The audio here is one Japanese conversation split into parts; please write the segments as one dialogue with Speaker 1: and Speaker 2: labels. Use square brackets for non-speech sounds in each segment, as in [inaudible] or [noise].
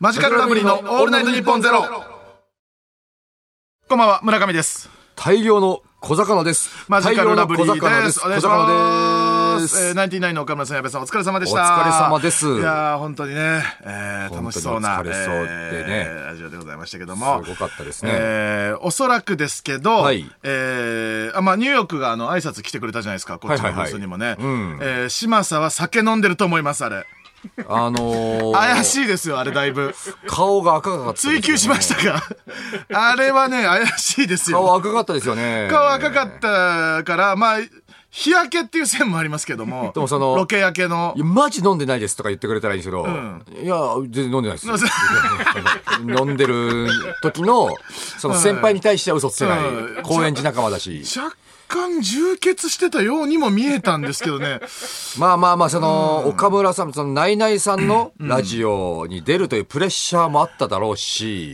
Speaker 1: マジカルラブリーのオールナイトニッポンゼロ。こんばんは、村上です。
Speaker 2: 大量の小魚です。
Speaker 1: マジカルラブリー
Speaker 2: 大量の小魚
Speaker 1: で。
Speaker 2: ですす。
Speaker 1: お
Speaker 2: 小
Speaker 1: 願いし
Speaker 2: 魚
Speaker 1: ま。
Speaker 2: です
Speaker 1: えー、
Speaker 2: す。
Speaker 1: ナインティナインの岡村さん、矢部さん、お疲れ様でした。
Speaker 2: お疲れ様です
Speaker 1: いやー、本当にね、えー、
Speaker 2: 本当に
Speaker 1: 楽しそうな、
Speaker 2: お疲れそうでね
Speaker 1: えーラジオでございましたけども。
Speaker 2: すごかったですね
Speaker 1: えーおそらくですけど、
Speaker 2: はい
Speaker 1: えーあ、まあ、ニューヨークがあの、挨拶来てくれたじゃないですか、こっちの
Speaker 2: はいはい
Speaker 1: ブ
Speaker 2: は
Speaker 1: ー
Speaker 2: い
Speaker 1: スにもね。
Speaker 2: うん
Speaker 1: えー、嶋佐は酒飲んでると思います、あれ。
Speaker 2: あのー、
Speaker 1: 怪しいですよ、あれだいぶ。
Speaker 2: 顔が赤かったですよね、
Speaker 1: 追求しましたかあれはね、怪しいですよ。
Speaker 2: 顔赤かったですよね。
Speaker 1: 顔赤かったから、まあ、日焼けっていう線もありますけども、
Speaker 2: でもその
Speaker 1: ロケ焼けの
Speaker 2: い。やマジ飲んでないですとか言ってくれたらいいんですけど、いや、全然飲んでないですよ。飲んでる時の、その先輩に対しては嘘つけない
Speaker 1: うん。
Speaker 2: 高円寺仲間だし。
Speaker 1: 若干充血してたようにも見えたんですけどね。
Speaker 2: まあまあまあ、その、岡村さん、その、ナイナイさんのラジオに出るというプレッシャーもあっただろ
Speaker 1: [laughs]
Speaker 2: うし、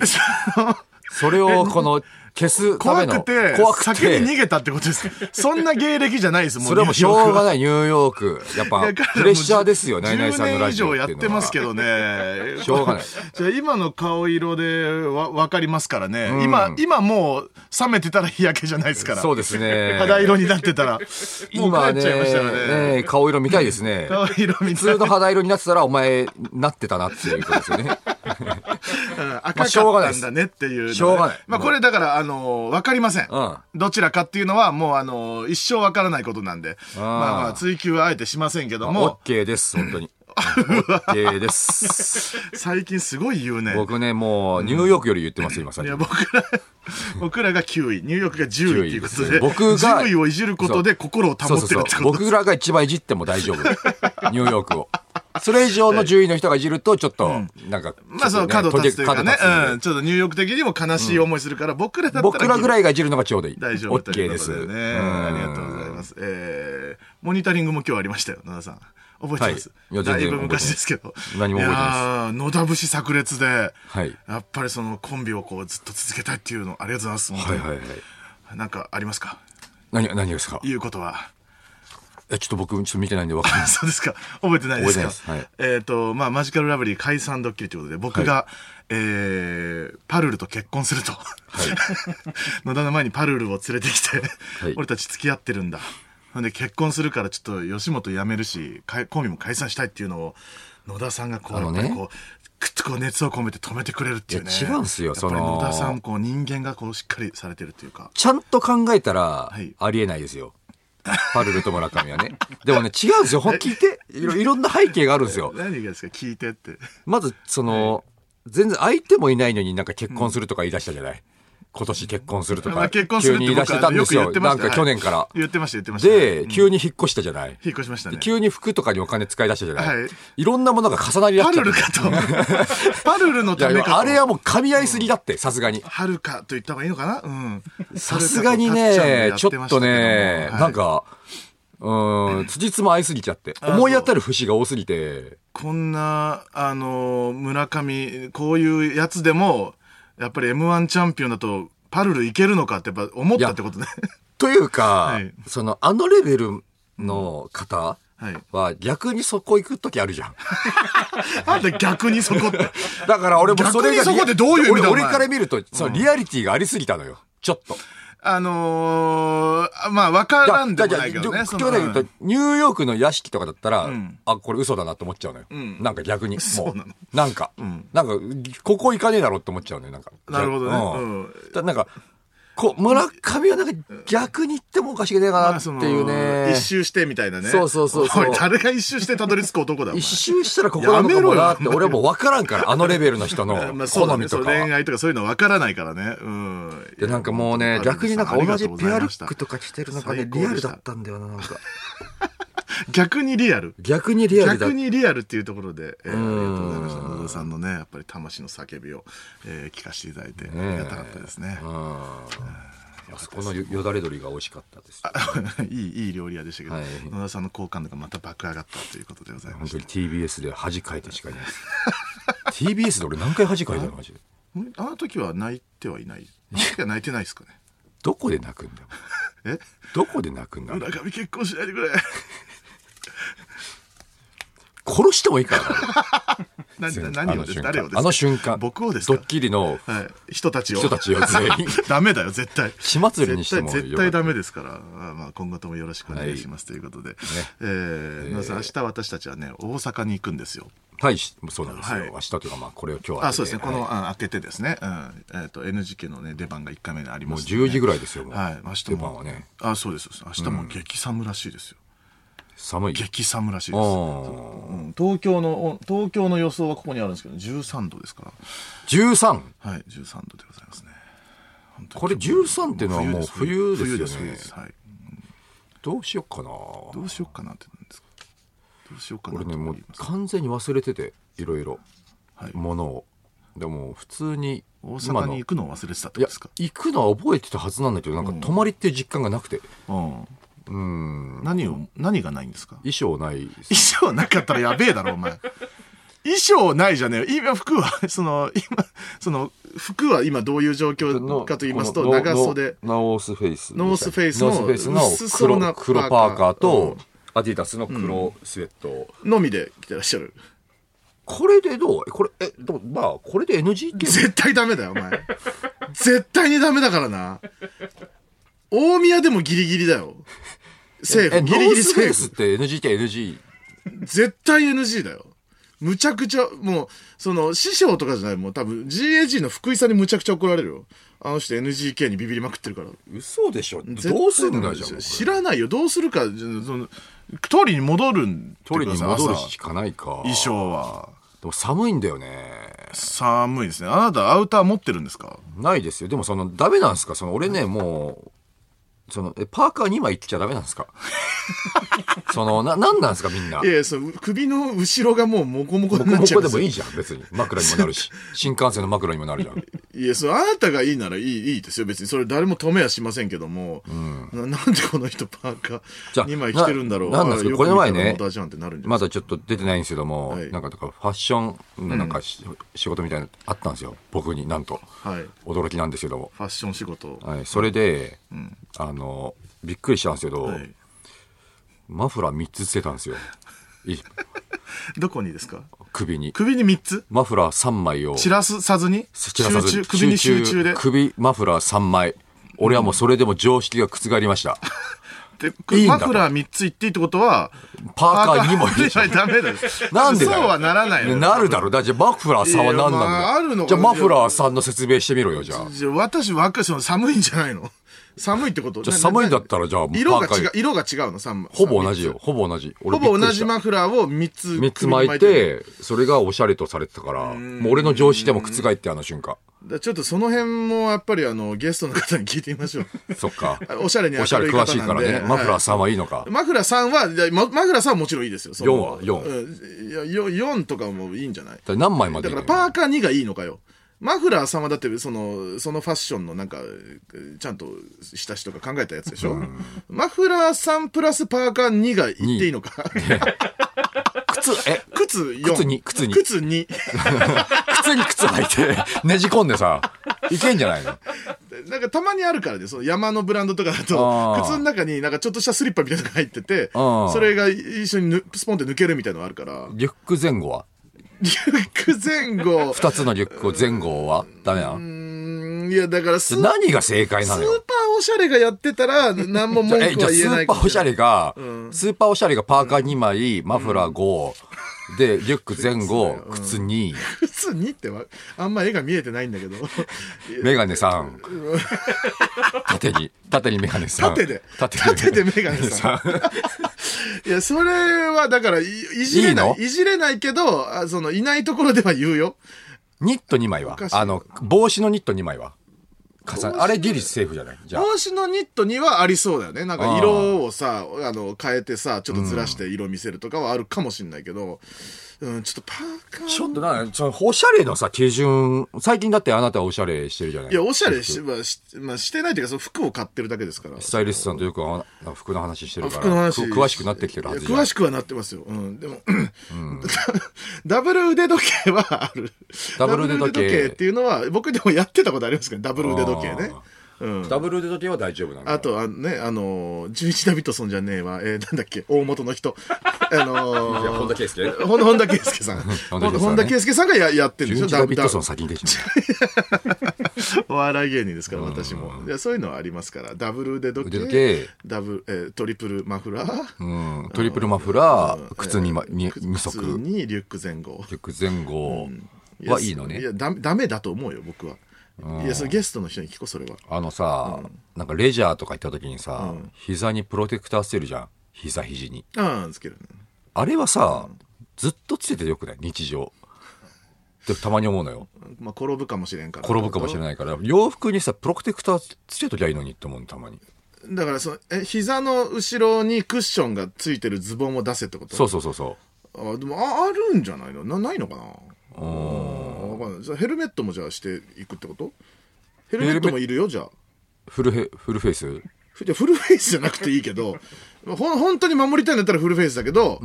Speaker 2: それをこの、消すた
Speaker 1: 怖
Speaker 2: めの、
Speaker 1: くて、
Speaker 2: 怖く
Speaker 1: 先に逃
Speaker 2: て、
Speaker 1: げたってことです。そんな芸歴じゃないです、もう。
Speaker 2: それはもうし
Speaker 1: ニューヨ
Speaker 2: ょ
Speaker 1: ー
Speaker 2: う
Speaker 1: クは
Speaker 2: がない、ニューヨーク。やっ
Speaker 1: い
Speaker 2: ぱ
Speaker 1: や、彼
Speaker 2: プレッシャーですよ、
Speaker 1: もう
Speaker 2: ナイナイさんのラジオっ
Speaker 1: 10年以上
Speaker 2: てい
Speaker 1: や
Speaker 2: う
Speaker 1: って
Speaker 2: の
Speaker 1: ま
Speaker 2: は
Speaker 1: す。けどね。
Speaker 2: しょうがない
Speaker 1: じゃあ今の顔色でわ分かりますからね、今今もう冷めてたら日焼けじゃないですから
Speaker 2: そうですね。
Speaker 1: [laughs] 肌色になってたらもう帰っ
Speaker 2: [laughs] 今
Speaker 1: ちゃいましたからね
Speaker 2: [laughs] ね、ね顔色見たいですね。
Speaker 1: 顔色みたい
Speaker 2: 普通の
Speaker 1: な
Speaker 2: 肌色になってたら、お前、なってたなっていうことですよね。
Speaker 1: うん赤
Speaker 2: しょうが
Speaker 1: か
Speaker 2: な
Speaker 1: っ
Speaker 2: い
Speaker 1: た
Speaker 2: で
Speaker 1: んだねっ
Speaker 2: す
Speaker 1: ていうのはね
Speaker 2: しょうがない
Speaker 1: まあこれだからあの分かりません、
Speaker 2: うん
Speaker 1: どちらかっていうのはもうあの一生分からないことなんで
Speaker 2: あー
Speaker 1: まあまあ追求はあえてしませんけど
Speaker 2: オッ
Speaker 1: も
Speaker 2: ケーです、本当に。オッケーです。
Speaker 1: 最近すごい言うね
Speaker 2: [laughs] 僕ね、もう、ニューヨークより言ってます、今、最
Speaker 1: い
Speaker 2: 近
Speaker 1: や、。僕ら、 [laughs] 僕らが9位、ニューヨークが10位ということで、
Speaker 2: 10位ですね僕が
Speaker 1: 10位をいじることで心を
Speaker 2: そ
Speaker 1: 保
Speaker 2: う
Speaker 1: っ
Speaker 2: そう
Speaker 1: てる
Speaker 2: そう
Speaker 1: って。こと
Speaker 2: 僕らが一番いじっても大丈
Speaker 1: [laughs]
Speaker 2: 夫。ニューヨークを。それ以上の10位の人がいじると、ちょっと、なんか、
Speaker 1: まあその角立つというかね
Speaker 2: ちょっと、角立つ
Speaker 1: うんん、ちょっとニューヨーク的にも悲しい思いするから、僕らだ
Speaker 2: で
Speaker 1: ったら
Speaker 2: 僕らぐら
Speaker 1: い
Speaker 2: いがいじるのがちょうどいい。
Speaker 1: 大丈
Speaker 2: オ
Speaker 1: 夫
Speaker 2: ッ
Speaker 1: とい
Speaker 2: ケー
Speaker 1: う
Speaker 2: で
Speaker 1: こと
Speaker 2: す。
Speaker 1: でね。
Speaker 2: うん
Speaker 1: ありがとうございます。えー、モニタリングも今日ありましたよ、奈々さん。覚えてます、
Speaker 2: はいいや全
Speaker 1: だい
Speaker 2: 然
Speaker 1: ぶ昔ですけど。
Speaker 2: 何も覚えてないです
Speaker 1: やー野田節炸裂で、
Speaker 2: はい
Speaker 1: やっぱりそのコンビをこうずっと続けたいっていうの、ありがとうございます。本当
Speaker 2: はい
Speaker 1: に
Speaker 2: はいはい。
Speaker 1: なんかありますか
Speaker 2: 何、何がですか
Speaker 1: いうことは。。
Speaker 2: え、ちょっと僕、ちょっと見てないんでわかんな
Speaker 1: [laughs]
Speaker 2: い
Speaker 1: そうですか。覚えてないですか。
Speaker 2: 覚えてないです
Speaker 1: えっ、と、まあ、マジカルラブリー解散ドッキリということで、僕が、えー、パルルと結婚すると。 [laughs] 野田の前にパルルを連れてきて、
Speaker 2: はい
Speaker 1: 俺たち付き合ってるんだ。ほんで、結婚するからちょっと吉本辞めるし、かいコンビも解散したいっていうのを、野田さんがこう、
Speaker 2: あ
Speaker 1: やっ
Speaker 2: の
Speaker 1: ぱ
Speaker 2: ね
Speaker 1: りこう、くっとこう熱を込めて止めてくれるっていうね。
Speaker 2: いや違うんす
Speaker 1: や
Speaker 2: よ
Speaker 1: っぱり
Speaker 2: その
Speaker 1: 野田さん、こう人間がこうしっかりされてるっていうか。
Speaker 2: ちゃんと考えたら
Speaker 1: い、
Speaker 2: ありえないですよ。パルルと村上はね。でもね、違う
Speaker 1: [laughs]
Speaker 2: んですよ。ほん聞いて、いろいろんな背景があるんですよ。
Speaker 1: 何がですか聞いてって。
Speaker 2: まず、その、全然相手もいないのになんか結婚するとか言い出したじゃない。今年結婚すると
Speaker 1: まあ
Speaker 2: か。
Speaker 1: 結婚するっ
Speaker 2: 急に
Speaker 1: て
Speaker 2: 言い出
Speaker 1: 僕
Speaker 2: して
Speaker 1: は
Speaker 2: た
Speaker 1: あ
Speaker 2: ん
Speaker 1: のよ
Speaker 2: で
Speaker 1: く
Speaker 2: す
Speaker 1: 言
Speaker 2: よ。
Speaker 1: ってま
Speaker 2: な
Speaker 1: し
Speaker 2: ん
Speaker 1: た。
Speaker 2: か去年から
Speaker 1: は。い言ってました、言ってました。
Speaker 2: で、
Speaker 1: うん
Speaker 2: 急に引っ越したじゃない。
Speaker 1: 引っ越しましたね。
Speaker 2: 急に服とかにお金使い出したじゃない。
Speaker 1: はい
Speaker 2: い、ろんなものが重なり合
Speaker 1: パ
Speaker 2: っちゃ
Speaker 1: ル
Speaker 2: って
Speaker 1: ルかと。
Speaker 2: [laughs]
Speaker 1: パルルのた
Speaker 2: い
Speaker 1: め
Speaker 2: や
Speaker 1: かと。
Speaker 2: あれはもう噛み合いすぎだって、さすがに。
Speaker 1: はるかと言った方がいいのかなうん。
Speaker 2: さすがにね、ちょっとね、なん
Speaker 1: か。
Speaker 2: か、うーん、辻褄合いすぎちゃって。思い当たる節が多すぎて。
Speaker 1: こんな、あの、村上、こういうやつでも、やっぱり M1 チャンピオンだと、パルルいけるのかってやっぱ思ったって
Speaker 2: [laughs]
Speaker 1: ことね。
Speaker 2: というか、
Speaker 1: はい
Speaker 2: その、あのレベルの方
Speaker 1: はい
Speaker 2: は逆にそこ行くときあるじゃん。
Speaker 1: なんで逆にそこって。
Speaker 2: だから俺もそれが
Speaker 1: 逆にそこでどういう意味だお
Speaker 2: 俺俺
Speaker 1: 前
Speaker 2: から見ると、そのリアリティがありすぎたのよ。ちょっと。
Speaker 1: あのー、まあ、わからんでもないけど
Speaker 2: じゃ
Speaker 1: ね。
Speaker 2: あ
Speaker 1: そ
Speaker 2: じゃあ
Speaker 1: のう
Speaker 2: 極端に言うんと、ニューヨークの屋敷とかだったら、
Speaker 1: ん
Speaker 2: あ、これ嘘だなって思っちゃうのよ。なんか逆に。も
Speaker 1: うなの
Speaker 2: なんか、なんか、ここ行かねえだろって思っちゃうのよ、なんか。
Speaker 1: なるほどね
Speaker 2: うん
Speaker 1: うん
Speaker 2: だなんか、こう、村上はなんか逆に行ってもおかしくねえか
Speaker 1: ま
Speaker 2: な
Speaker 1: あ
Speaker 2: って
Speaker 1: その
Speaker 2: いうね。
Speaker 1: 一周してみたいなね。
Speaker 2: そうそうそうそう
Speaker 1: おい誰が一周してたどり着く男だ、お前
Speaker 2: 一周したらここなのかもなっ
Speaker 1: やめ
Speaker 2: て、
Speaker 1: ろよ
Speaker 2: 俺はもう分からんから、あのレベルの人
Speaker 1: [laughs]
Speaker 2: の
Speaker 1: まあそうだ
Speaker 2: 好
Speaker 1: ね、
Speaker 2: み
Speaker 1: そ
Speaker 2: と
Speaker 1: う
Speaker 2: か。
Speaker 1: 恋愛とかそういうの分からないからね。うん。
Speaker 2: で、なんかもう
Speaker 1: いや
Speaker 2: ね、逆になんか同じペアルックと
Speaker 1: か。
Speaker 2: か着てるのがね、
Speaker 1: 最高で
Speaker 2: リ
Speaker 1: した
Speaker 2: アルだったんだよな、なんか。
Speaker 1: 逆にリアル。
Speaker 2: 逆にリアルだっ
Speaker 1: 逆
Speaker 2: た。
Speaker 1: にリアルっていうところで、えー
Speaker 2: ん
Speaker 1: ありがとうございました。野田さんのね、やっぱり魂の叫びを、えー聞かせていただいて、ありがたかったですね。 [laughs]
Speaker 2: あそこのよだれ鶏が美味しかったです。
Speaker 1: いい、いい料理屋でしたけど、
Speaker 2: はい
Speaker 1: 野田さんの好感度がまた爆上がったということでございま
Speaker 2: 本
Speaker 1: した
Speaker 2: 当に TBS で恥かいてしかいないです。TBS で俺何回恥かいたのマジで。
Speaker 1: んあの時は泣いてはいない。 [laughs] あの時は泣いてないですかね。
Speaker 2: どこで泣くんだよ。
Speaker 1: え
Speaker 2: どこで泣くん
Speaker 1: [laughs]
Speaker 2: だ
Speaker 1: 村上結婚しないでくれ。
Speaker 2: 殺してもいいからな
Speaker 1: な
Speaker 2: 全然
Speaker 1: 何をです誰をですか
Speaker 2: あの瞬間
Speaker 1: 僕をです
Speaker 2: ド
Speaker 1: か
Speaker 2: ッキリの
Speaker 1: はい、人たちを
Speaker 2: 人たちを全員
Speaker 1: [laughs] ダメだよ絶対
Speaker 2: 火祭りにしても
Speaker 1: 絶対絶
Speaker 2: よかっ
Speaker 1: 対
Speaker 2: た
Speaker 1: ダメですから、あまあ、今後ともよろしくお願いします、ということで、えー野田さん明日私たちはね大阪に行くんですよ
Speaker 2: はいしそうなんですよ、
Speaker 1: はい
Speaker 2: 明日というかまあこれを今日
Speaker 1: あそうですね、
Speaker 2: はい
Speaker 1: この、うん、開けてですね、うんえー、と NGK の、ね、出番が1回目にあり
Speaker 2: も
Speaker 1: ま
Speaker 2: う
Speaker 1: す
Speaker 2: 10時ぐ
Speaker 1: らい
Speaker 2: らいですよもう、
Speaker 1: はい明日
Speaker 2: 出
Speaker 1: も
Speaker 2: 番はね
Speaker 1: あそうですそうです明日も激寒らしいですよ、
Speaker 2: 寒い
Speaker 1: 激寒らしいです、
Speaker 2: お
Speaker 1: うん東京のお東京の予想はここにあるんですけど13度ですか
Speaker 2: 13
Speaker 1: らはい13度でございますね本当に
Speaker 2: これ13っていうのはもう冬ですよ
Speaker 1: 冬
Speaker 2: ね
Speaker 1: です冬ですはい
Speaker 2: どうしよっかな
Speaker 1: どうしようかなってなんですかどうしようかな
Speaker 2: 俺
Speaker 1: と
Speaker 2: ねも
Speaker 1: 思
Speaker 2: う
Speaker 1: います
Speaker 2: 完全に忘れてていろいろ
Speaker 1: はい
Speaker 2: ものをでも普通に
Speaker 1: 大
Speaker 2: 今
Speaker 1: 阪
Speaker 2: の
Speaker 1: に行くのを忘れてたってこ
Speaker 2: い
Speaker 1: と
Speaker 2: や
Speaker 1: ですか
Speaker 2: 行くのは覚えてたはずなんだけどなんか泊まりっていう実感がなくて
Speaker 1: うん
Speaker 2: うん
Speaker 1: 何を何がないんですか
Speaker 2: 衣装ない
Speaker 1: 衣装なかったらやべえだろお
Speaker 2: [laughs]
Speaker 1: 前衣装ないじゃねえよ今服はその今その服は今どういう状況かと言いますと
Speaker 2: この
Speaker 1: 長袖
Speaker 2: ノノースフェイス
Speaker 1: ノースフェイスの
Speaker 2: ノースフェイスの
Speaker 1: 薄そうな
Speaker 2: 黒
Speaker 1: パーカー
Speaker 2: 黒パーカー
Speaker 1: う
Speaker 2: と
Speaker 1: ん
Speaker 2: アディダスの黒スウェット
Speaker 1: のみで着てらっしゃる
Speaker 2: これでどうこれえどうまあこれで NGK
Speaker 1: 絶対ダメだよお前絶対にダメだからな大宮でもギリギリだよセー
Speaker 2: え
Speaker 1: フ
Speaker 2: ノ
Speaker 1: ギリギ
Speaker 2: ー
Speaker 1: リ
Speaker 2: スフ
Speaker 1: セ
Speaker 2: ェイ
Speaker 1: ー
Speaker 2: スっ
Speaker 1: フ
Speaker 2: て NGKNG
Speaker 1: 絶対 NG だよむちゃくちゃもうその師匠とかじゃないもう多分 GAG の福井さんにむちゃくちゃ怒られるよあの人 NGK にビビりまくってるから
Speaker 2: 嘘でしょ
Speaker 1: 絶対
Speaker 2: どうすん
Speaker 1: ダ
Speaker 2: だ
Speaker 1: メで
Speaker 2: じゃん
Speaker 1: す
Speaker 2: こ
Speaker 1: よ
Speaker 2: れ
Speaker 1: 知らないよどうするかじゃその通りに戻るん
Speaker 2: 取りに戻る
Speaker 1: 朝
Speaker 2: しかないか
Speaker 1: 衣装は
Speaker 2: でも寒いんだよね
Speaker 1: 寒いですねあなたアウター持ってるんですか
Speaker 2: ないですよでもそのダメなんですかその俺ねもうそのえパーカー2枚いっちゃダメなん
Speaker 1: [laughs]
Speaker 2: ですかそのななんなんですかみんない
Speaker 1: やいやその首の後ろがもうモコモコになっ
Speaker 2: こ
Speaker 1: ちゃうんで
Speaker 2: こですも
Speaker 1: よ
Speaker 2: いいじゃん別に枕にもな
Speaker 1: [laughs]
Speaker 2: るし新幹線の枕にもなるじゃん
Speaker 1: いや、そのあなたがいいならいい、いいですよ。別にそれ誰も止めはしませんけども。ななんでこの人パーカ
Speaker 2: じゃ
Speaker 1: ー
Speaker 2: あ
Speaker 1: 2枚着てるんだろう。
Speaker 2: ななんなんですか
Speaker 1: あよく
Speaker 2: この前ね
Speaker 1: 見たらモダージャンってなるんじゃない
Speaker 2: まだちょっと出てないんですけども、
Speaker 1: はい
Speaker 2: なんかとかファッションのなんかし、仕事みたいなのあったんですよ僕になんと
Speaker 1: はい。フ
Speaker 2: 驚きなんですけども、
Speaker 1: ァッション仕事。
Speaker 2: はい、それで、あのびっくりしたんですけど、
Speaker 1: はい
Speaker 2: マフラー3つつけたんで
Speaker 1: [laughs]
Speaker 2: すよい
Speaker 1: どこにですか
Speaker 2: 首に
Speaker 1: 首に3つ
Speaker 2: マフラー3枚を
Speaker 1: 散らすさずに
Speaker 2: 散らさず
Speaker 1: 集中、首に集中で。
Speaker 2: 首マフラー3枚俺はもうそれでも常識が覆りました
Speaker 1: で
Speaker 2: いいんだ
Speaker 1: マフラー3ついっていいってことは、
Speaker 2: パーカー2枚
Speaker 1: 入れちゃダメだよ。
Speaker 2: なんでだよ
Speaker 1: そうはならないのよ
Speaker 2: なるだろだってマフラーさんは何なんだよ、
Speaker 1: いやまああるのか
Speaker 2: じゃあマフラーさんの説明してみろよじゃあ
Speaker 1: じゃあ私、若い、その寒いんじゃないの [laughs] 寒いってこと
Speaker 2: じゃあ寒いんだったらじゃあ
Speaker 1: 色が
Speaker 2: パー
Speaker 1: 違
Speaker 2: カ
Speaker 1: う、色が違うの寒
Speaker 2: ほぼ同じよほぼ同じ
Speaker 1: ほぼ同じ
Speaker 2: 3
Speaker 1: マフラーを3つ
Speaker 2: つ巻いてそれがおしゃれとされてたからもう俺の常識でも覆ってあの瞬間
Speaker 1: だちょっとその辺もやっぱりあのゲストの方に聞いてみましょう [laughs]
Speaker 2: そっか
Speaker 1: おしゃれに明
Speaker 2: おしゃ
Speaker 1: る
Speaker 2: れ
Speaker 1: い方なん
Speaker 2: 詳
Speaker 1: で
Speaker 2: しいからねマフラー
Speaker 1: ー、
Speaker 2: さんはいいのか
Speaker 1: はいマフラーさんはじゃあママフラーさんはもちろんいいですよその
Speaker 2: 四は四
Speaker 1: うんいやよ4とかもいいんじゃない
Speaker 2: だから何枚まで
Speaker 1: だ
Speaker 2: い
Speaker 1: か
Speaker 2: いの
Speaker 1: ら
Speaker 2: よ
Speaker 1: パーカー2がいいのかよマフラーさんはだってそのそのファッションのなんかちゃんとした人が考えたやつでしょ、マフラーさんプラスパーカー2がいっていいのか
Speaker 2: 靴え
Speaker 1: 靴4
Speaker 2: 靴に靴に
Speaker 1: 靴2
Speaker 2: 靴に靴履いてねじ込んでさいけんじゃないの
Speaker 1: なんかたまにあるからね、その山のブランドとかだ
Speaker 2: あ
Speaker 1: と、
Speaker 2: ー
Speaker 1: 靴の中になんかちょっとしたスリッパみたいなのが入ってて、
Speaker 2: あー
Speaker 1: それが一緒にぬスポンって抜けるみたいなのあるから、 [laughs]
Speaker 2: リュック前後は
Speaker 1: リュック前後、
Speaker 2: 2つのリュックを前後はダメなの
Speaker 1: うーん、いやだからス
Speaker 2: じゃ
Speaker 1: ー
Speaker 2: あ何が正解
Speaker 1: ス
Speaker 2: な
Speaker 1: ーパ
Speaker 2: の
Speaker 1: ー
Speaker 2: よ
Speaker 1: おしゃれがやってたら、何も文
Speaker 2: え、
Speaker 1: 句
Speaker 2: じゃ
Speaker 1: は
Speaker 2: あス
Speaker 1: 言えな
Speaker 2: ー
Speaker 1: い
Speaker 2: パ
Speaker 1: かも
Speaker 2: ーお
Speaker 1: し
Speaker 2: しゃ
Speaker 1: れない。
Speaker 2: れが、
Speaker 1: うん
Speaker 2: スーパーおしゃれがパーカー2枚、マフラー5、で、リュック前後、靴2、
Speaker 1: 靴2ってわあんま絵が見えてないんだけど、
Speaker 2: メガネ3、縦に、縦にメガネ3。
Speaker 1: 縦で
Speaker 2: 縦
Speaker 1: 縦でメガネ
Speaker 2: さん
Speaker 1: さいや、それはだからい、いじれない
Speaker 2: い
Speaker 1: い
Speaker 2: いの
Speaker 1: じれないけどあ、その、いないところでは言うよ。
Speaker 2: ニット2枚は
Speaker 1: かしい
Speaker 2: あの、帽子のニット2枚は重ねあれギリセーフじゃないじゃあ。
Speaker 1: 帽子のニットにはありそうだよねなんか色をさあの変えてさちょっとずらして色見せるとかはあるかもしんないけど、うんちょっとパーカー
Speaker 2: ちょっとな、その、おしゃれのさ、基準、最近だってあなたはおしゃれしてるじゃない
Speaker 1: いやおしゃれし,、まあしまあ、してないというかその服を買ってるだけですから
Speaker 2: スタイリストさんとよくあなんか服の話してるから、
Speaker 1: 服の話
Speaker 2: く詳しくなってきてるはいず
Speaker 1: や
Speaker 2: じゃん
Speaker 1: 詳。しくはなってますよ、うん、でも、 [laughs] ダブル腕時計はある
Speaker 2: ダブル腕時計
Speaker 1: ダブルっていうのは僕でもやってたことありますけどダブル腕時計ね
Speaker 2: あ
Speaker 1: うん
Speaker 2: ダブルで時計は大丈夫なの
Speaker 1: あと、あのね、あのー、11ダビットソンじゃねえわ、えー、なんだっけ、大元の人。 [laughs] あのー
Speaker 2: いや本田圭佑
Speaker 1: ほん本田圭佑
Speaker 2: [laughs]
Speaker 1: さん。
Speaker 2: 田圭佑さんね
Speaker 1: 本田圭佑さんがややってるんで
Speaker 2: 11
Speaker 1: しょ、
Speaker 2: ダビッドソン
Speaker 1: ダ
Speaker 2: 先にできない
Speaker 1: ブお笑い芸人ですから、私も。いやそういうのはありますから、ダブルで時
Speaker 2: 腕時
Speaker 1: 計、
Speaker 2: 計、
Speaker 1: ダブル、えートリプルマフラー、
Speaker 2: うん、トリプルマフラー、靴に,、ま、に2
Speaker 1: 普通
Speaker 2: 足、
Speaker 1: にリュック前後。
Speaker 2: 曲前後
Speaker 1: いや
Speaker 2: [laughs] はいいのね
Speaker 1: い。や、ダメダメだと思うよ、僕は。いや、それゲストの人に聞こう、それは。
Speaker 2: あのさ、なんかレジャーとか行った時にさ、
Speaker 1: うん
Speaker 2: 膝にプロテクターつけるじゃん。膝肘に。
Speaker 1: ああ、つけるね。
Speaker 2: あれはさ、ずっとつけてよくない日常。でたまに思うのよ。
Speaker 1: まあ、転ぶかもしれんから。
Speaker 2: 転ぶかもしれ
Speaker 1: い。
Speaker 2: ないから、洋服にさ、プロテクターつけときゃいいのにって思うの、たまに。
Speaker 1: だからその、え、膝の後ろにクッションがついてるズボンを出せってこと
Speaker 2: そうそうそうそ
Speaker 1: あでもああるんじゃないのなないのかな
Speaker 2: う。うん
Speaker 1: あわかんないじゃあヘルメットもじゃあしていくってことヘルメットもいるよじゃあ
Speaker 2: フルヘ、フルフェイス
Speaker 1: ふじゃあフルフェイスじゃなくていいけ
Speaker 2: [laughs]
Speaker 1: どほん本当に守りたいんだったらフルフェイスだけど、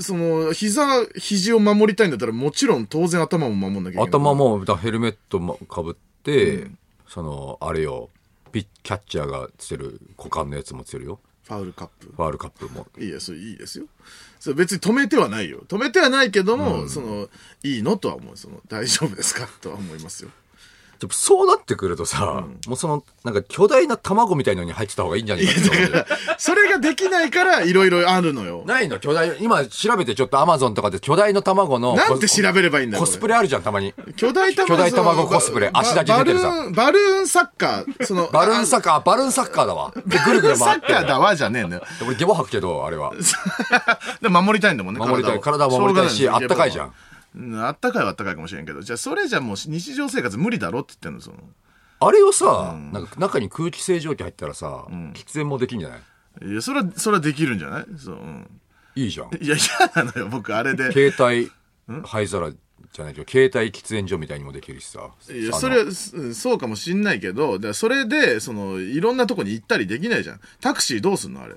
Speaker 1: その膝肘を守りたいんだったらもちろん当然頭も守んなきゃいけない
Speaker 2: 頭も、だヘルメットもかぶって、その、あれよ、ピッ、キャッチャーがつける、股間のやつもつけるよ。
Speaker 1: ファウルカップ
Speaker 2: ファールカップも。
Speaker 1: いいやそれいいですよそれ別に止めてはないよ止めてはないけども、そのいいのとは思うその大丈夫ですかとは思いますよ [laughs]
Speaker 2: でもそうなってくるとさ、もうその、なんか巨大な卵みたいのに入ってた方がいいんじゃないかって思う
Speaker 1: [laughs]
Speaker 2: よ
Speaker 1: それができないからいろいろあるのよ
Speaker 2: ないの巨大、今調べてちょっとアマゾンとかで巨大の卵の。
Speaker 1: なんて調べればいいんだ
Speaker 2: コ
Speaker 1: よ
Speaker 2: コ
Speaker 1: これ
Speaker 2: スプレあるじゃん、たまに。
Speaker 1: 巨大卵
Speaker 2: 巨大卵コスプレ
Speaker 1: ば
Speaker 2: 足だけ出てるさ
Speaker 1: バルーンバルーンサッカーその
Speaker 2: バルー
Speaker 1: サ
Speaker 2: ンサッカー、バルーンサッカーだわ。で、ぐるぐる
Speaker 1: ッ
Speaker 2: 回っ
Speaker 1: カー
Speaker 2: て。
Speaker 1: だわじゃねえんだよ
Speaker 2: で俺、ゲボ吐くけど、あれは。
Speaker 1: [laughs] でも守りたいんだもんね
Speaker 2: 守りたい体を守りたいし
Speaker 1: ょうがな
Speaker 2: あったかいじゃん
Speaker 1: うんあったかいはあったかいかもしれんけどじゃあそれじゃもう日常生活無理だろって言ってんのその
Speaker 2: あれをさ、なんか中に空気清浄機入ったらさ、喫煙もできんじゃない
Speaker 1: いやそれはそれはできるんじゃないそう、うん、
Speaker 2: いいじゃん。
Speaker 1: いや嫌なのよ僕あれで
Speaker 2: 携帯、灰皿じゃないけど、携帯喫煙所みたいにもできるしさ。
Speaker 1: いや
Speaker 2: あの
Speaker 1: それはすうんそうかもしんないけどだからそれでそのいろんなとこに行ったりできないじゃんタクシーどうすんのあれ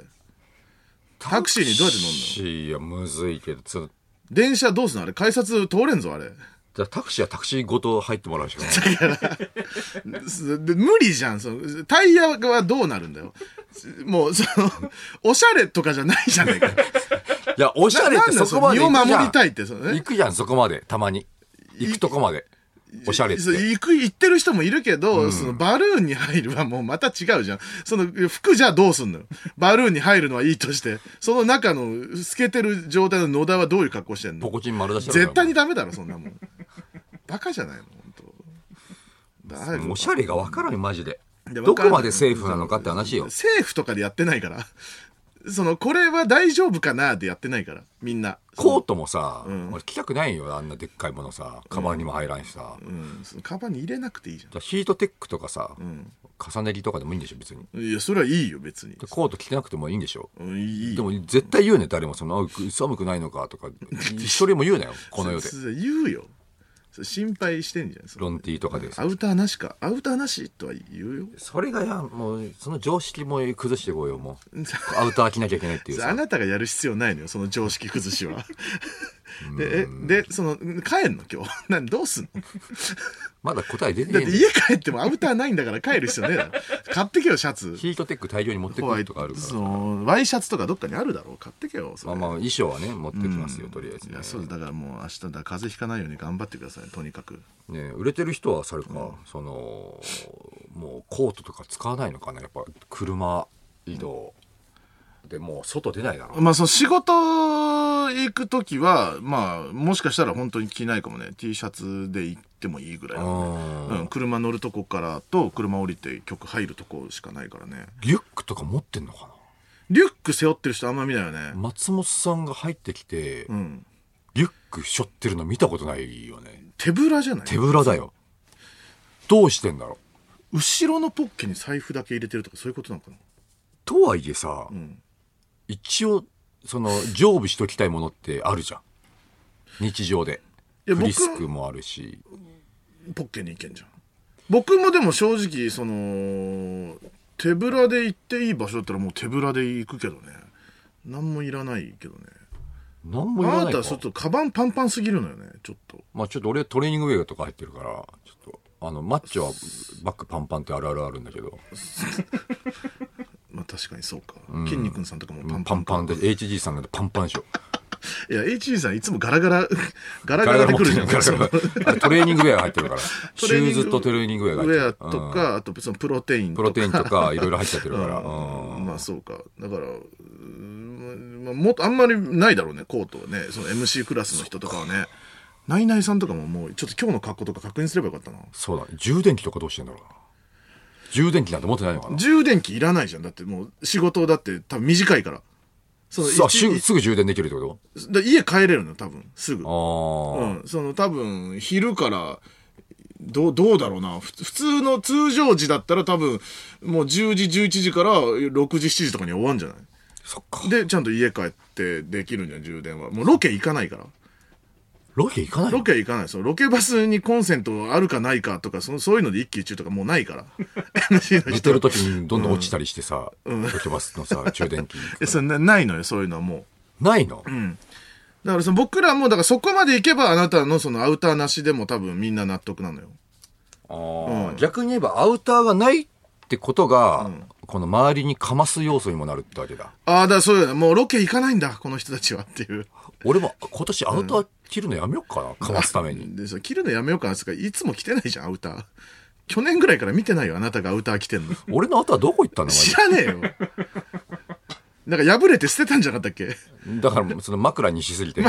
Speaker 1: タクシーにどうやって乗ん
Speaker 2: タク
Speaker 1: の
Speaker 2: シーはむずいけど、その
Speaker 1: 電車どうすんのあれ改札通れんぞあれ [laughs]
Speaker 2: じゃあタクシーはタクシーごと入ってもらうしかない。
Speaker 1: すで無理じゃんそのタイヤはどうなるんだよもうそのおしゃれとかじゃないじ [laughs] ゃないか
Speaker 2: いや、おしゃれって
Speaker 1: ななんだよ
Speaker 2: そこまで行くじゃん。
Speaker 1: 身を守りたいってそのね
Speaker 2: 行くじゃん、そこまで、たまに。行くとこまで。おしゃれって。
Speaker 1: そう行く行ってる人もいるけど、そのバルーンに入るはもうまた違うじゃんその服じゃどうすんのよバルーンに入るのはいいとしてその中の透けてる状態の野田はどういう格好してん
Speaker 2: ポ
Speaker 1: の
Speaker 2: コチン丸出しだから
Speaker 1: 絶対にダメだろそんなもんバカじゃないの本当だ
Speaker 2: もうおしゃれがわからんよ、マジで。
Speaker 1: いや
Speaker 2: どこまでセーフなのかって話よ。
Speaker 1: 政府とかでやってないから。その、これは大丈夫かなでやってないから、みんな。
Speaker 2: コートもさ、俺着たくないよ、あんなでっかいものさ。カバンにも入らんしさ。
Speaker 1: うん、そのカバンに入れなくていいじ
Speaker 2: じゃあヒートテックとかさ、重ね着とかでもいいんでしょ、別に。
Speaker 1: ゃん。いや、それはいいよ、別に
Speaker 2: で。コート着てなくてもいいんでしょ。
Speaker 1: うん、いい。
Speaker 2: でも絶対言うね、誰も。その、あ寒くないのか
Speaker 1: [laughs]
Speaker 2: とか。一人も言うなよ、この世で。
Speaker 1: そそ言うよ。それ心配してんじゃん。その
Speaker 2: ロンティーとかでさ
Speaker 1: ア。ウターなしか、アウターなしとは言うよ。
Speaker 2: それがやもうその常識も崩してこうよも
Speaker 1: [laughs]
Speaker 2: うアウター着なきゃいけないっていう
Speaker 1: あ
Speaker 2: さ
Speaker 1: なたがやる必要ないのよ、その常識崩しは。で、え、で、その、帰んの今日。 [laughs] なんどうすんの
Speaker 2: まだ答え出て
Speaker 1: だっ
Speaker 2: ねえ
Speaker 1: て
Speaker 2: んだよ
Speaker 1: 家帰ってもアウターないんだから帰る必要ねえ
Speaker 2: [laughs]
Speaker 1: だろ。買ってけよ、シャツ。
Speaker 2: ヒートテック大量に持って
Speaker 1: ホ
Speaker 2: く
Speaker 1: ワ
Speaker 2: る
Speaker 1: イ
Speaker 2: と
Speaker 1: ト
Speaker 2: かあるか
Speaker 1: そ
Speaker 2: ら
Speaker 1: のワイシャツとかどっかにあるだろう買ってけよそ
Speaker 2: まあ
Speaker 1: れ
Speaker 2: まあ衣装はね持ってきますよとりあえず
Speaker 1: い
Speaker 2: ね
Speaker 1: やそうだからもう明日だから風邪ひかないように頑張ってくださいとにかく
Speaker 2: ね売れてる人はそれか、そのもうコートとか使わないのかなやっぱ車移動、でもう外出ないだろう
Speaker 1: まあその仕事行く時はまあもしかしたら本当に着ないかもね T シャツで行ってもいいぐらいの
Speaker 2: あ
Speaker 1: う
Speaker 2: ー
Speaker 1: ん、車乗るとこからと車降りて曲入るとこしかないからね
Speaker 2: リュックとか持ってんのか
Speaker 1: リュック背負ってる人あんま見ないよね
Speaker 2: な松本さんが入ってきて、
Speaker 1: うん
Speaker 2: リュック背負ってるの見たことないよね
Speaker 1: 手ぶらじゃない
Speaker 2: 手ぶらだよどうしてんだろう
Speaker 1: 後ろのポッケに財布だけ入れてるとかそういうことなのかな
Speaker 2: とはいえさ、
Speaker 1: ん
Speaker 2: 一応その常備しときたいものってあるじゃん日常で
Speaker 1: いや
Speaker 2: フ
Speaker 1: 僕
Speaker 2: リスクもあるし
Speaker 1: ポッケに行けんじゃん僕もでも正直その手ぶらで行っていい場所だったらもう手ぶらで行くけどね何もいらないけどね
Speaker 2: 何
Speaker 1: あ
Speaker 2: も言わ
Speaker 1: な
Speaker 2: ない
Speaker 1: た
Speaker 2: か
Speaker 1: はちょっとカバンパンパンすぎるのよねちょっと
Speaker 2: まあちょっと俺トレーニングウェアとか入ってるからちょっとあのマッチョはバックパンパンってあるあるあるんだけど
Speaker 1: まあ確かにそうか。筋肉さんとかもパン
Speaker 2: パ
Speaker 1: パ
Speaker 2: ン
Speaker 1: ン。
Speaker 2: パンで HG さんなんてパンパンでしょ
Speaker 1: いや、HG さんいつもガラガラ、 [laughs] ガラ
Speaker 2: ガ
Speaker 1: ガ
Speaker 2: ラ
Speaker 1: ラ
Speaker 2: ガ
Speaker 1: で
Speaker 2: ラ持っ
Speaker 1: 来る
Speaker 2: てる
Speaker 1: じ
Speaker 2: じ
Speaker 1: ゃ
Speaker 2: ゃ
Speaker 1: ん
Speaker 2: ん
Speaker 1: で
Speaker 2: ガ
Speaker 1: す
Speaker 2: ラ
Speaker 1: か。
Speaker 2: ガラあれトレーニングウェア入ってるからシューズとトレーニングウェア
Speaker 1: ウ
Speaker 2: が入って
Speaker 1: ェア
Speaker 2: る
Speaker 1: と
Speaker 2: うん
Speaker 1: か、あとそのプロテインと
Speaker 2: プロ
Speaker 1: か。
Speaker 2: テインとかいろいろ入っちゃってるから、うん
Speaker 1: まあそうか。だから、うーんまあ、もっとあんまりないだろうね、コートはね。その MC クラスの人とかはね。ナイナイさんとかももう、ちょっと今日の格好とか確認すればよかったな。
Speaker 2: そうだ充電器とかどうしてんだろうな充電器なんて持ってないのかな
Speaker 1: 充電器いらないじゃん。だってもう仕事だって多分短いから。その
Speaker 2: さあ
Speaker 1: 一
Speaker 2: しゅすぐ充電できるってこ
Speaker 1: だ家帰れるの、多分。すぐ。
Speaker 2: とああ、
Speaker 1: うん、その多分昼からどうどうだろうなふ普通の通常時だったら多分もう10時11時から6時7時とかには終わんじゃない
Speaker 2: そっか
Speaker 1: でちゃんと家帰ってできるんじゃん充電はもうロケ行かないから
Speaker 2: ロケ行かないの
Speaker 1: ロケ行かないそのロケバスにコンセントあるかないかとかそのそういうので一喜一憂とかもうないから MC の
Speaker 2: 寝
Speaker 1: 人
Speaker 2: てる時にどんどん落ちたりしてさ、ロケバス
Speaker 1: [laughs]
Speaker 2: のさ充電器
Speaker 1: えそれなないのよそういうのはもう
Speaker 2: ないの、
Speaker 1: だからその僕らもだからそこまで行けばあなたのそのアウターなしでも多分みんな納得なのよ
Speaker 2: あー逆に言えばアウターがないってことが、この周りにかます要素にもなるってわけだ
Speaker 1: ああだからそういうのもうロケ行かないんだこの人たちはっていう
Speaker 2: 俺も今年アウター着るのやめようかな、かますため
Speaker 1: [laughs]
Speaker 2: に
Speaker 1: でそれ着るのやめようかなっつうかいつも着てないじゃんアウター去年ぐらいから見てないよあなたがアウター着てんの
Speaker 2: 俺のアウターどこ行ったの
Speaker 1: 知らねえよなんか破れて捨てたんじゃなかったっけ
Speaker 2: だからその枕にしす
Speaker 1: [laughs]
Speaker 2: ぎて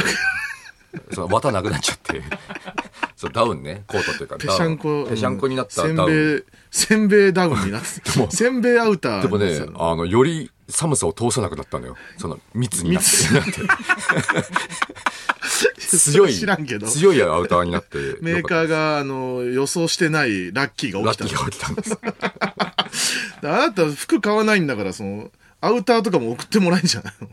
Speaker 2: その綿なくなっちゃって [laughs] そうダウンねコートっていうか
Speaker 1: ぺしゃんこ
Speaker 2: ぺしゃんこになった
Speaker 1: せん
Speaker 2: ダウン
Speaker 1: べいせんべいダウンになってたせんべいアウター
Speaker 2: でもね
Speaker 1: さ、
Speaker 2: あの、より寒さを通さなくなったのよ。その、密
Speaker 1: [laughs]
Speaker 2: になって。強い、
Speaker 1: 知らんけど
Speaker 2: 強いアウターになって。
Speaker 1: メーカーがあの予想してないラッキーが
Speaker 2: ラ
Speaker 1: 起
Speaker 2: ッキ
Speaker 1: き
Speaker 2: ーが起きたんです。
Speaker 1: たあなた服買わないんだからそのアウターとかも送ってもらえんじゃないの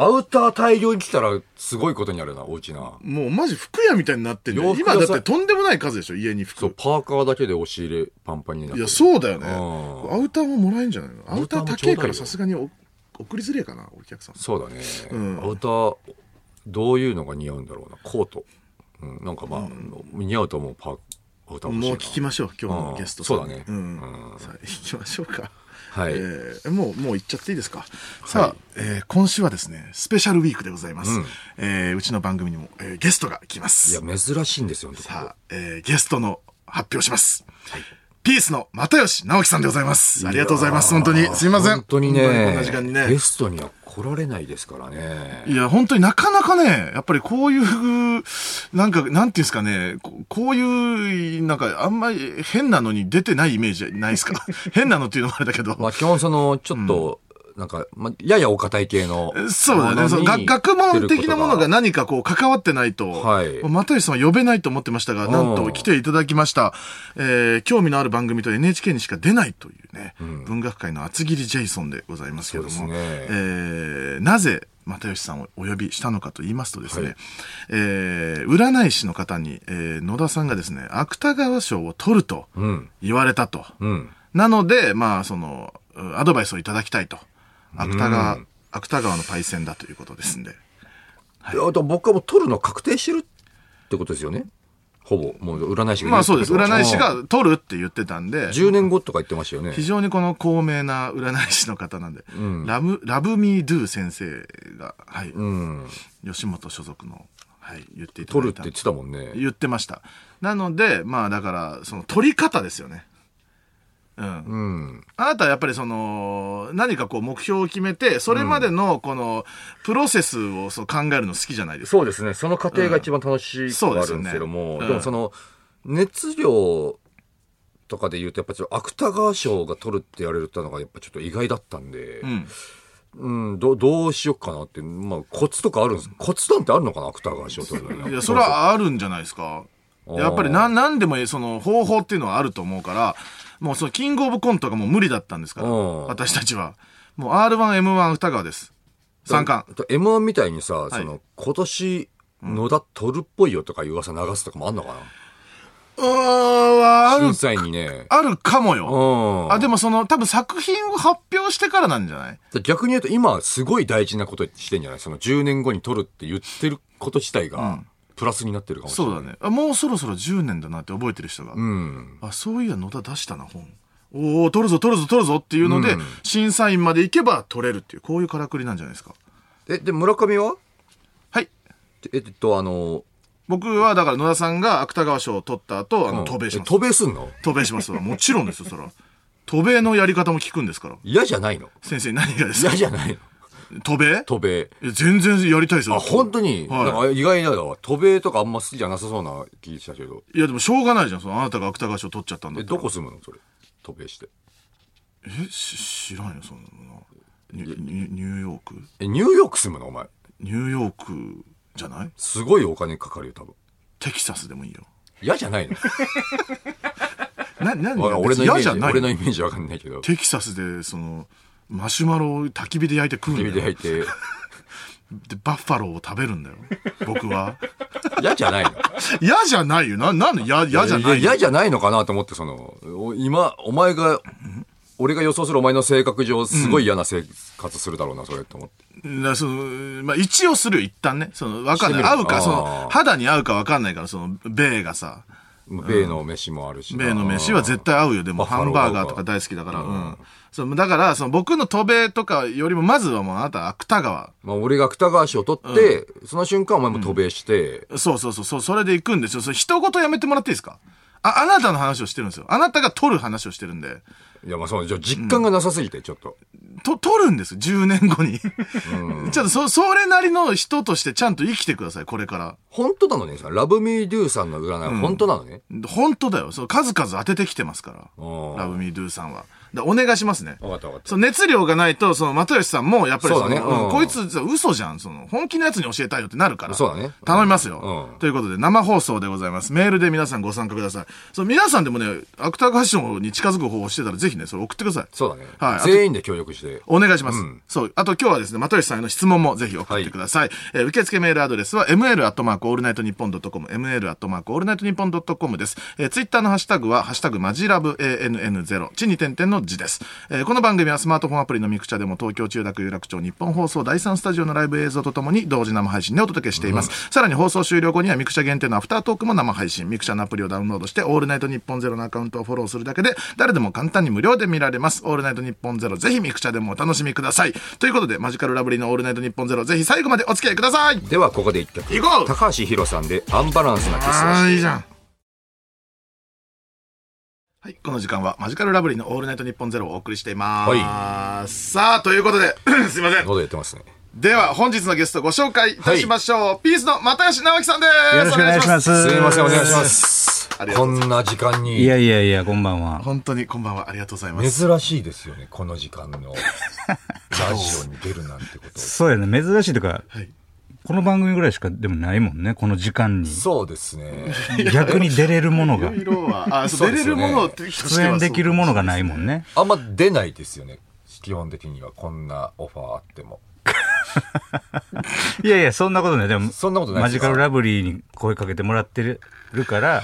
Speaker 2: アウター大量に来たら、すごいことになるな、おうちな。
Speaker 1: もうマジ服屋みたいになってんだよ
Speaker 2: 洋服
Speaker 1: 今
Speaker 2: 屋さん
Speaker 1: だってとんでもない数でしょ家に服
Speaker 2: そう、パーカーだけで押し入れパンパンになっ
Speaker 1: い
Speaker 2: て
Speaker 1: や、
Speaker 2: る。
Speaker 1: そうだよね。
Speaker 2: う
Speaker 1: アウターももらえんじゃないのアウター高いか
Speaker 2: アウターもちょうだいよ
Speaker 1: らさすがにお送りづれえかな、お客さん。
Speaker 2: そうだね。
Speaker 1: ん
Speaker 2: アウター、どういうのが似合うんだろうな。コート。うん、なんかまあ、似合うと思うパー、アウター欲しいな
Speaker 1: もう聞きましょう、今日のゲストさん
Speaker 2: うんそうだね
Speaker 1: うん
Speaker 2: う。
Speaker 1: さあ、行きましょうか。
Speaker 2: はい。
Speaker 1: えーもう、もう行っちゃっていいですか。さあ、えー今週はですね、スペシャルウィークでございます。うえーうちの番組にも、えーゲストが来ます。
Speaker 2: いや、珍しいんですよ、ほんと
Speaker 1: さあ、えーゲストの発表します。ピースの又吉直樹さんでございます。ありがとうございます。本当に。すいません。
Speaker 2: 本当に
Speaker 1: 本当にこん
Speaker 2: ね
Speaker 1: な時間に
Speaker 2: ゲ
Speaker 1: ね。
Speaker 2: ストには来られないですからね
Speaker 1: いや、本当になかなかね、やっぱりこういう、なんか、なんていうんですかね、ここういう、なんか、あんまり変なのに出てないイメージないですか [laughs] 変なのっていうのもあれだけど。
Speaker 2: まあ基本そのちょっと、なんか、まあ、ややお堅い系の
Speaker 1: そうだよね。その学学問的なものが
Speaker 2: ね
Speaker 1: 何かこう関わってないと、
Speaker 2: はい
Speaker 1: 又吉さんは呼べないと思ってましたが、なん
Speaker 2: う
Speaker 1: と
Speaker 2: ん
Speaker 1: 来ていただきました。えー興味のある番組と NHK にしか出ないというね、文学界の厚切りジェイソンでございますけども、
Speaker 2: そうですね
Speaker 1: えーなぜ又吉さんをお呼びしたのかと言いますとですね、
Speaker 2: はい
Speaker 1: えー占い師の方に、えー野田さんがですね、芥川賞を取ると
Speaker 2: うん
Speaker 1: 言われたと。
Speaker 2: うん
Speaker 1: なので、まあ、その、うんアドバイスをいただきたいと。芥川、芥川のパイセンだということですんで。
Speaker 2: あと僕はもう取るの確定してるってことですよねほぼもう占い師が言ってる
Speaker 1: まあそうです。占い師
Speaker 2: うん
Speaker 1: が取るって言ってたんで、
Speaker 2: 10年後とか言ってましたよね
Speaker 1: 非常にこの高名な占い師の方なんで、ラム、ラブミードゥ先生が、はい、
Speaker 2: うん
Speaker 1: 吉本所属の、はい、言っていただ
Speaker 2: 取る
Speaker 1: い
Speaker 2: って
Speaker 1: た。
Speaker 2: 言ってたもんね
Speaker 1: 言ってました。なので、まあだから、その取り方ですよね。うん。
Speaker 2: うん
Speaker 1: あなたはやっぱりその、何かこう目標を決めて、それまでのこの、プロセスをそう考えるの好きじゃないですか。
Speaker 2: そうですねその過程が一番楽しい
Speaker 1: そう
Speaker 2: は
Speaker 1: で
Speaker 2: あ
Speaker 1: す
Speaker 2: る
Speaker 1: よ
Speaker 2: ん
Speaker 1: ね
Speaker 2: ですけども、
Speaker 1: うん
Speaker 2: でもその熱量とかで言うとやっぱちょっと芥川賞が取るって言われたのがやっぱちょっと意外だったんで、
Speaker 1: うん。
Speaker 2: うん、どどうしようかなって、まあ、コツとかあるんですコツなんてあるのかな芥川賞取るのに
Speaker 1: いや、それはあるんじゃないですか。
Speaker 2: あー
Speaker 1: やっぱり何、なんでもいい、その方法っていうのはあると思うから、もうそのキングオブコントがもう無理だったんですから、
Speaker 2: うん
Speaker 1: 私たちは。もう R1、M1、歌川です。三冠。
Speaker 2: m 1みたいにさ、そ
Speaker 1: は
Speaker 2: の今年野田取るっぽいよとかいう噂流すとかもあんのか
Speaker 1: うーん、あ
Speaker 2: な
Speaker 1: る
Speaker 2: 審、査員にね
Speaker 1: あるかも
Speaker 2: う
Speaker 1: よ。
Speaker 2: ん
Speaker 1: あ、でもその、多分作品を発表してからなんじゃない
Speaker 2: 逆に言うと今すごい大事なことしてんじゃないその10年後に取るって言ってること自体が、プラスになってるかもしれ
Speaker 1: そ
Speaker 2: な
Speaker 1: う
Speaker 2: い。
Speaker 1: だねあもうそろそろ10年だなって覚えてる人が、
Speaker 2: うん。
Speaker 1: あそういや野田出したな本おお取るぞ取るぞ取るぞっていうので、審査員まで行けば取れるっていうこういうからくりなんじゃないですか
Speaker 2: え、で、村上は
Speaker 1: はい
Speaker 2: えっと、あの、
Speaker 1: 僕はだから野田さんが芥川賞を取った後あの渡米し
Speaker 2: え
Speaker 1: ます
Speaker 2: 渡米すんの
Speaker 1: 渡米しますわもちろんですよそら渡米のやり方も聞くんですから
Speaker 2: 嫌じゃないの
Speaker 1: 先生何がですか
Speaker 2: 嫌じゃないの
Speaker 1: 渡米
Speaker 2: 渡米。
Speaker 1: いや全然やりたいですよ
Speaker 2: あ、本当に、
Speaker 1: はい
Speaker 2: なんか意外だわ。渡米とかあんま好きじゃなさそうな気したけど。
Speaker 1: いやでもしょうがないじゃんそのあなたが芥川賞取っちゃったんだ
Speaker 2: え、
Speaker 1: った
Speaker 2: ど
Speaker 1: ら
Speaker 2: こ住むのそれ。渡米して。
Speaker 1: えし知らんよそんなのニュニュニューヨーク
Speaker 2: え、ニューヨーク住むのお前。
Speaker 1: ニューヨークじゃない
Speaker 2: すごいお金かかるよ、多分。
Speaker 1: テキサスで [laughs] もいいよ
Speaker 2: 嫌じゃないの
Speaker 1: な何
Speaker 2: あ俺のイメ
Speaker 1: 嫌じ
Speaker 2: ー
Speaker 1: ゃ
Speaker 2: ジ、
Speaker 1: ない
Speaker 2: 俺のイメージわかんないけど。
Speaker 1: テキサスでそのマシュマロを焚き火で焼いて食うん
Speaker 2: 指
Speaker 1: だ
Speaker 2: で
Speaker 1: よ
Speaker 2: 入
Speaker 1: [laughs]
Speaker 2: って。
Speaker 1: でバッファローを食べるんだよ僕は [laughs]
Speaker 2: 嫌じゃないの
Speaker 1: 嫌じゃないよななんで嫌嫌じゃ
Speaker 2: や
Speaker 1: な
Speaker 2: や
Speaker 1: い
Speaker 2: 嫌じゃないのかなと思って、その、お今、お前が、俺が予想するお前の性格上、すごい嫌な生活するだろうな、それって思って。
Speaker 1: なそのまあ、一応するよ一旦ねそのわかんない
Speaker 2: してみ
Speaker 1: 合
Speaker 2: る
Speaker 1: うかそ
Speaker 2: あ
Speaker 1: の
Speaker 2: ー
Speaker 1: 肌に合うかわかんないからその米がさ
Speaker 2: 米の飯もあるしな。
Speaker 1: 米の飯は絶対合うよでも
Speaker 2: バッ
Speaker 1: ハ
Speaker 2: ファロ
Speaker 1: ン
Speaker 2: ーが
Speaker 1: バーガーとか大好きだから、うんそうだからその僕の渡米とかよりもまずはもうあなた芥川
Speaker 2: まあ、俺が芥川賞を取って、その瞬間お前も渡米して、
Speaker 1: そうそうそうそうそれで行くんですよそれ一言やめてもらっていいですかああなたの話をしてるんですよあなたが取る話をしてるんで
Speaker 2: いや、まあそう、じゃあ実感がなさすぎて、ちょっと。
Speaker 1: と取るんですよ10年後にちょっとそそれなりの人としてちゃんと生きてくださいこれから
Speaker 2: 本当なのね、さラブミーデューさんの占いは本当なのね。
Speaker 1: 本当だよそう数々当ててきてますか
Speaker 2: うん
Speaker 1: らラブミードゥさんはだお願いしますね
Speaker 2: 分かった分かった。
Speaker 1: そう熱量がないとその又吉さんもやっぱりその
Speaker 2: そうだねうん
Speaker 1: うんこいつそう嘘じゃんその本気のやつに教えたいよってなるから
Speaker 2: そうだね
Speaker 1: 頼みますよ、
Speaker 2: うん
Speaker 1: ということで生放送でございますメールで皆さんご参加くださいそう皆さんでもね芥川賞に近づく方法してたらぜひねそれ送ってください
Speaker 2: そうだね、
Speaker 1: はい
Speaker 2: 全員で協力して。
Speaker 1: お願いします。そう。あと今日はですね、又吉さんへの質問もぜひ送ってください。えー受付メールアドレスは ml アットマークオールナイトニッポンドットコム、ml アットマークオールナイトニッポンドットコムです。えー、ツイッターのハッシュタグは、ハッシュタグマジラブ ANN0、地に点々の字です。えーこの番組はスマートフォンアプリのミクチャでも東京中楽有楽町日本放送第3スタジオのライブ映像とともに同時生配信でお届けしています。さらに放送終了後にはミクチャ限定のアフタートークも生配信、ミクチャのアプリをダウンロードして、オールナイトニッポンゼロのアカウントをフォローするだけで、誰でも簡単に無料で見られます。オールナイトニッポンゼロ、ぜひミクチャでもお楽しみください。ということで、マジカルラブリーのオールナイトニッポンゼロ、ぜひ最後までお付き合いください。
Speaker 2: では、ここで一曲。
Speaker 1: 行こう
Speaker 2: 高橋宏さんでアンバランスなキスを
Speaker 1: あ
Speaker 2: し
Speaker 1: ー
Speaker 2: て。
Speaker 1: いいじゃん。はい、この時間はマジカルラブリーのオールナイトニッポンゼロをお送りしています。さあ、ということで、 [clears throat] すいません。
Speaker 2: 喉やってますね。
Speaker 1: では本日のゲストご紹介いたしましょう、ピースの又吉直樹さんです
Speaker 3: よろしくお願いします
Speaker 1: お
Speaker 3: うーん
Speaker 2: すいません、お願いします
Speaker 1: あり。がと
Speaker 2: こ
Speaker 1: うご
Speaker 2: んな時間
Speaker 3: い
Speaker 2: に。
Speaker 3: やいやいや、こんばんは。
Speaker 1: 本当にこんばんはありがとうございます
Speaker 2: 珍しいですよね、この時
Speaker 1: [laughs]
Speaker 2: 間のラジオに出るなんてこと。
Speaker 3: そうやね、珍しいとか、
Speaker 1: はい
Speaker 3: この番組ぐらいしかでもないもんね、この時間に。
Speaker 2: そうですね。
Speaker 3: 逆に出れるものが、
Speaker 1: 色は
Speaker 3: [laughs]
Speaker 1: あそ
Speaker 2: そう
Speaker 1: う
Speaker 2: で
Speaker 1: 出れ
Speaker 2: すよ
Speaker 1: る
Speaker 2: ね
Speaker 1: ものを出
Speaker 3: 出演できるものがないもんね。
Speaker 2: あんま出ないですよね。基本的にはこんなオファーあっても。
Speaker 3: いやいや、そんなことない。でも、
Speaker 2: そんなことない
Speaker 3: マ
Speaker 2: ですよ
Speaker 3: ジカルラブリーに声かけてもらってるから、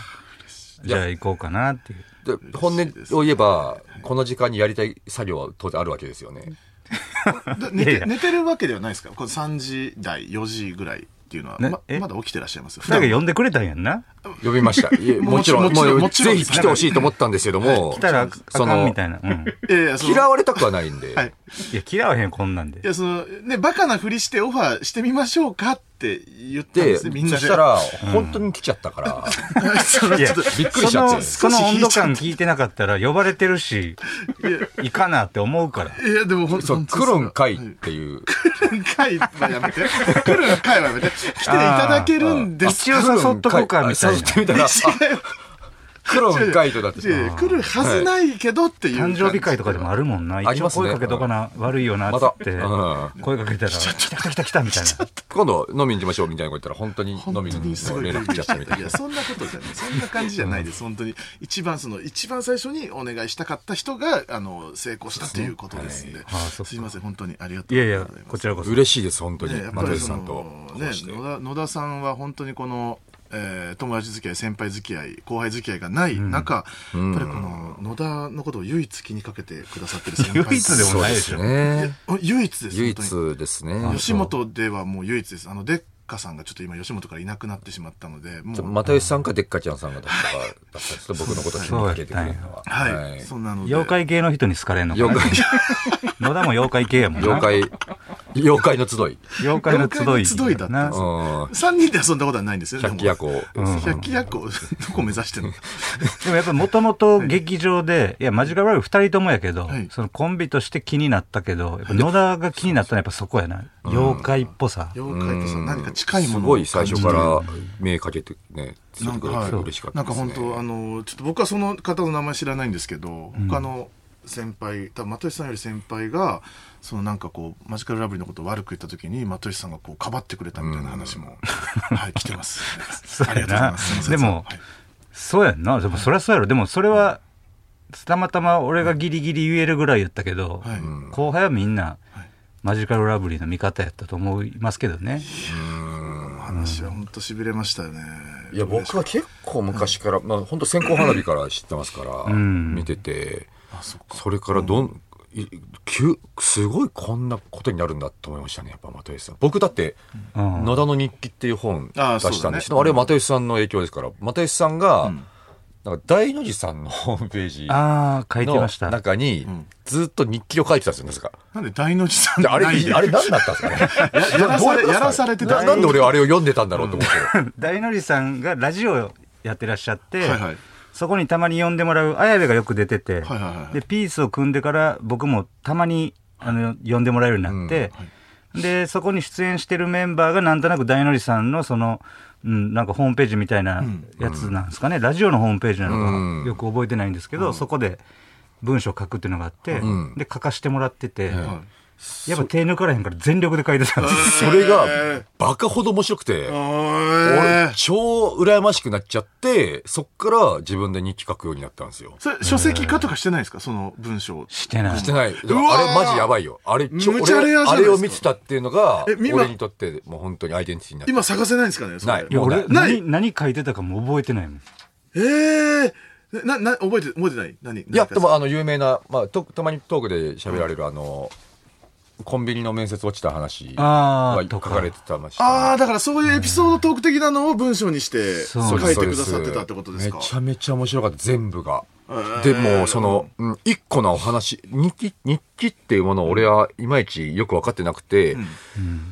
Speaker 3: じゃあ行こうかなっていう。
Speaker 2: で本音を言えば、この時間にやりたい作業は当然あるわけですよね。
Speaker 1: 寝
Speaker 3: いやい
Speaker 1: て
Speaker 3: や
Speaker 1: 寝てるわけではないですかこの3時台4時ぐらいっていうのは
Speaker 3: ね
Speaker 1: ま
Speaker 3: え
Speaker 1: まだ起きてらっしゃいます普
Speaker 3: だ
Speaker 1: 段
Speaker 3: けど呼んでくれたんやんな。
Speaker 2: 呼びました。いえもちろん、
Speaker 1: もちろん
Speaker 2: もう
Speaker 1: もちろん
Speaker 2: ぜひ来てほしいと思ったんですけども、
Speaker 3: 来たらあ
Speaker 2: そ
Speaker 3: かん
Speaker 2: の
Speaker 3: みたいな。うん。
Speaker 1: いやいやその
Speaker 2: 嫌われたくはないんで、
Speaker 1: はい
Speaker 3: いや、嫌わへん、こんなん
Speaker 1: い
Speaker 3: で。
Speaker 1: やそのねバカなふりしてオファーしてみましょうかって言ったんで
Speaker 2: で、
Speaker 1: す
Speaker 2: そ
Speaker 1: ねみんなで
Speaker 2: したら、本当に来ちゃったから、
Speaker 1: [laughs] その
Speaker 3: いや
Speaker 1: ちょっと
Speaker 2: びっくりしち
Speaker 3: そ
Speaker 2: ゃっ
Speaker 3: の、
Speaker 2: て。
Speaker 3: その温度感聞いてなかったら呼ばれてるし、行かなって思うから。
Speaker 1: いやでもほん
Speaker 2: そ
Speaker 1: 本当に
Speaker 2: う、来
Speaker 1: そ
Speaker 2: る
Speaker 1: うん
Speaker 2: かいっていう。
Speaker 1: 来るんかいはやめて来るんかいはやめて来ていただけるんです
Speaker 3: [laughs] 一応誘っとこうかみたいな
Speaker 2: 誘っ
Speaker 1: [laughs]
Speaker 2: てみたら、あ来るんかいとだって
Speaker 1: い。やいや来るはずないけどっていう感
Speaker 3: 誕
Speaker 1: じ、
Speaker 3: 生日会とかでもあるもんな。
Speaker 2: あり
Speaker 3: 一応
Speaker 2: ますね
Speaker 3: 声かけとかな、悪いよな、
Speaker 2: ま
Speaker 3: つ
Speaker 2: た
Speaker 3: って
Speaker 2: う。
Speaker 3: 声かけたら、来た来た来た来たみたいな。
Speaker 2: 今度飲みに行きましょうみたいなこと言ったら、本当に飲
Speaker 1: 本
Speaker 2: み
Speaker 1: 当
Speaker 2: に
Speaker 1: にすごい
Speaker 2: 連絡来ちゃったみた
Speaker 1: い
Speaker 2: いな
Speaker 1: や。そんなことじゃないそんな感じじゃないです、本当に一番その一番最初にお願いしたかった人があの成功したということですんで、
Speaker 3: あそっか
Speaker 1: すいません本当にありがと
Speaker 3: いうやい
Speaker 1: ございま
Speaker 3: や
Speaker 1: す、
Speaker 3: こちらこそ。
Speaker 2: 嬉しいです、本当に
Speaker 1: ね、や。っぱ
Speaker 2: 松
Speaker 1: り
Speaker 2: 井
Speaker 1: そ
Speaker 2: さ
Speaker 1: の
Speaker 2: んと。
Speaker 1: ね
Speaker 2: こうして
Speaker 1: 野田野田さんは本当にこの、えー友達付き合い先輩付き合い後輩付き合いがない中、やっぱりこの野田のことを唯一気にかけてくださってる先輩
Speaker 3: [laughs] 唯一でもないでしょ。
Speaker 2: ね
Speaker 1: あ唯一です
Speaker 2: 唯
Speaker 1: 本当に
Speaker 2: 一ですね。
Speaker 1: 吉本ではもう唯一ですあのでっカさんがちょっと今吉本からいなくなってしまったので、も
Speaker 2: ちょ
Speaker 1: う、
Speaker 2: 又吉さんかでっかちゃんさんがどっちかだったんですけど僕のこと気にかけてくれるのは。
Speaker 1: はい、そんなので。
Speaker 3: 妖怪系の人に好かれんのか
Speaker 2: 妖
Speaker 3: な
Speaker 2: 怪、
Speaker 3: 野田も妖怪系やもんな
Speaker 2: 妖怪、妖怪の集い。
Speaker 3: 妖怪の
Speaker 1: 妖
Speaker 3: 集い
Speaker 1: 怪の集いだったんで
Speaker 2: う
Speaker 1: す
Speaker 2: ん。
Speaker 1: 3人で遊んだことはないんですよね。
Speaker 2: 百鬼夜行。
Speaker 1: 行。百鬼夜行、 [laughs] どこ目指してんの
Speaker 3: でもやっぱもともと劇場で、いや、マジカルラブリー2人ともやけど
Speaker 1: はい、
Speaker 3: そのコンビとして気になったけど、やっぱ野田が気になったのはやっぱそこやな。妖怪っぽさ。
Speaker 1: 妖怪とさ、何か近いも
Speaker 2: す
Speaker 1: の
Speaker 2: ごい最初から目かけてね、つけ
Speaker 1: なん
Speaker 2: て
Speaker 1: か、
Speaker 2: くれ
Speaker 1: は
Speaker 2: て
Speaker 1: い
Speaker 2: 嬉しかっ
Speaker 1: な
Speaker 2: た
Speaker 1: ん
Speaker 2: で
Speaker 1: か
Speaker 2: すね。
Speaker 1: 本当、あの、ちょっと僕はその方の名前知らないんですけど、他の先輩、多分又吉さんより先輩が、そのなんかこう、マジカルラブリーのことを悪く言った時に、又吉さんがこう、かばってくれたみたいな話も、はい、来て
Speaker 2: [laughs]
Speaker 1: ます。
Speaker 3: そう
Speaker 1: あ
Speaker 3: やな
Speaker 1: りがとうございます。すいません
Speaker 3: でも
Speaker 1: はい
Speaker 3: そうやんな。でもそりゃそうやろ。でもそれは、たまたま俺がギリギリ言えるぐらいやったけど、
Speaker 1: はい
Speaker 3: 後輩はみんな
Speaker 1: はい、
Speaker 3: マジカルラブリーの味方やったと思いますけどね。
Speaker 1: お話は本当しびれましたよね。
Speaker 2: いや、僕は結構昔から、まあ、本当線香花火から知ってますから、見てて、それからどん、い急、すごいこんなことになるんだと思いましたね、やっぱ又吉さん。僕だって、
Speaker 3: うん
Speaker 2: 野田の日記っていう本出
Speaker 1: あー
Speaker 2: したんですけ
Speaker 1: そうだね
Speaker 2: ど、あれは又吉さんの影響ですから、又吉さんが、なんか大の字さんのホームページ
Speaker 3: ああ、書いて
Speaker 2: の
Speaker 3: ました。
Speaker 2: 中に、ずっと日記を書いてたんですよ、なぜか。
Speaker 1: なんで大の字さん
Speaker 2: であれ、
Speaker 1: ないで
Speaker 2: あれ何だったんですかね。
Speaker 1: ややらされ
Speaker 2: どううことですかね
Speaker 1: [laughs] やらされてた
Speaker 2: ななんで俺はあれを読んでたんだろうと思って。
Speaker 3: [laughs] 大のりさんがラジオやってらっしゃって、
Speaker 1: はいはい
Speaker 3: そこにたまに呼んでもらう綾部がよく出てて、
Speaker 1: はいはいはい
Speaker 3: でピースを組んでから僕もたまにあの呼んでもらえるようになって、でそこに出演してるメンバーがなんとなく大のりさんのその、うん、なんかホームページみたいなやつなんですかね、ラジオのホームページなの
Speaker 2: うん
Speaker 3: かよく覚えてないんですけど、そこで文章書くっていうのがあって、
Speaker 2: ん
Speaker 3: で書かしてもらってて、
Speaker 1: はい
Speaker 3: やっぱ手抜かれへんから全力で書いてたんですよ
Speaker 2: それが、バカほど面白くて、
Speaker 1: お
Speaker 2: 俺
Speaker 1: い、
Speaker 2: 超羨ましくなっちゃって、そっから自分で日記書くようになったんですよ。
Speaker 1: それ書籍化とかしてないですかその文章。
Speaker 3: してない
Speaker 2: してない。で
Speaker 1: わ
Speaker 2: も
Speaker 1: ー
Speaker 2: あれマジやばいよ。あれ、ちょ
Speaker 1: むちゃレアじゃな
Speaker 2: 俺
Speaker 1: いですか
Speaker 2: あれを見てたっていうのが、
Speaker 1: え今
Speaker 2: 俺にとってもう本当にアイデンティティになって。
Speaker 1: 今探せないんですかねそれ
Speaker 2: ない
Speaker 3: いや俺
Speaker 1: ない
Speaker 3: 何何書いてたかも覚えてないもん
Speaker 1: ええな、な、覚えて、覚えてない何
Speaker 2: いや、でもあの、有名な、まあ、と、たまにトークで喋られるあの、コンビニの面接落ちた話
Speaker 3: あ
Speaker 2: が
Speaker 3: ー
Speaker 2: 書かれてたまし
Speaker 1: ああ、だからそういうエピソードトーク的なのを文章にして、
Speaker 3: そう
Speaker 1: 書
Speaker 2: そう
Speaker 1: い
Speaker 2: です
Speaker 1: てくださってたってことですか
Speaker 2: めちゃめちゃ面白かった、全部が。
Speaker 1: ー
Speaker 2: でも、その、うん一個のお話、日記、日記っていうものを俺はいまいちよく分かってなくて、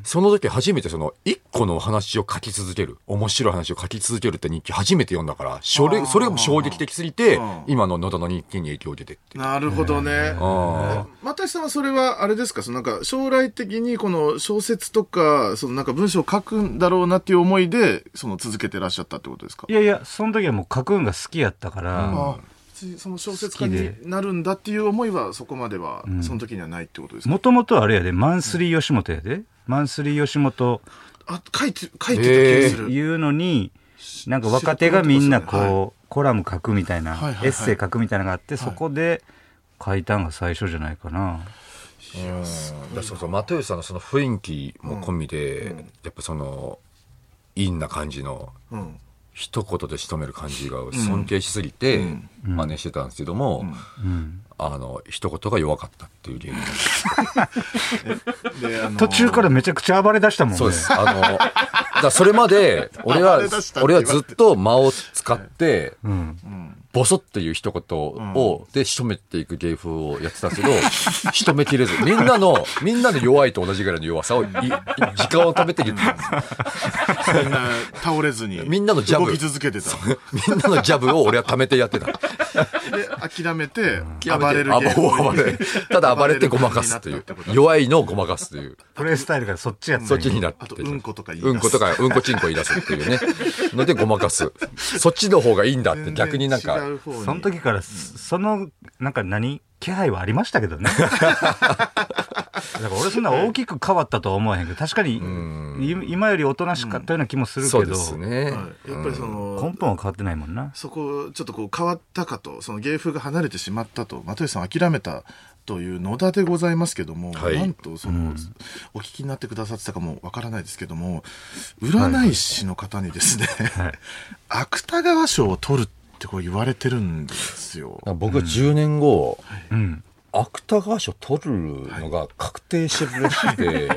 Speaker 2: その時初めてその、一個のお話を書き続ける、面白い話を書き続けるって日記初めて読んだから、そ
Speaker 1: あー
Speaker 2: れ、それも衝撃的すぎて
Speaker 1: うん、
Speaker 2: 今の野田の日記に影響を受けてっていう。
Speaker 1: なるほどね。
Speaker 2: あ
Speaker 1: 又吉さんはそれはあれですかそのなんか将来的にこの小説とか、そのなんか文章を書くんだろうなっていう思いで、その続けてらっしゃったってことですか
Speaker 3: いやいや、その時はもう書くんが好きやったから、
Speaker 1: あ別にその小説家になるんだっていう思いはそこまでは、その時にはないってことですか、
Speaker 3: もともとあれやで、マンスリー吉本やで、マンスリー吉本
Speaker 1: あ書いて書いてた気がする、
Speaker 3: いうのに、なんか若手がみんなこう、
Speaker 1: は
Speaker 3: コラム書くみたいな、
Speaker 1: はいはいはい
Speaker 3: エッセイ書くみたいなのがあって、そこで書いたんが最初じゃないか
Speaker 2: う
Speaker 3: な。
Speaker 2: んだそうそう、又吉さんのその雰囲気も込みで、やっぱその、陰な感じの、
Speaker 1: うん、
Speaker 2: 一言で仕留める感じが尊敬しすぎて、真似してたんですけども、あの、一言が弱かったっていう理由
Speaker 1: であの
Speaker 3: 途中からめちゃくちゃ暴れ出したもんね。
Speaker 2: そうです。あの、だからそれまで、俺は
Speaker 1: [laughs] あれ出したっ、て言
Speaker 2: 俺
Speaker 1: わ
Speaker 2: は
Speaker 1: れて
Speaker 2: ずっと間を使って、
Speaker 3: うん。
Speaker 2: ボソっていう一言を、で、仕留めていく芸風をやってたんですけど、 [laughs] 仕留めきれず、みんなの、みんなの弱いと同じぐらいの弱さを、いい時間を止めて言ってたんです
Speaker 1: みんな倒れずに
Speaker 2: みんなのジャブ
Speaker 1: 動き続けてた
Speaker 2: みんなのジャブを俺は溜めてやってた。
Speaker 1: で諦めて暴れる芸
Speaker 2: 暴暴れただ暴れてごまかす
Speaker 1: 暴
Speaker 2: とい
Speaker 1: れる
Speaker 2: う
Speaker 1: 芸人になったってこと。
Speaker 2: 弱いのをごまかすという。
Speaker 3: プレイスタイルがそっちやったんや
Speaker 2: そっちになって
Speaker 1: あとうんことか言い出す
Speaker 2: うんことか、うんこちんこ言い出すっていうね。のでごまかす。そっちの方がいいんだって逆になん
Speaker 1: 全然違
Speaker 2: か、
Speaker 1: う方に
Speaker 3: その時から、その、なんか何気配はありましたけ
Speaker 2: [laughs]
Speaker 3: どね。だから俺そんな大きく変わったとは思わへんけど、確かに、い今よりおとなしかったような気もするけ
Speaker 2: そ
Speaker 3: ど、
Speaker 2: うです
Speaker 1: は
Speaker 2: ね。
Speaker 1: いやっぱりその、
Speaker 3: 根本は変わってないもんな。
Speaker 1: そこちょっとこう変わったかとその芸風が離れてしまったと又吉さん諦めたという野田でございますけども、
Speaker 2: はい
Speaker 1: なんとその、お聞きになってくださってたかもわからないですけども占い師の方にですね、 [laughs] 芥川賞を取るってこう言われてるんですよ。
Speaker 2: 僕は10年後、
Speaker 3: うん。
Speaker 2: 芥川賞取るのが確定してるらしくて、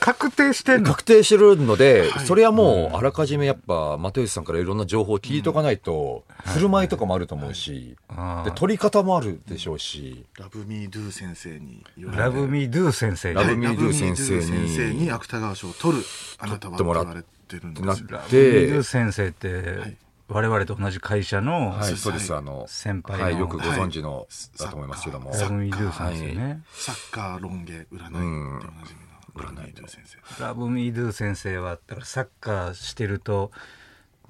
Speaker 3: 確定してんの
Speaker 2: [laughs] 確定してるので、それはもうあらかじめやっぱ又吉さんからいろんな情報を聞いとかないと、振る舞いとかもあると思うし、
Speaker 3: あ
Speaker 2: で
Speaker 3: ー
Speaker 2: 取り方もあるでしょうし、
Speaker 1: ラブミードゥ先生に言われて
Speaker 3: ラブミードゥ先生
Speaker 2: ラブ
Speaker 1: はい
Speaker 2: ミードゥ先生
Speaker 1: ラ
Speaker 2: に
Speaker 1: ブミードゥ先生に芥川賞を取るあなたはって言われてるんで
Speaker 2: なっ
Speaker 1: すよ
Speaker 3: ミード
Speaker 2: て
Speaker 3: ゥ、先生って我々と同じ会社の
Speaker 2: はい、
Speaker 1: そ
Speaker 2: そうう
Speaker 1: で
Speaker 2: ですす、あの、
Speaker 3: 先輩の
Speaker 2: はい、よくご存知の、だと思いますけども。
Speaker 1: はい
Speaker 3: ラブミードゥさんですよ
Speaker 2: は
Speaker 3: ね
Speaker 1: サッカー論芸占いでおなじみのラブミードゥ先生
Speaker 3: ラブミードゥ先生はだからサッカーしてると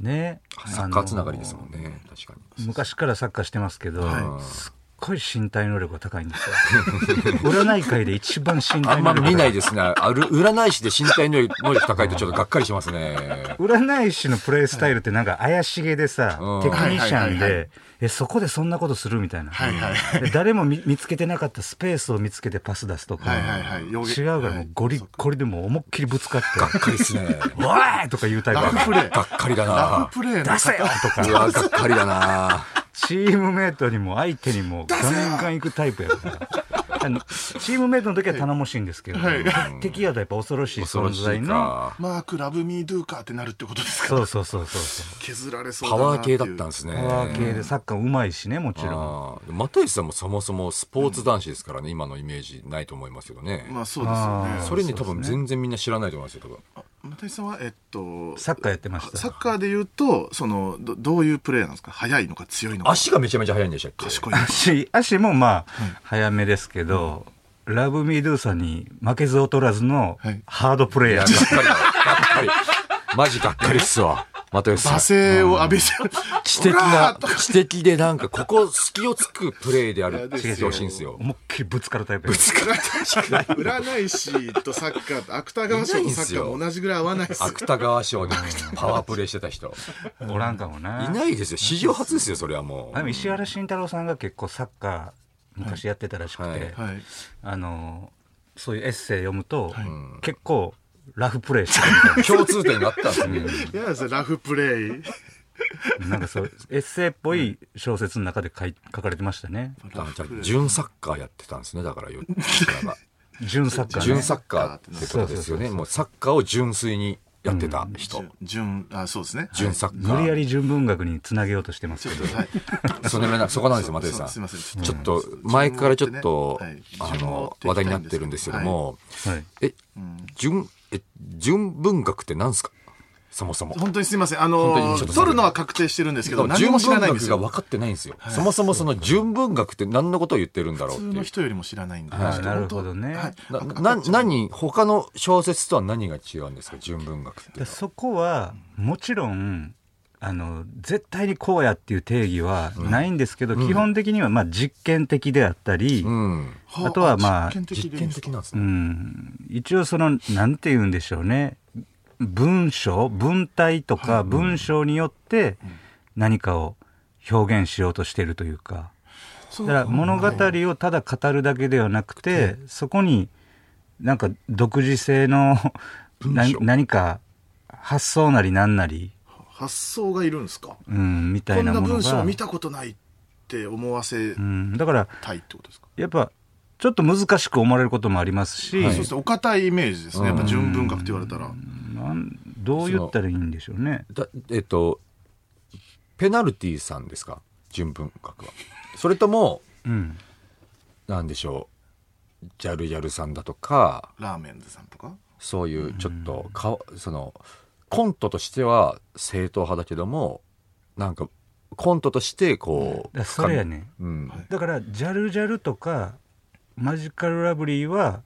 Speaker 3: ね
Speaker 2: サッカーつながりですもんね。確かに。
Speaker 3: 昔からサッカーしてますけど、
Speaker 1: はい
Speaker 3: すっごい身体能力が高いんですよ [laughs] 占い界で一番身
Speaker 2: あ
Speaker 3: 体
Speaker 2: んま
Speaker 3: 能力
Speaker 2: 見ないい [laughs] ですね。ある、占い師で身体能力能力高いとちょっとがっかりしますね。
Speaker 3: 占い師のプレイスタイルってなんか怪しげでさ、
Speaker 2: うん
Speaker 3: テクニ
Speaker 1: は
Speaker 3: シャン
Speaker 1: いはいはいは
Speaker 3: で、え、そこでそんなことするみたいな。
Speaker 1: はいはい
Speaker 3: で誰も見見つけてなかったスペースを見つけてパス出すとか、
Speaker 1: はいはいはいよげ
Speaker 3: 違うからもうゴリッゴリでもう思いっきりぶつかって、
Speaker 2: がっかりですね。
Speaker 3: おいとか言うタイプ
Speaker 1: ラ
Speaker 3: だ
Speaker 1: フプ
Speaker 3: から
Speaker 1: レー
Speaker 2: がっかりだ
Speaker 1: ラ
Speaker 2: な
Speaker 1: フ。プレーの
Speaker 3: 出せよとか、
Speaker 2: うわ、がっかりだ [laughs] な。
Speaker 3: チームメートにも相手にもガンガン行くタイプやから。あのチームメイトの時は頼もしいんですけど、
Speaker 1: はい
Speaker 3: 敵やとやっぱ恐ろしい
Speaker 2: 恐
Speaker 3: 存
Speaker 2: ろし
Speaker 3: 在
Speaker 2: い
Speaker 3: の。
Speaker 2: か。
Speaker 1: マークラブミードゥかってなるってことですか
Speaker 3: そうそうそうそうそう。
Speaker 1: 削られそう
Speaker 2: パ
Speaker 1: だな
Speaker 2: ワ
Speaker 1: っ
Speaker 2: ー
Speaker 1: てい
Speaker 2: 系
Speaker 1: う
Speaker 2: だったんですね。
Speaker 3: パワー系でサッカーうまいしね、もちろん。
Speaker 2: あー。又吉さんもそもそもスポーツ男子ですからね、今のイメージないと思いますけどね。
Speaker 1: まあそうですよね
Speaker 3: あ
Speaker 2: それに多分全然みんな知らないと思いますよ、多分。
Speaker 1: あ又吉さんはえっと
Speaker 3: サッカーやってました。
Speaker 1: サッカーで言うとそのどどういうプレーなんですか速いのか強いのか
Speaker 2: 足がめちゃめちゃ速いんでしたっけ
Speaker 1: 賢い
Speaker 3: 足、足もまあ、早めですけど、ラブミードゥさんに負けず劣らずの
Speaker 1: はい
Speaker 3: ハードプレイ
Speaker 2: い
Speaker 3: ヤ
Speaker 2: や、
Speaker 3: ー
Speaker 2: がっか
Speaker 3: が
Speaker 2: りだ。がっかり。マジがっかりっすわ。又吉さん。
Speaker 1: 罵声を浴びせる
Speaker 2: 知的な、知的でなんか、ここ隙をつくプレイであるって言ってほしいんですよ。
Speaker 3: 思いっきりぶつかるタイプやから
Speaker 1: 占い師とサッカーと芥川賞とサッカーも同じぐらい合わないですよ
Speaker 2: 芥川賞にパワープレイしてた [laughs] 人。
Speaker 3: おらんかも
Speaker 2: い
Speaker 3: な。
Speaker 2: ないですよ。史上初ですよ、それはも
Speaker 3: でも
Speaker 2: う。
Speaker 3: 石原慎太郎さんが結構サッカー昔やってたらしく
Speaker 2: はいはい
Speaker 3: て、
Speaker 1: はい
Speaker 3: あの、そういうエッセイ読むと、結構ラフプレイしてるみたい
Speaker 2: 共通点があったんですね。
Speaker 1: いやですよラフプレイ
Speaker 3: な。なんかそう、エッセイっぽい小説の中で書い書かれてましたね。
Speaker 2: あじゃあ純サッカーやってたんですね、だからよ。
Speaker 1: [laughs]
Speaker 3: 純サッカー
Speaker 2: 純
Speaker 3: ね。
Speaker 2: サッカーってことですよね。もうサッカーを純粋にやってた人。
Speaker 1: 純あそうですね
Speaker 2: 純サッカー。
Speaker 3: 無理やり純文学につなげようとしてます
Speaker 1: ちょ
Speaker 3: け
Speaker 1: っ
Speaker 3: ど
Speaker 1: と。はい
Speaker 2: そのなそこなんですよ、
Speaker 1: そう
Speaker 2: 又吉さん。
Speaker 1: そうすいませんちょっと
Speaker 2: ちょっと、前からちょっと、
Speaker 1: はい
Speaker 2: あ
Speaker 1: 順を追っ
Speaker 2: の、
Speaker 1: ていきたい
Speaker 2: 話
Speaker 1: んですけど
Speaker 2: 題になってるんですけども、
Speaker 3: はい。
Speaker 2: え、純、え、純文学って何すかそもそも。
Speaker 1: 本当にすいませんあ
Speaker 2: 本当
Speaker 1: の
Speaker 2: にちょっと
Speaker 1: 取るのは確定してるんですけど何
Speaker 2: 純
Speaker 1: も知ら
Speaker 2: 文
Speaker 1: ないんです
Speaker 2: 学が
Speaker 1: よ
Speaker 2: 分かってないんですよ。そもそもその純文学って何のことを言ってるんだろ
Speaker 1: 普
Speaker 2: うって
Speaker 1: 通の
Speaker 2: いう。
Speaker 1: 人よりも知らないんで
Speaker 3: はい
Speaker 1: ちょっと
Speaker 3: なるほどね
Speaker 1: はい
Speaker 2: な、な、何、他の小説とは何が違うんですか純文学っていうの
Speaker 3: で
Speaker 2: は。
Speaker 3: そこはもちろんあの絶対にこうやっていう定義はないんですけど、基本的にはまあ実験的であったり、
Speaker 2: うん。
Speaker 1: は
Speaker 3: あとはまあ
Speaker 1: 実験的でい
Speaker 2: 実
Speaker 1: いん
Speaker 2: 験
Speaker 1: です
Speaker 2: 的
Speaker 1: か
Speaker 2: なんです
Speaker 3: う
Speaker 2: ね。
Speaker 3: ん一応そのなんて言うんでしょうね文章文体とか文章によって何かを表現しようとしてるというか
Speaker 1: そ
Speaker 3: だ
Speaker 1: う
Speaker 3: から物語をただ語るだけではなくてそこになんか独自性のな [laughs] 何か発想なりなんなり
Speaker 1: 発想がいるんですか
Speaker 3: うん、みた
Speaker 1: こ
Speaker 3: い
Speaker 1: ん
Speaker 3: な
Speaker 1: な
Speaker 3: もの
Speaker 1: 文章
Speaker 3: が
Speaker 1: 見。たことないって思わせ
Speaker 3: うん、だから、
Speaker 1: たいってことですか
Speaker 3: やっぱ、ちょっと難しく思われることもありますし、
Speaker 1: そうですねお堅いイメージですねやっぱ純文学って言われたら
Speaker 3: なんどう言ったらいいんでしょうね。
Speaker 2: だえっとペナルティーさんですか純文学はそれとも
Speaker 3: うん。
Speaker 2: なんでしょうジャルジャルさんだとか
Speaker 1: ラーメンズさんとか
Speaker 2: そういうちょっとか、そのコントとしては正統派だけどもなんかコントとしてこう、
Speaker 3: だそれやね。
Speaker 2: 深みうん
Speaker 1: はい
Speaker 3: だから、ジャルジャルとか、マジカルラブリーは、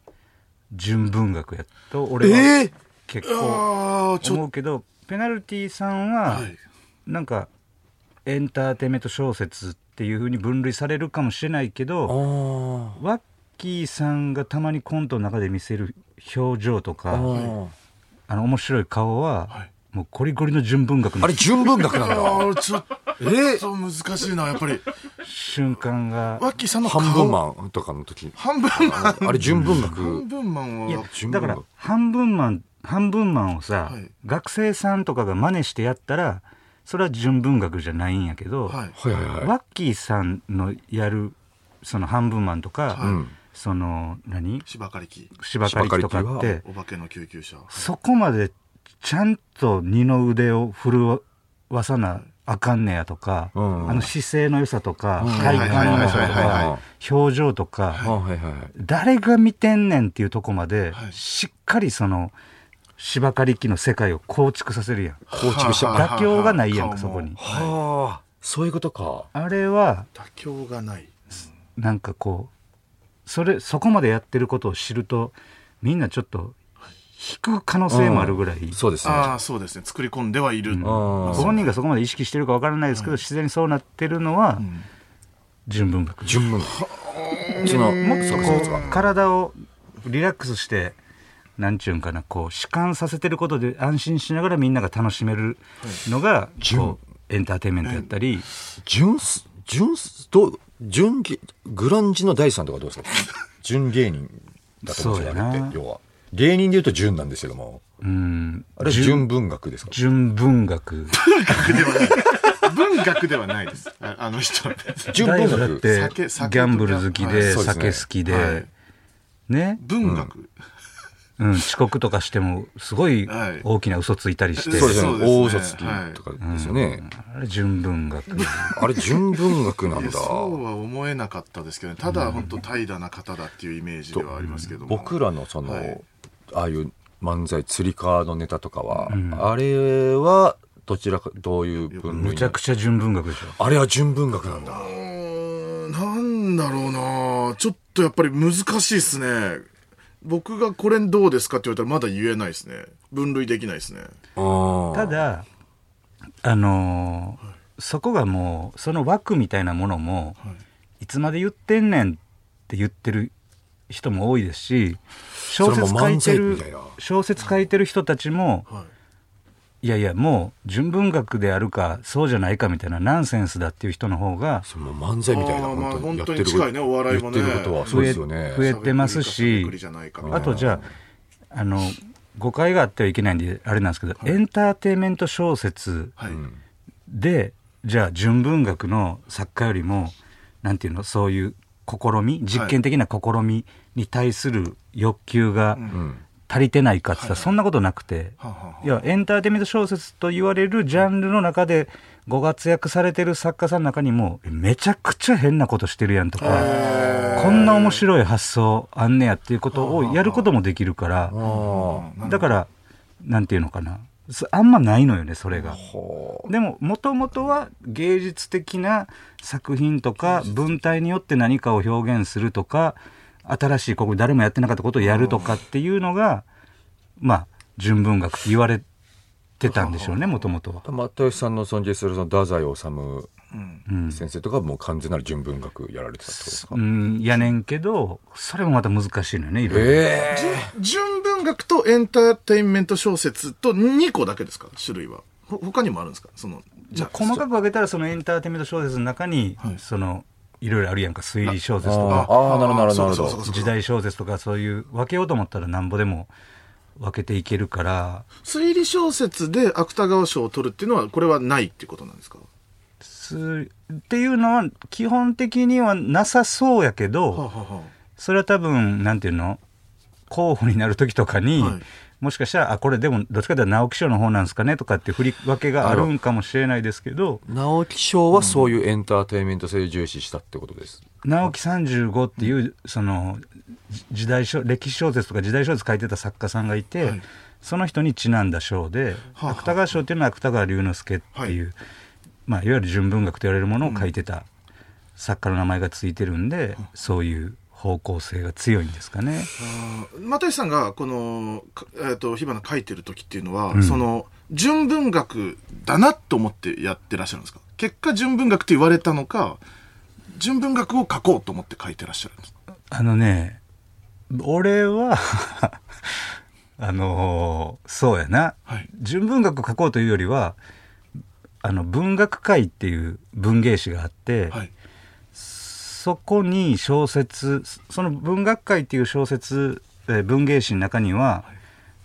Speaker 3: 純文学やと、俺は
Speaker 2: えー
Speaker 3: 結構
Speaker 1: ああち
Speaker 3: 思
Speaker 1: ょっ
Speaker 3: うけど、ペナルティさん
Speaker 1: と
Speaker 3: は
Speaker 1: は、い
Speaker 3: なんか、エンターテインメント小説っていうふうに分類されるかもしれないけど、
Speaker 2: あ
Speaker 3: ワッキーさんがたまにコントの中で見せる表情と
Speaker 2: ーあ
Speaker 3: か
Speaker 2: ー、
Speaker 3: あの面白い顔は、
Speaker 1: はい
Speaker 3: もうゴリゴリの純文学
Speaker 2: あ
Speaker 3: の
Speaker 2: れ純文学なんだ
Speaker 1: ああちょっ
Speaker 2: えー
Speaker 1: と難しいなやっ
Speaker 2: [laughs]
Speaker 1: ぱり
Speaker 3: 瞬間が
Speaker 1: ワッキーさんの顔
Speaker 2: 半分マンとかの時
Speaker 1: 半分マン
Speaker 2: あれ純文学、
Speaker 1: 半分マン
Speaker 3: いや
Speaker 1: は
Speaker 2: 純
Speaker 3: だ
Speaker 2: 文
Speaker 3: から
Speaker 2: 学
Speaker 3: 半分マン半分マンをさ、
Speaker 1: はい
Speaker 3: 学生さんとかが真似してやったらそれは純文学じゃないんやけど、
Speaker 1: はい
Speaker 2: はいはいはい
Speaker 3: ワッキーさんのやるその半分マンとか、
Speaker 1: はい
Speaker 2: うん
Speaker 3: その何
Speaker 1: 芝刈り機
Speaker 3: 芝刈り機とかって
Speaker 1: お化けの救急車
Speaker 3: そこまでちゃんと二の腕を振るわさなあかんねやとか、
Speaker 2: うん
Speaker 3: あの姿勢の良さとか、
Speaker 2: うん
Speaker 3: 体幹の良さ
Speaker 1: はい
Speaker 3: と
Speaker 1: はいはい
Speaker 2: は
Speaker 3: か表情とか、
Speaker 2: あはいはい
Speaker 3: 誰が見てんねんっていうとこまで、
Speaker 1: はい
Speaker 3: しっかりその芝刈り機の世界を構築させるやん
Speaker 2: 構築した
Speaker 1: はあはあはあ
Speaker 3: 妥協がないやんか
Speaker 1: 顔も
Speaker 3: そこに
Speaker 1: は
Speaker 2: はあそういうことか
Speaker 3: あれはい
Speaker 1: 妥協がない
Speaker 3: なんかこうそれそこまでやってることを知るとみんなちょっと引く可能性もあるぐらい、
Speaker 2: そうですね
Speaker 1: ああそうですね作り込んではいる
Speaker 3: うん
Speaker 2: あ
Speaker 3: ご
Speaker 2: ー
Speaker 3: 本人がそこまで意識してるかわからないですけど、自然にそうなってるのは
Speaker 1: ん
Speaker 3: 純文学、
Speaker 2: 純文その
Speaker 3: もっと
Speaker 2: そうか
Speaker 3: こ
Speaker 2: そう
Speaker 3: う
Speaker 2: か
Speaker 3: 体をリラックスしてなんちゅうんかなこう弛緩させてることで安心しながらみんなが楽しめるのが
Speaker 2: 純
Speaker 3: こうエンターテインメントやったり
Speaker 2: 純す純すどう純芸グランジの第三とかどう [laughs] ですか純芸人だと思うんですよ
Speaker 3: そうやな
Speaker 2: あれって要は芸人でいうと純なんですけども
Speaker 3: うん
Speaker 2: あれ純文学ですか
Speaker 3: 純文学
Speaker 1: ではない文学ではないですあ [laughs] あの人は
Speaker 2: 純文
Speaker 3: だ
Speaker 2: 学
Speaker 3: ってギ
Speaker 1: 酒酒とか
Speaker 3: ャンブル好き
Speaker 1: はい
Speaker 3: で
Speaker 2: そうですね
Speaker 3: 酒好き
Speaker 1: はい
Speaker 3: でね
Speaker 1: 文学
Speaker 3: うん遅刻とかしてもすごい
Speaker 1: はい
Speaker 3: 大きな嘘ついたりして
Speaker 2: そうです
Speaker 1: そう
Speaker 2: よ
Speaker 1: で
Speaker 2: ね
Speaker 1: すね
Speaker 2: 大嘘つきとかですよね、
Speaker 3: あれ純文学
Speaker 2: あれ純文学なん
Speaker 1: いや
Speaker 2: だ
Speaker 1: そうは思えなかったですけどねただ本当怠惰な方だっていうイメージではありますけども
Speaker 2: 僕らのその、
Speaker 1: はい
Speaker 2: ああいう漫才釣り革のネタとかは、
Speaker 3: うん
Speaker 2: あれはどちらかどういう分類
Speaker 3: むちゃくちゃ純文学でしょ
Speaker 2: あれは純文学なんだ
Speaker 1: うーんなんだろうなちょっとやっぱり難しいですね僕がこれどうですかって言われたらまだ言えないですね分類できないですね
Speaker 2: た
Speaker 3: ただあのーそこがもうその枠みたいなものも、
Speaker 1: はい
Speaker 3: い、つまで言ってんねんって言ってる人も多いですし小説
Speaker 2: それも
Speaker 3: 書
Speaker 2: 漫
Speaker 3: いて
Speaker 2: 才
Speaker 3: る
Speaker 2: みたいな
Speaker 3: 小説書いてる人たちも、
Speaker 1: はい
Speaker 3: いやいやもう純文学であるかそうじゃないかみたいなナンセンスだっていう人の方が
Speaker 2: それも漫才みたいな
Speaker 1: あーまあ
Speaker 2: 本
Speaker 1: 本
Speaker 2: 当
Speaker 1: 当
Speaker 2: に
Speaker 1: に
Speaker 2: やってる
Speaker 1: 近いねお笑いもね
Speaker 2: やってることはそうですよね
Speaker 3: 増えてますし
Speaker 1: しゃべくりじゃないかみたい
Speaker 3: あ
Speaker 1: な
Speaker 3: とじゃああの誤解があってはいけないんであれなんですけど、エンターテインメント小説
Speaker 1: はい、
Speaker 3: でじゃあ純文学の作家よりもなんていうのそういう試み実験的な試みに対する欲求が
Speaker 2: うん
Speaker 3: 足りてないかって言ったらそんなことなくて
Speaker 1: はあはあはい
Speaker 3: やエンターテインメント小説と言われるジャンルの中でご活躍されてる作家さんの中にもめちゃくちゃ変なことしてるやんとかこんな面白い発想あんねやっていうことをやることもできるから
Speaker 2: あー
Speaker 3: だからなんていうのかなそあんまないのよねそれが。
Speaker 2: ほ
Speaker 3: でももともとは芸術的な作品とか文体によって何かを表現するとか新しいここ誰もやってなかったことをやるとかっていうのがまあ純文学って言われてたんでしょうねもともとは
Speaker 2: う。又吉さんの尊敬するその太宰治
Speaker 1: うん
Speaker 3: うん、
Speaker 2: 先生とかはもう完全なる純文学やられてたってことですか、
Speaker 3: うんやねんけどそれもまた難しいのよねいろいろ。
Speaker 2: ええ
Speaker 1: 純文学とエンターテインメント小説と2個だけですか種類はほ他にもあるんですかその
Speaker 3: じゃあ細かく分けたらそのエンターテインメント小説の中に、
Speaker 1: はい
Speaker 3: い、そのいろいろあるやんか推理小説と
Speaker 2: あ
Speaker 3: か
Speaker 2: あーなるほどなるほどなるほど
Speaker 1: そうかそうかそうか
Speaker 3: 時代小説とかそういう分けようと思ったらなんぼでも分けていけるから
Speaker 1: 推理小説で芥川賞を取るっていうのはこれはないっていうことなんですか
Speaker 3: すっていうのは基本的にはなさそうやけど、
Speaker 1: はあ、はあは
Speaker 3: それは多分なんていうの候補になる時とかに、
Speaker 1: はい
Speaker 3: もしかしたらあこれでもどっちかというと直木賞の方なんですかねとかって振り分けがあるんかもしれないですけど
Speaker 2: 直木賞はそういうエンターテインメント性を重視したってことです、
Speaker 3: 直木35っていう、そのじ時代小歴史小説とか時代小説書いてた作家さんがいて、
Speaker 1: はい
Speaker 3: その人にちなんだ賞で、
Speaker 1: はあはあ
Speaker 3: 芥川賞っていうのは芥川龍之介っていう、いまあ、いわゆる純文学と言われるものを書いてた作家の名前がついてるんで、そういう方向性が強いんですかね。
Speaker 1: あー又吉さんがこの、かえー、と火花書いてる時っていうのは、
Speaker 3: ん
Speaker 1: その純文学だなと思ってやってらっしゃるんですか結果純文学って言われたのか純文学を書こうと思って書いてらっしゃるんですか
Speaker 3: あのね俺は [laughs] あのーそうやな
Speaker 1: はい
Speaker 3: 純文学書こうというよりはあの文学界っていう文芸誌があって、
Speaker 1: はい
Speaker 3: そこに小説その文学界っていう小説、えー文芸誌の中には、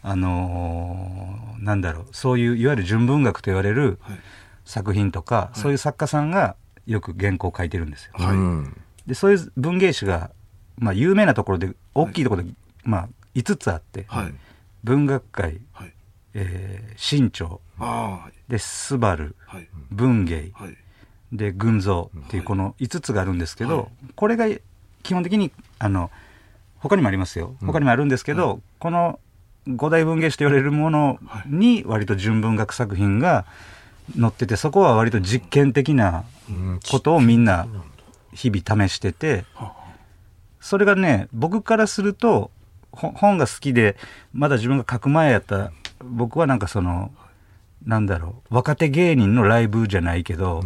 Speaker 3: あのーなんだろうそういういわゆる純文学と言われる
Speaker 1: はい
Speaker 3: 作品とか、そういう作家さんがよく原稿を書いてるんですよ。
Speaker 1: はい
Speaker 2: うん
Speaker 3: でそういう文芸誌がまあ、有名なところで大きいところで、まあ、5つあって、
Speaker 1: はい。
Speaker 3: 文学界、
Speaker 1: はい。
Speaker 3: えー新潮
Speaker 1: あ
Speaker 3: でスバル
Speaker 1: あ、はい。
Speaker 3: 文芸
Speaker 1: はい。
Speaker 3: で群像っていうこの5つがあるんですけど、これが基本的にあの他にもありますよ他にもあるんですけど、この五大文芸誌と言われるものに割と純文学作品が載っててそこは割と実験的な
Speaker 2: うん
Speaker 3: ことをみんな日々試しててそれがね僕からするとほ本が好きでまだ自分が書く前やった僕はなんかそのなんだろう若手芸人のライブじゃないけど、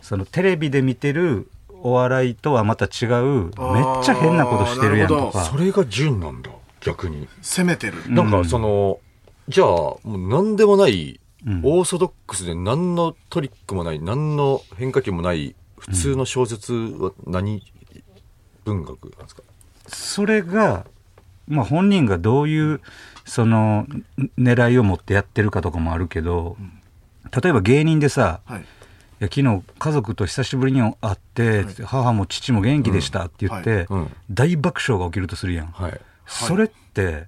Speaker 3: そのテレビで見てるお笑いとはまた違うめっ
Speaker 1: あー
Speaker 3: ちゃ変なことしてるやんと
Speaker 1: なるほど
Speaker 3: か
Speaker 2: それが純なんだ、逆に。
Speaker 1: 攻めてる。
Speaker 2: なんかその、じゃあ、もう何でもない、
Speaker 3: うん
Speaker 2: オーソドックスで何のトリックもない、何の変化球もない、普通の小説は何文学なんですか、
Speaker 3: それが、まあ、本人がどういうそのん狙いを持ってやってるかとかもあるけど例えば芸人でさ
Speaker 1: はい。
Speaker 3: いや昨日家族と久しぶりに会って、母も父も元気でしたって言って、
Speaker 1: うん
Speaker 2: はいうん
Speaker 3: 大爆笑が起きるとするやん、
Speaker 2: はい。
Speaker 3: それって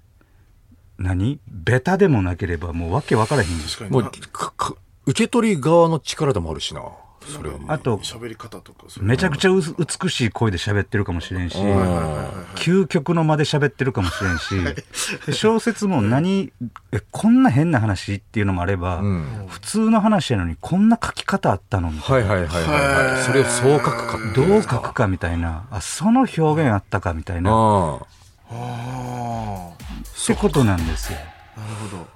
Speaker 3: 何ベタでもなければもうわけわからへん
Speaker 1: 確かに。
Speaker 2: もう
Speaker 1: な
Speaker 2: かか受け取り側の力でもあるしな。それはもう。
Speaker 3: あと
Speaker 1: 喋り方とか、それ
Speaker 3: めちゃくちゃうす美しい声で喋ってるかもしれんし、
Speaker 2: うん
Speaker 3: 究極の間で喋ってるかもしれんし、で小説も何、え、こんな変な話っていうのもあれば、
Speaker 2: うん
Speaker 3: 普通の話やのにこんな書き方あったのみたい
Speaker 2: はいはいはいはい、はい。それをそう書くかってい
Speaker 3: な。
Speaker 2: ん
Speaker 3: どう
Speaker 2: です
Speaker 3: 書くかみたいな、あ、その表現あったかみたいな、っ
Speaker 2: ああ。
Speaker 1: あ
Speaker 3: てことなんですよ。
Speaker 1: あ、なるほど。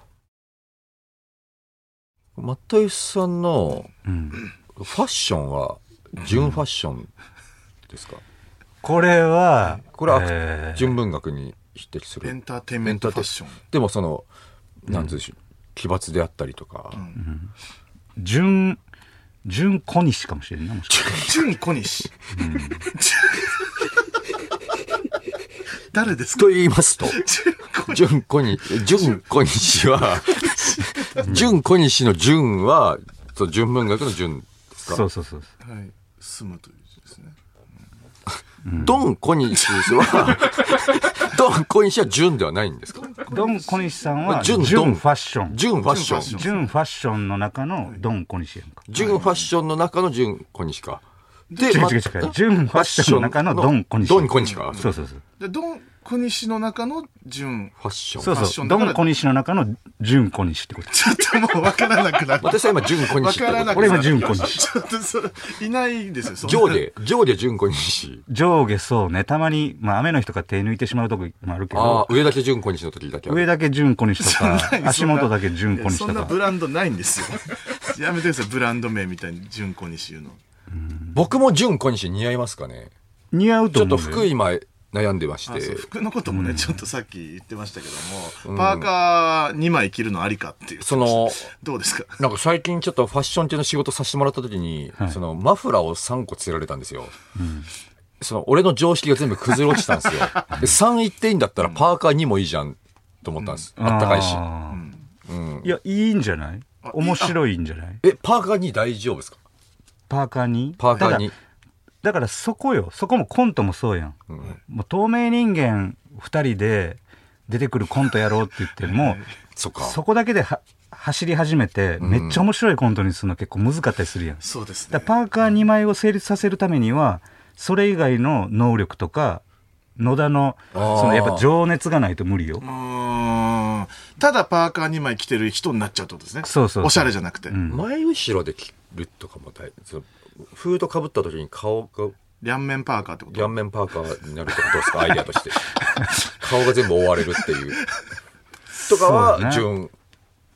Speaker 2: マタイさんの
Speaker 3: うん、
Speaker 2: ファッションは、純ファッションですか、
Speaker 3: これは、
Speaker 2: これは、
Speaker 3: えー
Speaker 2: 純文学に匹敵す
Speaker 1: エ
Speaker 2: る
Speaker 1: ン。ターテインメントファッション。
Speaker 2: でもその、なんつうでしょう、奇抜であったりとか、
Speaker 3: 純、純小西かもしれんな、もしかしたら
Speaker 1: 純小西。誰ですか
Speaker 2: と言いますと、
Speaker 1: 純小西。
Speaker 2: 純子に、純子西は、純子西の純は、そう純文学の純ですか
Speaker 3: そうそうそう。
Speaker 1: はい。住むという字ですね。
Speaker 2: ドン小西 [laughs] は、ドン小西は純ではないんですか
Speaker 3: ドン小西さん
Speaker 2: ま
Speaker 3: は
Speaker 2: あ純
Speaker 3: 純
Speaker 2: ドン
Speaker 3: ファッション。
Speaker 2: 純ファッション。
Speaker 3: 純ファッションの中のドン小西やんか。
Speaker 2: 純ファッションの中の純小西か。で
Speaker 3: 違う
Speaker 2: ま
Speaker 3: 違う違う純ファッションの中のドン小西
Speaker 2: ドン小西か。
Speaker 3: そうそうそう。
Speaker 1: で、ドン小西の中の純。
Speaker 2: ファッション。
Speaker 3: そう
Speaker 1: ファッシ
Speaker 3: そ
Speaker 1: ョ
Speaker 3: う。
Speaker 1: ンだ
Speaker 3: ド
Speaker 1: から
Speaker 3: ン小西の中の純小西ってこと。
Speaker 1: ちょっともうわからなくなった。
Speaker 2: 私は今純小
Speaker 1: わ
Speaker 2: 西っ
Speaker 1: から
Speaker 2: て
Speaker 1: な
Speaker 2: こ
Speaker 1: く
Speaker 2: と。
Speaker 1: な
Speaker 3: 俺
Speaker 1: った
Speaker 3: 今純子西
Speaker 1: ちょっとそれ、いないですよそんな。
Speaker 2: 上下、上下純小
Speaker 3: [laughs]
Speaker 2: 西。
Speaker 3: 上下そうね。たまに、まあ雨の日とか手抜いてしまうとこもあるけ
Speaker 2: あ
Speaker 3: ど、
Speaker 2: あ、上だけ純小西の時だけある
Speaker 3: 上だけ純小
Speaker 1: [laughs]
Speaker 3: 西と
Speaker 1: そんなそ
Speaker 3: か
Speaker 1: ん、な
Speaker 3: 足元だけ純小西
Speaker 1: いやそん
Speaker 3: と
Speaker 1: な
Speaker 3: か
Speaker 1: ブ。ランドないんですよ。やめてください、ブランド名みたいに、純子西いうの。
Speaker 2: 僕も純小西似合いますかね。
Speaker 3: 似合うと
Speaker 2: ちょっ
Speaker 3: 思
Speaker 2: と
Speaker 3: う。
Speaker 2: 服今悩んでまし
Speaker 1: あそう
Speaker 2: て。
Speaker 1: 服のこともね、ちょっとさっき言ってましたけども、パーカー2枚着るのありかっていう。
Speaker 2: その、
Speaker 1: どうですか
Speaker 2: なんか最近ちょっとファッション系の仕事させてもらった時に、そのマフラーを3個つけられたんですよ。その俺の常識が全部崩れ落ちたん
Speaker 3: [laughs]
Speaker 2: ですよ。3行っていいんだったらパーカー2もいいじゃんと思ったんです。あったかいし。
Speaker 3: あ
Speaker 2: う
Speaker 3: ー
Speaker 2: ん
Speaker 3: いや、いいんじゃない
Speaker 1: あ
Speaker 3: 面白いんじゃない
Speaker 2: え、パーカー2大丈夫ですか
Speaker 3: パーカーに
Speaker 2: パーカ
Speaker 3: た
Speaker 2: ー
Speaker 3: だ
Speaker 2: に。
Speaker 3: だからそこよそこもコントもそうやん、
Speaker 2: ん
Speaker 3: もう透明人間2人で出てくるコントやろうって言
Speaker 2: [laughs]
Speaker 3: っても
Speaker 2: そっか。
Speaker 3: そこだけでは走り始めてめっちゃ面白いコントにするの結構難かったりするやん、だ
Speaker 1: そうです
Speaker 3: から
Speaker 1: ね。
Speaker 3: パーカー2枚を成立させるためにはそれ以外の能力とか野田の
Speaker 2: あー
Speaker 3: そのやっぱ情熱がないと無理よ
Speaker 1: うーん。ただパーカー2枚着てる人になっちゃうってことですね。
Speaker 3: そうそうそう
Speaker 1: おしゃれじゃなくて。
Speaker 3: ん
Speaker 2: 前後ろで着るとかも大そのフードかぶった時に顔が
Speaker 1: 両面パーカーってこと
Speaker 2: 顔面パーカーになるってことです
Speaker 3: [laughs]
Speaker 2: かアイデアとして顔が全部覆われるっていうとか
Speaker 3: そうだ
Speaker 2: は
Speaker 3: ね
Speaker 2: 純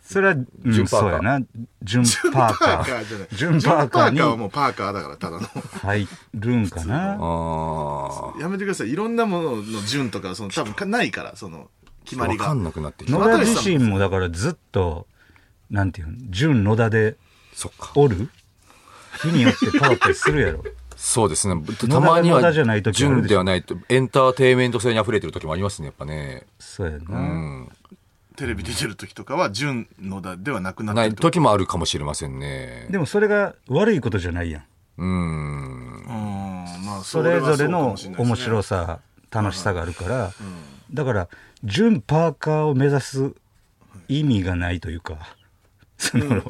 Speaker 3: それは、うん
Speaker 2: 純パーカー
Speaker 3: そうやな純パーカー
Speaker 1: じゃない。
Speaker 3: 純パーカーに
Speaker 1: 純はもうパーカーだから、ただの。
Speaker 3: 入るんかな
Speaker 2: あ
Speaker 1: やめてください。いろんなものの純とか、その多分かないから、その、決
Speaker 2: あ
Speaker 1: ま
Speaker 2: わ
Speaker 1: り
Speaker 2: か
Speaker 1: が
Speaker 2: ん。なくなってき
Speaker 3: 野
Speaker 2: た
Speaker 3: 田自身もだからずっとなんていうの純野田で
Speaker 2: そっか
Speaker 3: おる日によって変わったりするやろ
Speaker 2: そうですね
Speaker 3: 田
Speaker 2: たまに
Speaker 3: 野田じゃない
Speaker 2: は
Speaker 3: 時あるでしょ
Speaker 2: 純ではないとエンターテインメント性に溢れてる時もありますねやっぱね
Speaker 3: そうや
Speaker 2: う
Speaker 3: な、
Speaker 2: ん
Speaker 1: テレビ出てる時とかは、純のだではなくなっ
Speaker 2: な
Speaker 1: て
Speaker 2: い
Speaker 1: ると。
Speaker 2: 時もあるかもしれませんね
Speaker 3: でもそれが悪いことじゃないやん
Speaker 2: う
Speaker 1: う
Speaker 2: ん
Speaker 1: ーんまあ、
Speaker 3: それぞれ
Speaker 1: はそうかも
Speaker 3: の
Speaker 1: しないですね
Speaker 3: 面白さ楽しさがあるから、だから純パーカーを目指す意味がないというかその、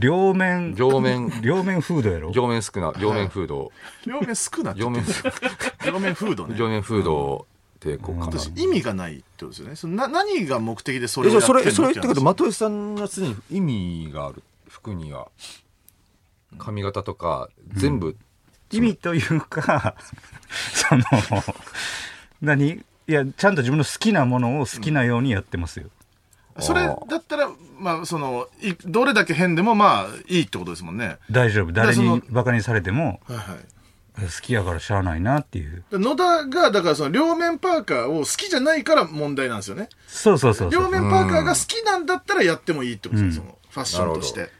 Speaker 3: 両面
Speaker 2: 両面
Speaker 3: 両面フードやろ
Speaker 2: 両面少な両面フード
Speaker 1: 両面少なって [laughs]
Speaker 2: 両面
Speaker 1: 両面フードね
Speaker 2: 両面フード抵抗かな
Speaker 1: 私意味がないってことですよねそのな何が目的でそれ
Speaker 2: え
Speaker 1: を
Speaker 2: じ
Speaker 1: や
Speaker 2: ゃあ
Speaker 1: って
Speaker 2: そ
Speaker 1: んの
Speaker 2: れそれっ
Speaker 1: ってて
Speaker 2: こと
Speaker 1: 話
Speaker 2: 的井さんが常に意味がある服には髪型とか全部、
Speaker 3: 意味というか [laughs] その何いやちゃんと自分の好きなものを好きなようにやってますよ、
Speaker 1: それだったらまあそのいどれだけ変でもまあいいってことですもんね
Speaker 3: 大丈夫
Speaker 1: から
Speaker 3: 誰
Speaker 1: その
Speaker 3: にバカにされても
Speaker 1: はいはい
Speaker 3: 好きやからしゃあないなっていう
Speaker 1: 野田がだからその両面パーカーを好きじゃないから問題なんですよね
Speaker 3: そうそうそうそう
Speaker 1: 両面パーカーが好きなんだったらやってもいいってことですよ、そのファッションとし
Speaker 2: な
Speaker 1: て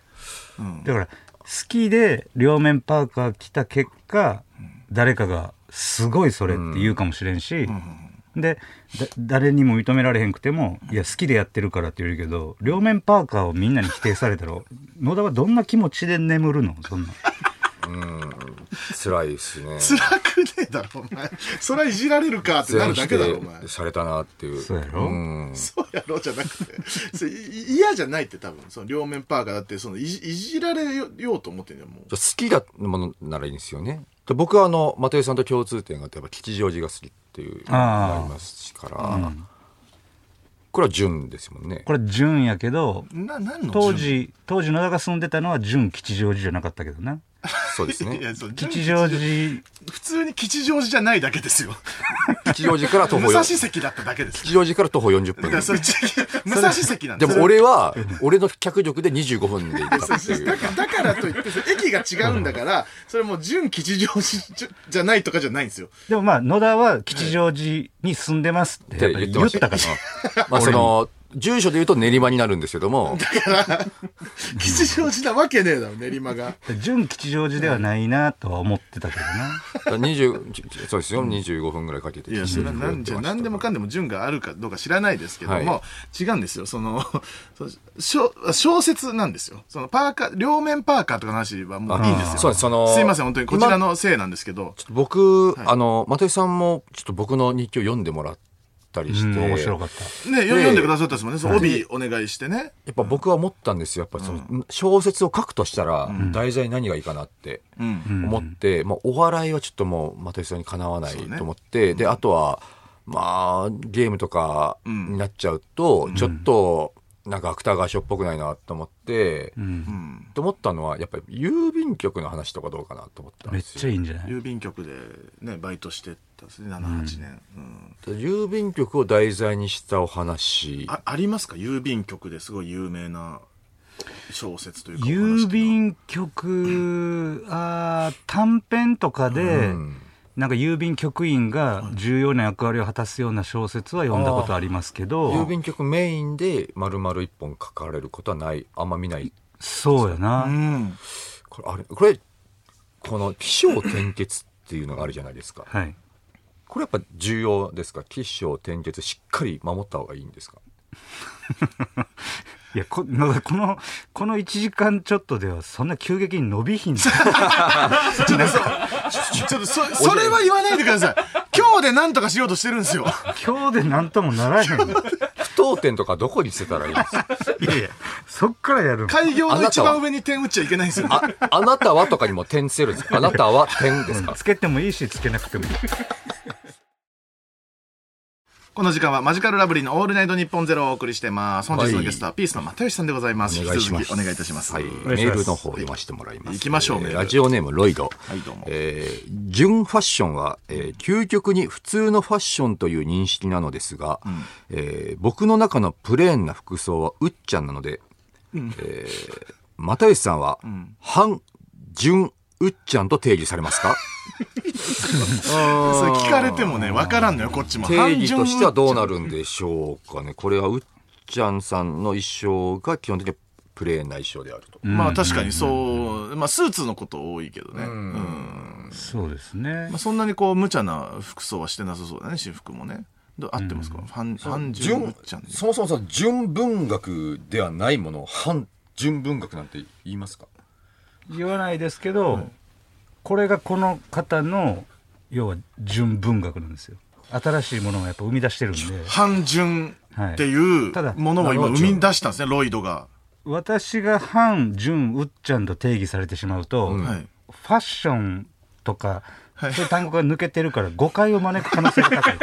Speaker 3: だから好きで両面パーカー着た結果、誰かが「すごいそれ」って言うかもしれんし、でだ誰にも認められへんくても「いや好きでやってるから」って言うけど両面パーカーをみんなに否定されたら野田はどんな気持ちで眠るのそんな
Speaker 2: 辛いですね
Speaker 1: 辛くねえだろお前それはいじられるかってなるだけだろお [laughs] 前
Speaker 2: 全否定されたなっていう
Speaker 3: そうやろ
Speaker 2: ん
Speaker 1: そうやろじゃなくてそれい嫌じゃないって多分その両面パーカーだってそのいじいじられようと思ってんだよもう
Speaker 2: じゃあ好きだものならいいんですよね。で僕はあの又吉さんと共通点があってやっぱ吉祥寺が好きっていうのがありますから、これは純ですもんね。
Speaker 3: これ純やけど
Speaker 1: な何の
Speaker 3: 当時当時野田が住んでたのは純吉祥寺じゃなかったけどな
Speaker 2: そうで
Speaker 1: [laughs]
Speaker 2: す
Speaker 1: 順いや
Speaker 2: ね。
Speaker 1: そう
Speaker 3: 吉祥寺
Speaker 1: 普通に吉祥寺じゃないだけですよ
Speaker 2: 吉祥寺から徒
Speaker 1: 武
Speaker 2: 歩
Speaker 1: 蔵
Speaker 2: よ
Speaker 1: 関だっただけ [laughs] です
Speaker 2: 吉祥寺から徒歩40
Speaker 1: だからそ
Speaker 2: 分。
Speaker 1: れ武蔵関なん
Speaker 2: で
Speaker 1: です
Speaker 2: も
Speaker 1: [laughs]
Speaker 2: 俺は俺の脚力で25分で行ったってい
Speaker 1: だ
Speaker 2: う。
Speaker 1: かだからといってそれ駅が違うんだからそれもう準吉祥寺じゃじゃないとかじゃないんですよ
Speaker 3: でもまあ野田は吉祥寺に住んでますってやっぱり言ったから
Speaker 2: まあその住所で言うと練馬になるんですけども、 [laughs]
Speaker 1: 吉祥寺なわけねえだろ練馬が
Speaker 3: 純吉祥寺ではないなとは思ってたけどな。
Speaker 2: 20そうですよ25分ぐらいかけて。
Speaker 1: いや、それはなんじゃ、なんでもかんでも順があるかどうか知らないですけども、
Speaker 2: は
Speaker 1: 違うんですよ。その、そう小小説なんですよ。そのパーカー、両面パーカーとかの話はもういいんですよ。
Speaker 2: あそうですその
Speaker 1: いません、本当に。こちらのせいなんですけど。
Speaker 2: ちょっと僕、あの、又吉さんも、ちょっと僕の日記を読んでもらったりして、
Speaker 3: 面白
Speaker 2: や
Speaker 3: か
Speaker 2: っ
Speaker 3: った。
Speaker 1: ね、よ読んでくださったですもんね。その帯お願いしてね。
Speaker 2: ぱ僕は思ったんですよ。やっぱりその、小説を書くとしたら、題材何がいいかなって
Speaker 1: うん。
Speaker 2: 思って、まあ、お笑いはちょっともう、又吉さんにかなわない
Speaker 1: そうね
Speaker 2: と思って、で、あとは、まあ、ゲームとかになっちゃうと、ちょっと、なんか芥川賞っぽくないなと思って、
Speaker 1: うん。
Speaker 2: と思ったのは、やっぱり郵便局の話とかどうかなと思ったん
Speaker 3: め
Speaker 2: で
Speaker 3: っ
Speaker 2: すよ。
Speaker 3: ちゃいいんじゃない
Speaker 1: 郵便局でね、バイトしてたんですね、7、8年。うん
Speaker 2: 郵便局を題材にしたお話。
Speaker 1: あありますか郵便局ですごい有名な小説というか。お話というか
Speaker 3: 郵便局、あー短編とかで、なんか郵便局員が重要な役割を果たすような小説は読んだことありますけ
Speaker 2: 郵
Speaker 3: ど、
Speaker 2: 便局メインで丸々一本書かれることはないあんま見ない
Speaker 3: そうやな。
Speaker 1: うん。
Speaker 2: これあれこれこの起承転結っていうのがあるじゃないで
Speaker 1: [laughs]
Speaker 2: すか
Speaker 3: はい。
Speaker 2: これやっぱ重要ですか起承転結しっかり守った方がいいんですか
Speaker 3: いや、こ [laughs] なんかこの、この1時間ちょっとではそんな急激に伸びひん
Speaker 1: [laughs]
Speaker 3: の
Speaker 1: ちょっとそ、それは言わないでく [laughs] ださい。今日で何とかしようとしてるんですよ。
Speaker 3: 今日でなんともならへん。い
Speaker 2: 不当点とかどこに捨てたらいい
Speaker 1: [laughs]
Speaker 2: んですか
Speaker 3: やいや、そっからやるの。
Speaker 1: 開業の一番上に点打っちゃいけないんですよ。
Speaker 2: ああなたはとかにも点捨てるんですかあなたは点ですか
Speaker 3: つけてもいいし、つけなくてもいい。
Speaker 1: この時間はマジカルラブリーのオールナイトニッポンゼロをお送りしてます。本日の
Speaker 2: はい
Speaker 1: ゲストはピースの又吉さんでございます。
Speaker 2: お
Speaker 1: [laughs] 引
Speaker 2: 願い
Speaker 1: き
Speaker 2: し
Speaker 1: 続
Speaker 2: ま
Speaker 1: き
Speaker 2: す
Speaker 1: お願いいたします。
Speaker 2: はい、メ
Speaker 3: 願いします
Speaker 2: ールの方読ませてもらいます。
Speaker 1: 行きましょう
Speaker 2: えー
Speaker 1: メール
Speaker 2: ラジオネームロイド。
Speaker 1: はいどうも
Speaker 2: えー純ファッションは、えー究極に普通のファッションという認識なのですが、えー僕の中のプレーンな服装はうっちゃんなので、えー又吉さんは、反純うっちゃんと定義されますか
Speaker 1: それ聞かれてもね、わからんのよ、こっちも。
Speaker 2: 定義としてはどうなるんでしょうかね。これはうっちゃんさんの衣装が基本的にプレーンな衣装であると。
Speaker 1: まあ確かにそう、まあスーツのこと多いけどね。うん。
Speaker 3: そうですね
Speaker 1: まあ、。そんなにこう、無茶な服装はしてなさそうだね、私服もね。ど合ってますか、ファン、ファンジュンウッチャンで
Speaker 2: そもそもその純文学ではないものを反純文学なんて言い
Speaker 1: [laughs]
Speaker 2: ますか
Speaker 3: 言わないですけど、これがこの方の要は純文学なんですよ。新しいものをやっぱ生み出してるんで
Speaker 1: 半純っていう
Speaker 3: ただ
Speaker 1: ものを今生み出したんですね、ロイドが。
Speaker 3: 私が反純うっちゃんと定義されてしまうと、フ
Speaker 1: はい
Speaker 3: ァッションとか、
Speaker 1: はい
Speaker 3: そういう単語が抜けてるから誤解を招く可能性が
Speaker 2: [laughs]
Speaker 3: 高い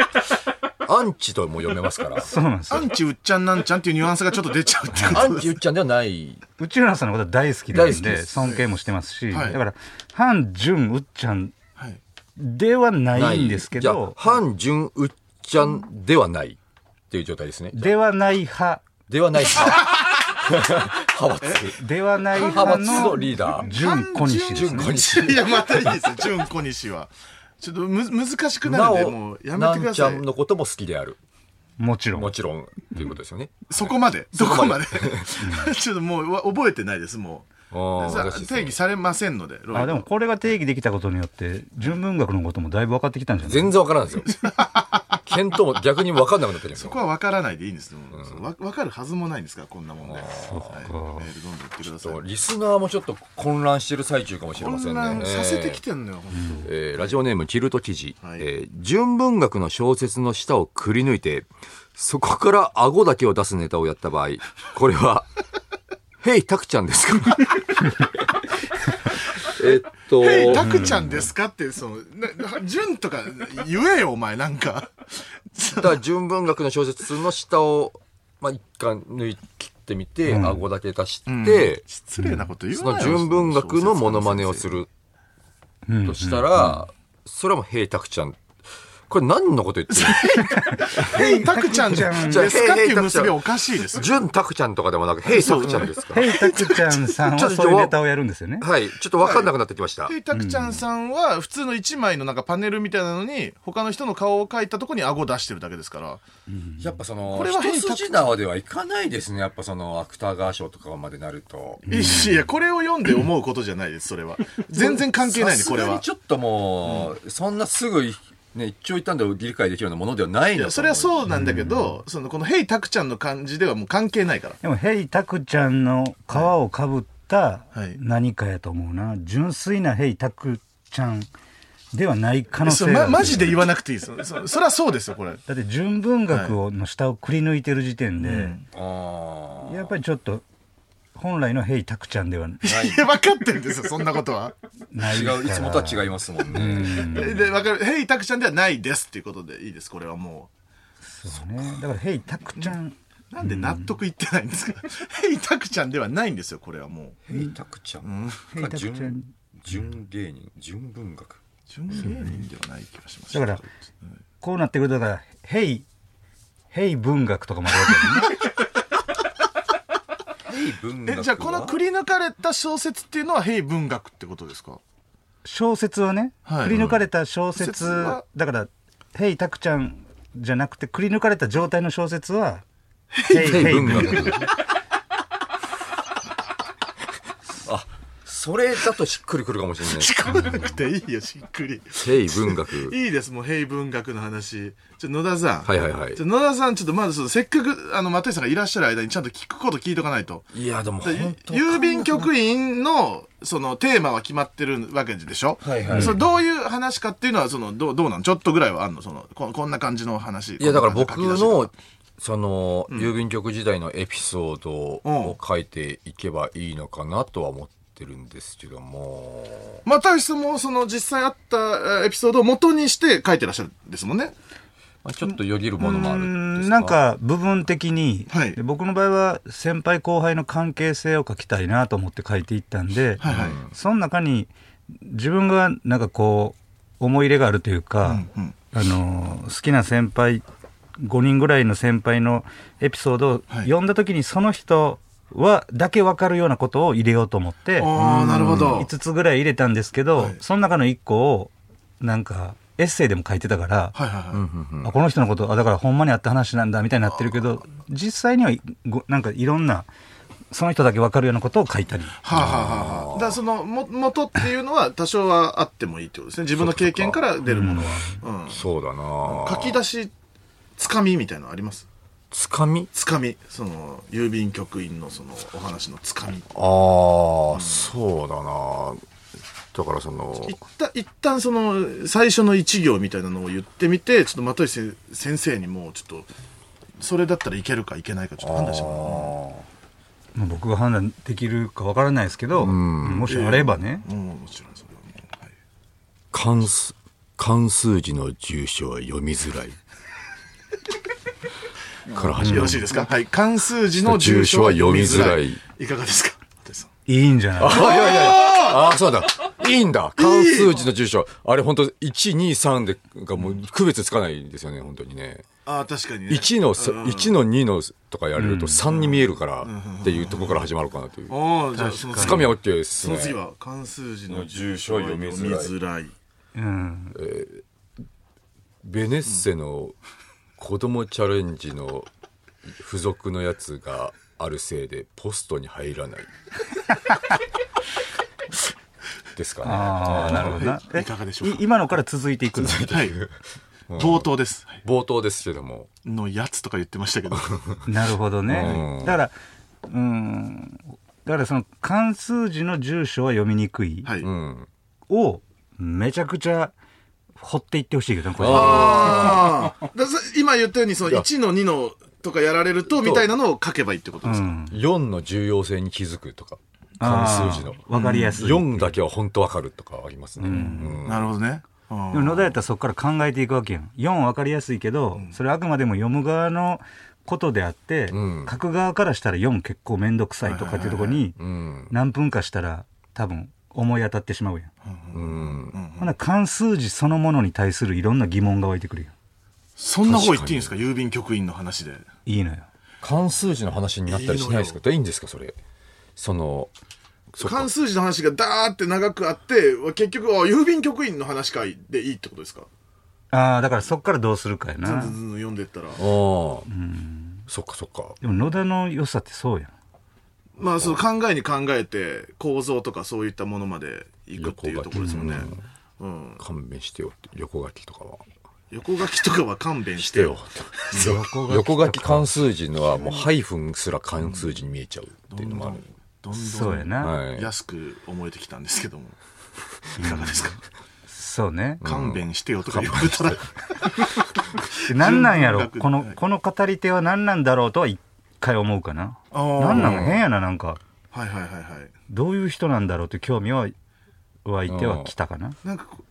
Speaker 2: アンチとも読めますから。
Speaker 3: そうなんです
Speaker 1: ア
Speaker 3: よ
Speaker 1: ンチうっちゃんなんちゃんっていうニュアンスがちょっと出ちゃうっていうこ
Speaker 2: ア
Speaker 1: と
Speaker 2: ン
Speaker 1: です。
Speaker 2: チゆっちゃんではない。
Speaker 3: 内村さんのことは大好きなん
Speaker 2: 大好きで
Speaker 3: です尊敬もしてますし、
Speaker 1: はい
Speaker 3: だから反純うっちゃん
Speaker 1: はい
Speaker 3: ではないんですけ
Speaker 2: じゃあ
Speaker 3: ど
Speaker 2: 半純うっちゃんではないっていう状態ですね。
Speaker 3: ではない派
Speaker 2: ではない派。派閥。
Speaker 3: ではない
Speaker 2: 派
Speaker 3: 派
Speaker 2: 閥の
Speaker 3: の
Speaker 2: リーダー。
Speaker 3: 純小西です
Speaker 2: 純
Speaker 3: ね
Speaker 2: 子西。
Speaker 1: [laughs] いや、またいいですよ、純小西は。ちょっとむ難しくな
Speaker 2: な
Speaker 1: るんで、も
Speaker 2: お
Speaker 1: う、やめ
Speaker 2: な
Speaker 1: てく
Speaker 2: ん
Speaker 1: だ
Speaker 2: ちゃ
Speaker 1: さ
Speaker 2: ん
Speaker 1: い。
Speaker 2: のことも好きである。
Speaker 3: もちろん
Speaker 2: もちろん、っていうことですよね。
Speaker 1: そこまで、どこまで。 [laughs] ちょっともうわ覚えてないです、も
Speaker 2: あ
Speaker 1: う。
Speaker 2: あ、
Speaker 1: さ
Speaker 2: 私ですね
Speaker 1: 定義されませんので、ロイド
Speaker 3: あでもこれが定義できたことによって純文学のこともだいぶ分かってきたんじゃない
Speaker 2: 全然わからないんですよ。見当も逆にわかんなくなってるんです
Speaker 1: そ
Speaker 2: よ
Speaker 1: こ。は分からないでいいんです。もうそうわ分かるはずもないんですから、こんな問題。はいメールどんどん言ってください
Speaker 2: そう。リスナーもちょっと混乱してる最中かもしれません
Speaker 1: 混
Speaker 2: ね。
Speaker 1: 乱させてきてんのよ、本当。
Speaker 2: えーラジオネームキルト記事、
Speaker 1: はい
Speaker 2: えー純文学の小説の舌をくり抜いてそこから顎だけを出すネタをやった場合これは [laughs] 「ヘイタクちゃん」ですか [laughs] えっと
Speaker 1: ヘイ、タクちゃんですかって、その、なな純とか言えよ、お前、なんか。
Speaker 2: だ純文学の小説の舌を、まあ、一貫抜い切ってみて、顎だけ出して、
Speaker 1: 失礼なこと言う
Speaker 2: そ
Speaker 1: なよ
Speaker 2: の純文学のモノマネをす。るとしたら、それはもう「ヘイタクちゃん」これ何のこと言ってる
Speaker 1: ヘイタクちゃんですかっていう結びはおかしいですよ。
Speaker 2: 純タクちゃんとかでもなく「ヘイタクちゃん」ですか
Speaker 3: ヘイタクちゃんさんはそういうネタをやるんですよね
Speaker 2: はい、ちょっと分かんなくなってきました。
Speaker 1: ヘイタクちゃんさんは普通の一枚のなんかパネルみたいなのに他の人の顔を描いたとこに顎出してるだけですから。
Speaker 2: やっぱその
Speaker 1: これはヘイタク
Speaker 2: 縄ではいかないですね。やっぱその芥川賞とかまでなると。
Speaker 1: いやいや、これを読んで思うことじゃないです、それは。全然関係ないね、
Speaker 2: さす
Speaker 1: こ
Speaker 2: が
Speaker 1: れ
Speaker 2: に
Speaker 1: は。
Speaker 2: ちょっともう、そんなすぐ、ね、一長一短で理解できるようなものではない
Speaker 1: い
Speaker 2: んだ
Speaker 1: や、それは
Speaker 2: う。
Speaker 1: そうなんだけど、そのこのヘイタクちゃんの感じではもう関係ないから。
Speaker 3: でもヘイタクちゃんの皮をかぶった
Speaker 1: はい
Speaker 3: 何かやと思うな純粋なヘイタクちゃんではない可能
Speaker 1: そ
Speaker 3: 性
Speaker 1: う
Speaker 3: があ
Speaker 1: ま、
Speaker 3: る
Speaker 1: マジで言わなくていいですよ。そそりゃそうですよ、これ。
Speaker 3: だって純文学をの下をくり抜いてる時点で、
Speaker 2: あ
Speaker 3: やっぱりちょっと本来のヘイタクちゃんではない
Speaker 1: いや、分かってるんですよ、そんなことは。
Speaker 2: あ。違う、いつもとは違いますもんね。
Speaker 1: で、分かる。ヘイタクちゃんではないですっていうことでいいです、これはもう。
Speaker 3: そうねだからヘイタクちゃん
Speaker 1: なんで納得いってないんですか、ヘイタクちゃんではないんですよ、これはもう。
Speaker 2: ヘイタクちゃん。
Speaker 3: ヘイタクちゃん
Speaker 2: 純純芸人、純文学。
Speaker 1: 純芸人ではない気がします。
Speaker 3: だからこうなってくるとだからヘイヘイ文学とかもあるわけだよね
Speaker 2: ヘイ文学
Speaker 1: え
Speaker 2: は。
Speaker 1: じゃあこのくり抜かれた小説っていうのはヘイ文学ってことですか
Speaker 3: 小説はね、
Speaker 1: はい
Speaker 3: くり抜かれた小説、
Speaker 1: うん小説は
Speaker 3: だから「ヘイタクちゃん」じゃなくてくり抜かれた状態の小説は「ヘイ
Speaker 2: ヘイ
Speaker 3: ヘイ
Speaker 2: 文
Speaker 3: 文
Speaker 2: 学
Speaker 3: 学。
Speaker 2: あ、それだとしっくりくるかもしれない。
Speaker 1: 聞かなくていいよ、しっくり。
Speaker 2: ヘイ文学。
Speaker 1: いいです、もうヘイ文学の話。ちょ、野田さん。
Speaker 2: はいはいはい
Speaker 1: ちょ野田さん、ちょっとまずその、せっかく、あの、又吉さんがいらっしゃる間にちゃんと聞くこと聞いとかないと。
Speaker 2: いや、でも
Speaker 1: だ
Speaker 2: 本当
Speaker 1: 郵便局員の、その、テーマは決まってるわけでしょ
Speaker 2: はいはい
Speaker 1: それどういう話かっていうのは、その、どう、どうなんちょっとぐらいはあんのその、ここんな感じの話。
Speaker 2: いや、だから
Speaker 1: こんな
Speaker 2: 僕
Speaker 1: 感じ書き出しとか
Speaker 2: の、その、郵便局時代のエピソードを書いていけばいいのかなとは思ってるんですけども。
Speaker 1: 又吉さんもその実際あったえーエピソードを元にして書いてらっしゃるんですもんね。
Speaker 2: まあ、ちょっとよぎるものもあるんです
Speaker 3: なん、か部分的に、
Speaker 1: はい
Speaker 3: で僕の場合は先輩後輩の関係性を書きたいなと思って書いていったんで、
Speaker 1: はいはい。
Speaker 3: その中に自分がなんかこう思い入れがあるというか、
Speaker 1: うん
Speaker 3: あの好きな先輩5人ぐらいの先輩のエピソードを
Speaker 1: はい
Speaker 3: 読んだ時にその人はだけ分かるようなことを入れようと思って、
Speaker 1: ああ、なるほど。
Speaker 3: 5つぐらい入れたんですけど、
Speaker 1: はい
Speaker 3: その中の1個をなんかエッセイでも書いてたから、
Speaker 1: はいはい
Speaker 2: うん
Speaker 1: は
Speaker 2: うんうん
Speaker 3: あこの人のことあだからほんまにあった話なんだみたいになってるけど実際にはいごなんかいろんなその人だけ分かるようなことを書いたり
Speaker 1: い。はあ、はあはあはあ、だからそのも元っていうのは多少はあってもいいってことですね。自分の経験から出るものは。うん
Speaker 2: そうだな
Speaker 1: 書き出し、つかみみたいなのあります
Speaker 2: つかみ
Speaker 1: つかみ。その、郵便局員のそのお話のつかみ。
Speaker 2: ああ、そうだなだからその、
Speaker 1: 一旦、一旦その、最初の一行みたいなのを言ってみて、ちょっと又吉先生にも、ちょっと、それだったらいけるかいけないか、ちょっと判断しても
Speaker 3: まあ、僕が判断できるかわからないですけど、もしあればね、
Speaker 1: らう。うん、もちろんそれはもう。はい
Speaker 2: 関数、関数字の住所は読みづ
Speaker 1: [laughs]
Speaker 2: らい。から始
Speaker 1: よ
Speaker 2: ま
Speaker 1: ろ
Speaker 2: る
Speaker 1: しいですかはい。関数字の住所は読みづらい。いかがですか又吉さん
Speaker 3: いいんじゃない
Speaker 2: あ、いやいやいや。あー、そうだ。いいんだ。関数字の住所。あれ本当一1、2、3で、がもう区別つかないんですよね、本当にね。
Speaker 1: ああ、確かにね。
Speaker 2: 1のさ、一の2のとかやれると3に見えるからっていうところから始まるかなという。
Speaker 1: ああ、じゃあその
Speaker 2: つ
Speaker 1: 次
Speaker 2: かみは OK です
Speaker 1: そ
Speaker 2: ね
Speaker 1: の。次は関数字の住所は読み
Speaker 2: 読み
Speaker 1: づ
Speaker 2: づ
Speaker 1: らい。
Speaker 3: うん、
Speaker 2: ベネッセの子供チャレンジの付属のやつがあるせいでポストに入らない。 [laughs] ですかね。
Speaker 3: ああなるほどなえ
Speaker 1: いかがでしょうか
Speaker 3: い今のから続いていくの
Speaker 1: はい。
Speaker 2: [laughs]
Speaker 1: 冒頭です。はい
Speaker 2: 冒頭ですけども。
Speaker 1: のやつとか言ってましたけ
Speaker 2: [laughs]
Speaker 1: ど。
Speaker 3: なるほどね
Speaker 2: う。ん
Speaker 3: だから、うん、だからその関数字の住所は読みにくい
Speaker 1: はい。
Speaker 2: うん。
Speaker 3: をめちゃくちゃ掘っていってほしいけどね、これ。
Speaker 1: ああ。だから今言ったように、その1の2のとかやられると、みたいなのを書けばいいってこと
Speaker 3: う
Speaker 1: ですか
Speaker 3: ん。
Speaker 2: 4の重要性に気づくとか。関数字の
Speaker 3: あ。ーわかりやすい。
Speaker 2: 4だけは本当わかるとかありますね。うん
Speaker 1: なるほどね。
Speaker 3: でも野田やったらそこから考えていくわけやん。4わかりやすいけど、それあくまでも読む側のことであって、
Speaker 2: うん
Speaker 3: 書く側からしたら4結構めんどくさいとかっていうところに、
Speaker 2: うん。
Speaker 3: 何分かしたら多分思い当たってしまうやん。
Speaker 2: うん。
Speaker 3: ほな関数字そのものに対するいろんな疑問が湧いてくるやん。
Speaker 1: そんなこと言っていいんですか郵便局員の話で。
Speaker 3: いいのよ。
Speaker 2: 関数字の話になったりしないですかいいんですかそれ。その、そっか
Speaker 1: 関数字の話がダーって長くあって、結局、あ郵便局員の話かいでいいってことですか
Speaker 3: ああ、だからそっからどうするかや
Speaker 1: ずん
Speaker 3: な
Speaker 1: ずん。ずん読んでったら。
Speaker 2: ああ、そっかそっか。
Speaker 3: でも野田の良さってそうやん。
Speaker 1: まあ、その考えに考えて、構造とかそういったものまでいくっていうところですよね。うん。
Speaker 2: 勘弁してよって横書きとかは。
Speaker 1: 横書きとかは勘弁し
Speaker 2: してて
Speaker 1: よ
Speaker 2: よ。 [laughs] 横書き関数字のはもうハイフンすら関数字に見えちゃうっていうのもある。
Speaker 1: どんど
Speaker 3: そうや
Speaker 1: ん
Speaker 3: な。
Speaker 2: はい。
Speaker 1: 安く思えてきたんですけども。いかがですか
Speaker 3: そうね。
Speaker 1: 勘弁してよとか言われたら、
Speaker 3: 何なんやろ
Speaker 1: 楽
Speaker 3: この
Speaker 1: はい、
Speaker 3: この語り手は何なんだろうとは一回思うかな。
Speaker 1: あー
Speaker 3: 何なの変やな、なんか。
Speaker 1: はいはいはいはい。
Speaker 3: どういう人なんだろうという興味は湧いてはきたかな。
Speaker 1: なんかこう、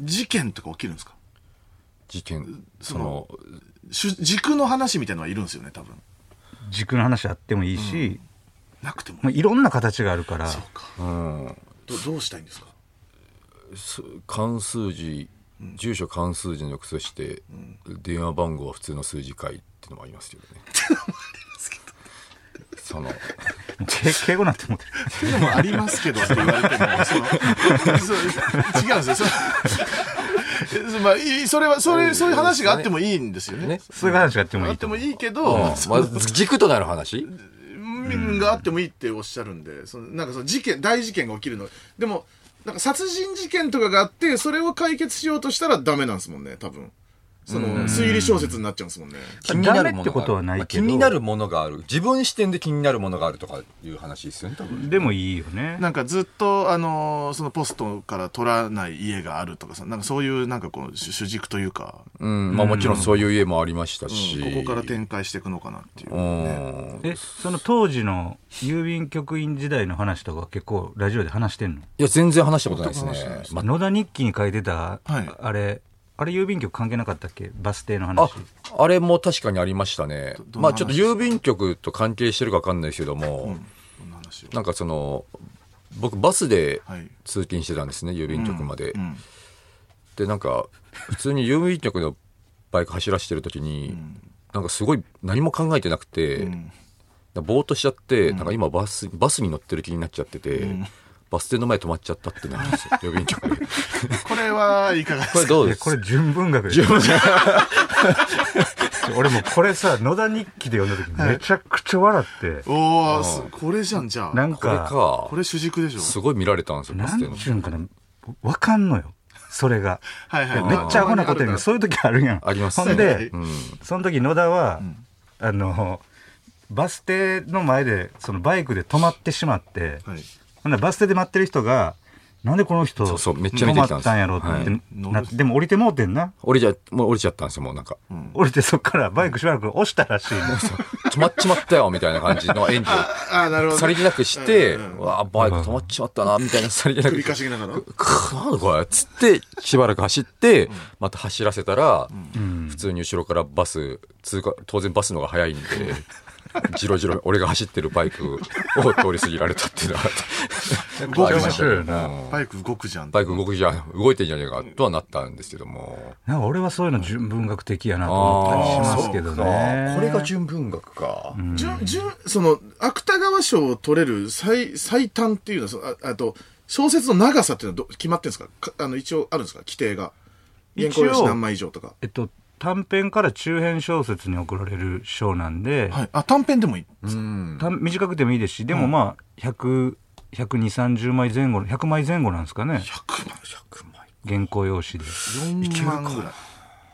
Speaker 1: 事件とか起きるんですか
Speaker 2: 事件、そ
Speaker 1: そ
Speaker 2: の
Speaker 1: の、主軸の話みたいなのはいるんですよね、多分。
Speaker 3: 軸の話あってもいいし、
Speaker 1: なくても
Speaker 3: まあ、いろんな形があるから、
Speaker 1: そうか
Speaker 2: うん。
Speaker 1: どどうしたいんですか
Speaker 2: す関数字、住所関数字に訳して、電話番号は普通の数字書いってのもありますけど [laughs] ね。その、
Speaker 3: もう [laughs] 敬敬語なんて思ってる。
Speaker 1: っていうのもありますけどって言われても、その、そう違うんですよ。そのまあ、いいそれは、それ、そういう話があってもいいんですよね。
Speaker 2: ね。
Speaker 3: そういう話があっても
Speaker 1: あ
Speaker 3: い
Speaker 1: っ
Speaker 3: い
Speaker 1: て
Speaker 3: と
Speaker 1: も
Speaker 3: 思う。
Speaker 1: いいけ
Speaker 2: うん
Speaker 1: ど、そ
Speaker 2: まず軸となる [laughs] 話
Speaker 1: うんがあってもいいっておっしゃるんで、そのなんかその事件、大事件が起きるの。でも、なんか殺人事件とかがあって、それを解決しようとしたらダメなんですもんね、多分。その、推理小説になっちゃうんですもんね。
Speaker 2: 気になるものがある
Speaker 3: ダメってことはないけど
Speaker 2: まあ気になるものがある自分視点で気になるものがあるとかいう話ですよね多分
Speaker 3: でもいいよね。
Speaker 1: なんかずっと、あのーそのポストから取らない家があるとかさ、なんかそういう、なんかこう、主主軸というか、
Speaker 2: うんまあもちろんそういう家もありました
Speaker 1: う
Speaker 2: し、
Speaker 1: んここから展開していくのかなっていうう。
Speaker 2: ん
Speaker 3: え、その当時の郵便局員時代の話とか結構ラジオで話してん
Speaker 2: い
Speaker 3: の
Speaker 2: や全然話したことないですねま
Speaker 3: 野田日記に書いてた、
Speaker 1: はい
Speaker 3: あれあれ郵便局関係なかったっけバス停の
Speaker 2: あ
Speaker 3: 話
Speaker 2: あれも確かにありましたね
Speaker 1: どんな
Speaker 2: ま
Speaker 1: 話
Speaker 2: あちょっと郵便局と関係してるか分かんないですけども、
Speaker 1: こんな話を。
Speaker 2: なんかその僕バスで
Speaker 1: はい。
Speaker 2: 通勤してたんですね郵便局まで、
Speaker 1: うん。
Speaker 2: でなんか普通に郵便局のバイク走らせてる時に、なんかすごい何も考えてなくて、
Speaker 1: うん
Speaker 2: ぼーっとしちゃって、なんか今バス、バスに乗ってる気になっちゃってて、バス停の前止まっちゃったってなるんですよ、郵便局で。
Speaker 1: これはいかが
Speaker 2: これどう
Speaker 3: い
Speaker 2: で
Speaker 3: や
Speaker 2: す
Speaker 3: これ純文学です [laughs] 俺もうこれさ野田日記で読んだ時めちゃくちゃ笑って
Speaker 1: おお、すこれじゃん、じゃ
Speaker 3: な
Speaker 1: あ。
Speaker 3: ん
Speaker 2: これ
Speaker 3: か
Speaker 2: か
Speaker 1: こ。れ主軸でしょ。
Speaker 2: すごい見られたんですよ、バ
Speaker 3: な
Speaker 2: ス停
Speaker 3: ん
Speaker 2: の。
Speaker 3: ちゅうんかなわかんのよそれが
Speaker 1: はいはい
Speaker 3: いやめっちゃアホなことやねん
Speaker 1: あ
Speaker 3: そういう時あるやん
Speaker 2: あります
Speaker 3: ほん
Speaker 1: は
Speaker 3: で
Speaker 1: い
Speaker 2: うん。
Speaker 3: その時野田は、あのバス停の前でそのバイクで止まってしまって、
Speaker 1: はい。
Speaker 3: ほんならバス停で待ってる人が、なんでこの人、
Speaker 2: そうそうめっちゃ見てきたんです
Speaker 3: 困ったんやろって、
Speaker 2: はい
Speaker 3: なでも降りてもうてんな。
Speaker 2: 降りちゃ、もう降りちゃったんですよ、もうなんか。
Speaker 3: 降りてそっからバイクしばらく押したらしいね。 [laughs]
Speaker 2: 止まっちまったよ、みたいな感じの演技を。
Speaker 1: ああ、なるほど。
Speaker 2: さりげなくして、
Speaker 1: うんうん
Speaker 2: わあ、バイク止まっちまったな、みたいなさりげなく
Speaker 1: 繰。り返しながら。
Speaker 2: くなんだこれつって、しばらく走って、また走らせたら、普通に後ろからバス、通過、当然バスの方が早いんで、じろじろ、俺が走ってるバイクを通り過ぎられたっていうのは、
Speaker 1: 動く
Speaker 2: あり
Speaker 1: じ
Speaker 2: ましたね
Speaker 3: 面白いな
Speaker 2: うん
Speaker 1: バイク動くじゃん。
Speaker 2: バイク動くじゃん、動いてんじゃねえか、とはなったんですけども。
Speaker 3: [laughs] なんか俺はそういうの純文学的やなと思ったりしますけどね。
Speaker 2: これが純文学か。
Speaker 1: 順順その、芥川賞を取れる最、最短っていうのはその、ああと、小説の長さっていうのはど決まってるんですかかあの、一応あるんですか規定が。
Speaker 3: 一応
Speaker 1: 原稿用紙何枚以上とか。
Speaker 3: えっと、短編から中編小説に贈られる賞なんで、
Speaker 1: はい。あ、短編でもいい。
Speaker 2: うん。
Speaker 3: 短短くてもいいですし、でもまあ、100、120、30枚前後、100枚前後なんですかね。
Speaker 1: 100枚、100枚。
Speaker 3: 原稿用紙で。
Speaker 1: 4万ぐらい。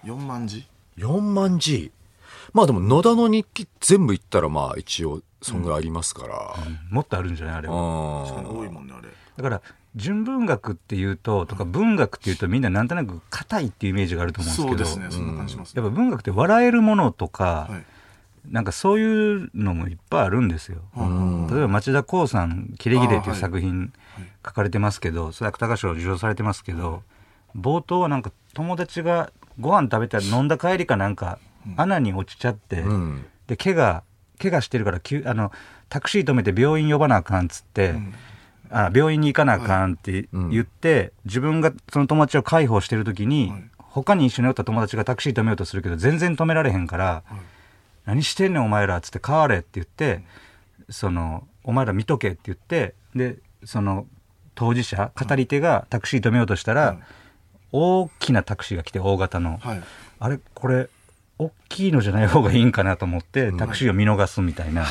Speaker 1: 4万字
Speaker 2: 4万 G。まあでも、野田の日記全部行ったら、まあ一応、そんぐらいありますから。
Speaker 3: もっとあるんじゃないあれは。
Speaker 2: うん
Speaker 1: 確かに多いもんね、あれ。
Speaker 3: だから、純文学っていうと、とか文学っていうとみんななんとなく硬いっていうイメージがあると思
Speaker 1: そ
Speaker 3: うん
Speaker 1: うで
Speaker 3: で
Speaker 1: すす
Speaker 3: けど、
Speaker 1: ね、そんな感じします。
Speaker 3: やっぱ文学って笑えるものとか、
Speaker 1: はい。
Speaker 3: なんかそういうのもいっぱいあるんですよ。
Speaker 2: うん
Speaker 3: 例えば町田光さん「キレギレ」
Speaker 1: あー
Speaker 3: っていう
Speaker 1: はい
Speaker 3: 作品書かれてますけど、それ芥川賞受賞されてますけど冒頭はなんか友達がご飯食べたら飲んだ帰りかなんか穴に落ちちゃって、
Speaker 2: うん。
Speaker 3: で怪我怪我してるから急あのタクシー止めて病院呼ばなあかんっつって、あ病院に行かなあかんって言って、自分がその友達を介抱してる時に、
Speaker 1: はい
Speaker 3: 他に一緒におった友達がタクシー止めようとするけど全然止められへんから「何してんねんお前ら」っつって「変われ」って言って「そのお前ら見とけ」って言ってでその当事者語り手がタクシー止めようとしたら、大きなタクシーが来て大型の。
Speaker 1: はい。
Speaker 3: あれこれ大きいのじゃない方がいいんかなと思ってタクシーを見逃すみたいな、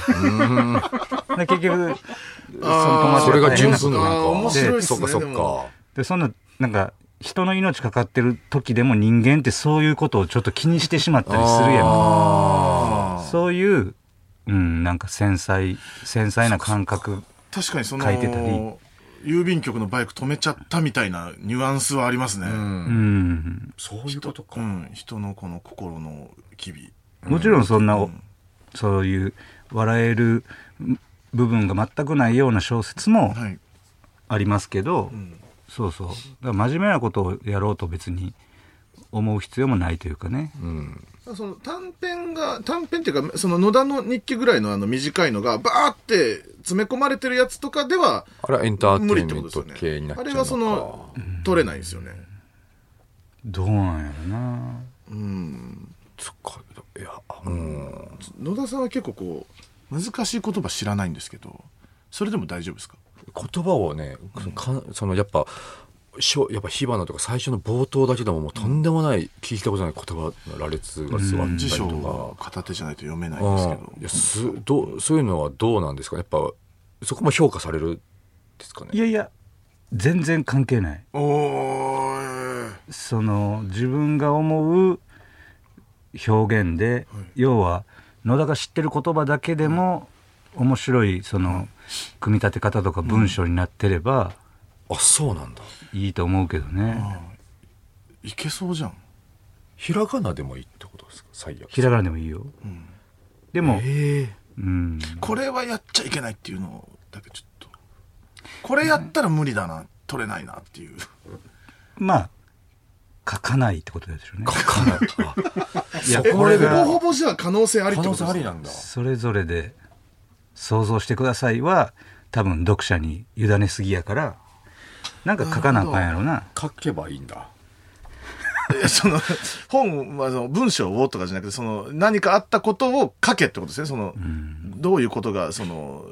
Speaker 3: で結局その友
Speaker 1: あー
Speaker 3: 達
Speaker 2: それが純粋な
Speaker 1: あー
Speaker 2: の
Speaker 1: 面
Speaker 2: か。
Speaker 1: 白いっす
Speaker 2: そっ
Speaker 1: ね
Speaker 2: かそっ
Speaker 1: で
Speaker 2: か
Speaker 1: も。
Speaker 3: でそんななんか人の命かかってる時でも人間ってそういうことをちょっと気にしてしまったりするやん
Speaker 1: ああ。
Speaker 3: そういう、うん、なんか繊細繊細な感覚
Speaker 1: 確かにその、
Speaker 3: 書いてたり
Speaker 1: 郵便局のバイク止めちゃったみたいなニュアンスはありますね。
Speaker 3: うん
Speaker 2: そういうこと
Speaker 1: う。ん、人のこの心の機微。
Speaker 3: もちろんそんな、そういう笑える部分が全くないような小説も
Speaker 1: はい。
Speaker 3: ありますけど、そうそうだから真面目なことをやろうと別に思う必要もないというかね、
Speaker 2: うん。
Speaker 1: その短編が、短編っていうか、その野田の日記ぐらいのあの短いのが、バーって詰め込まれてるやつとかでは、
Speaker 2: あれはエンター
Speaker 1: 無
Speaker 2: テイ
Speaker 1: 理
Speaker 2: ン
Speaker 1: って
Speaker 2: メ
Speaker 1: こ
Speaker 2: ン
Speaker 1: と
Speaker 2: ト
Speaker 1: ですよ
Speaker 2: 系に
Speaker 1: ね
Speaker 2: な。っち
Speaker 1: あ
Speaker 2: ゃう
Speaker 1: れ
Speaker 2: のか。
Speaker 1: はその、取れないですよね。
Speaker 3: どうなんやろな
Speaker 1: うん。
Speaker 2: そっか。いや、うん。
Speaker 1: 野田さんは結構こう、難しい言葉知らないんですけど、それでも大丈夫ですか
Speaker 2: 言葉をね、かんそのやっぱ、しょやっぱ火花とか最初の冒頭だけでももうとんでもない、聞いたことない言葉の羅列が座ったり
Speaker 1: 辞書
Speaker 2: とか。
Speaker 1: を片手じゃないと読めないんですけ
Speaker 2: うんいやすどうそういうのはどうなんですかやっぱそこも評価されるんですかね
Speaker 3: いやいや全然関係ない
Speaker 1: ど。おー
Speaker 3: その自分が思う表現で、要は野田が知ってる言葉だけでも面白いその組み立て方とか文章になってれば
Speaker 2: あそうなんだ
Speaker 3: いいと思うけどね、
Speaker 1: いけそうじゃん。
Speaker 2: ひらがなでもいいってことですか最悪
Speaker 3: ひらがなでもいいよ、でも、
Speaker 2: ええ
Speaker 3: うん
Speaker 1: これはやっちゃいけないっていうのだけちょっとこれやったら無理だな取れないなっていう
Speaker 3: まあ書かないってことですよね
Speaker 2: 書かないあ [laughs]
Speaker 3: いや
Speaker 2: そ
Speaker 3: これ
Speaker 1: ほぼ
Speaker 3: が
Speaker 1: ほぼじゃあ可能性ありって
Speaker 2: 可
Speaker 1: こ
Speaker 2: 能
Speaker 1: と
Speaker 2: 性
Speaker 1: で
Speaker 2: あ
Speaker 1: す
Speaker 2: り
Speaker 1: ね
Speaker 2: なんだ
Speaker 3: それぞれで想像してくださいは多分読者に委ねすぎやからなんか書かなあかんやろな
Speaker 2: 書けばいいんだ
Speaker 1: いや [laughs] その本はその文章をとかじゃなくてその何かあったことを書けってことですねその、どういうことがその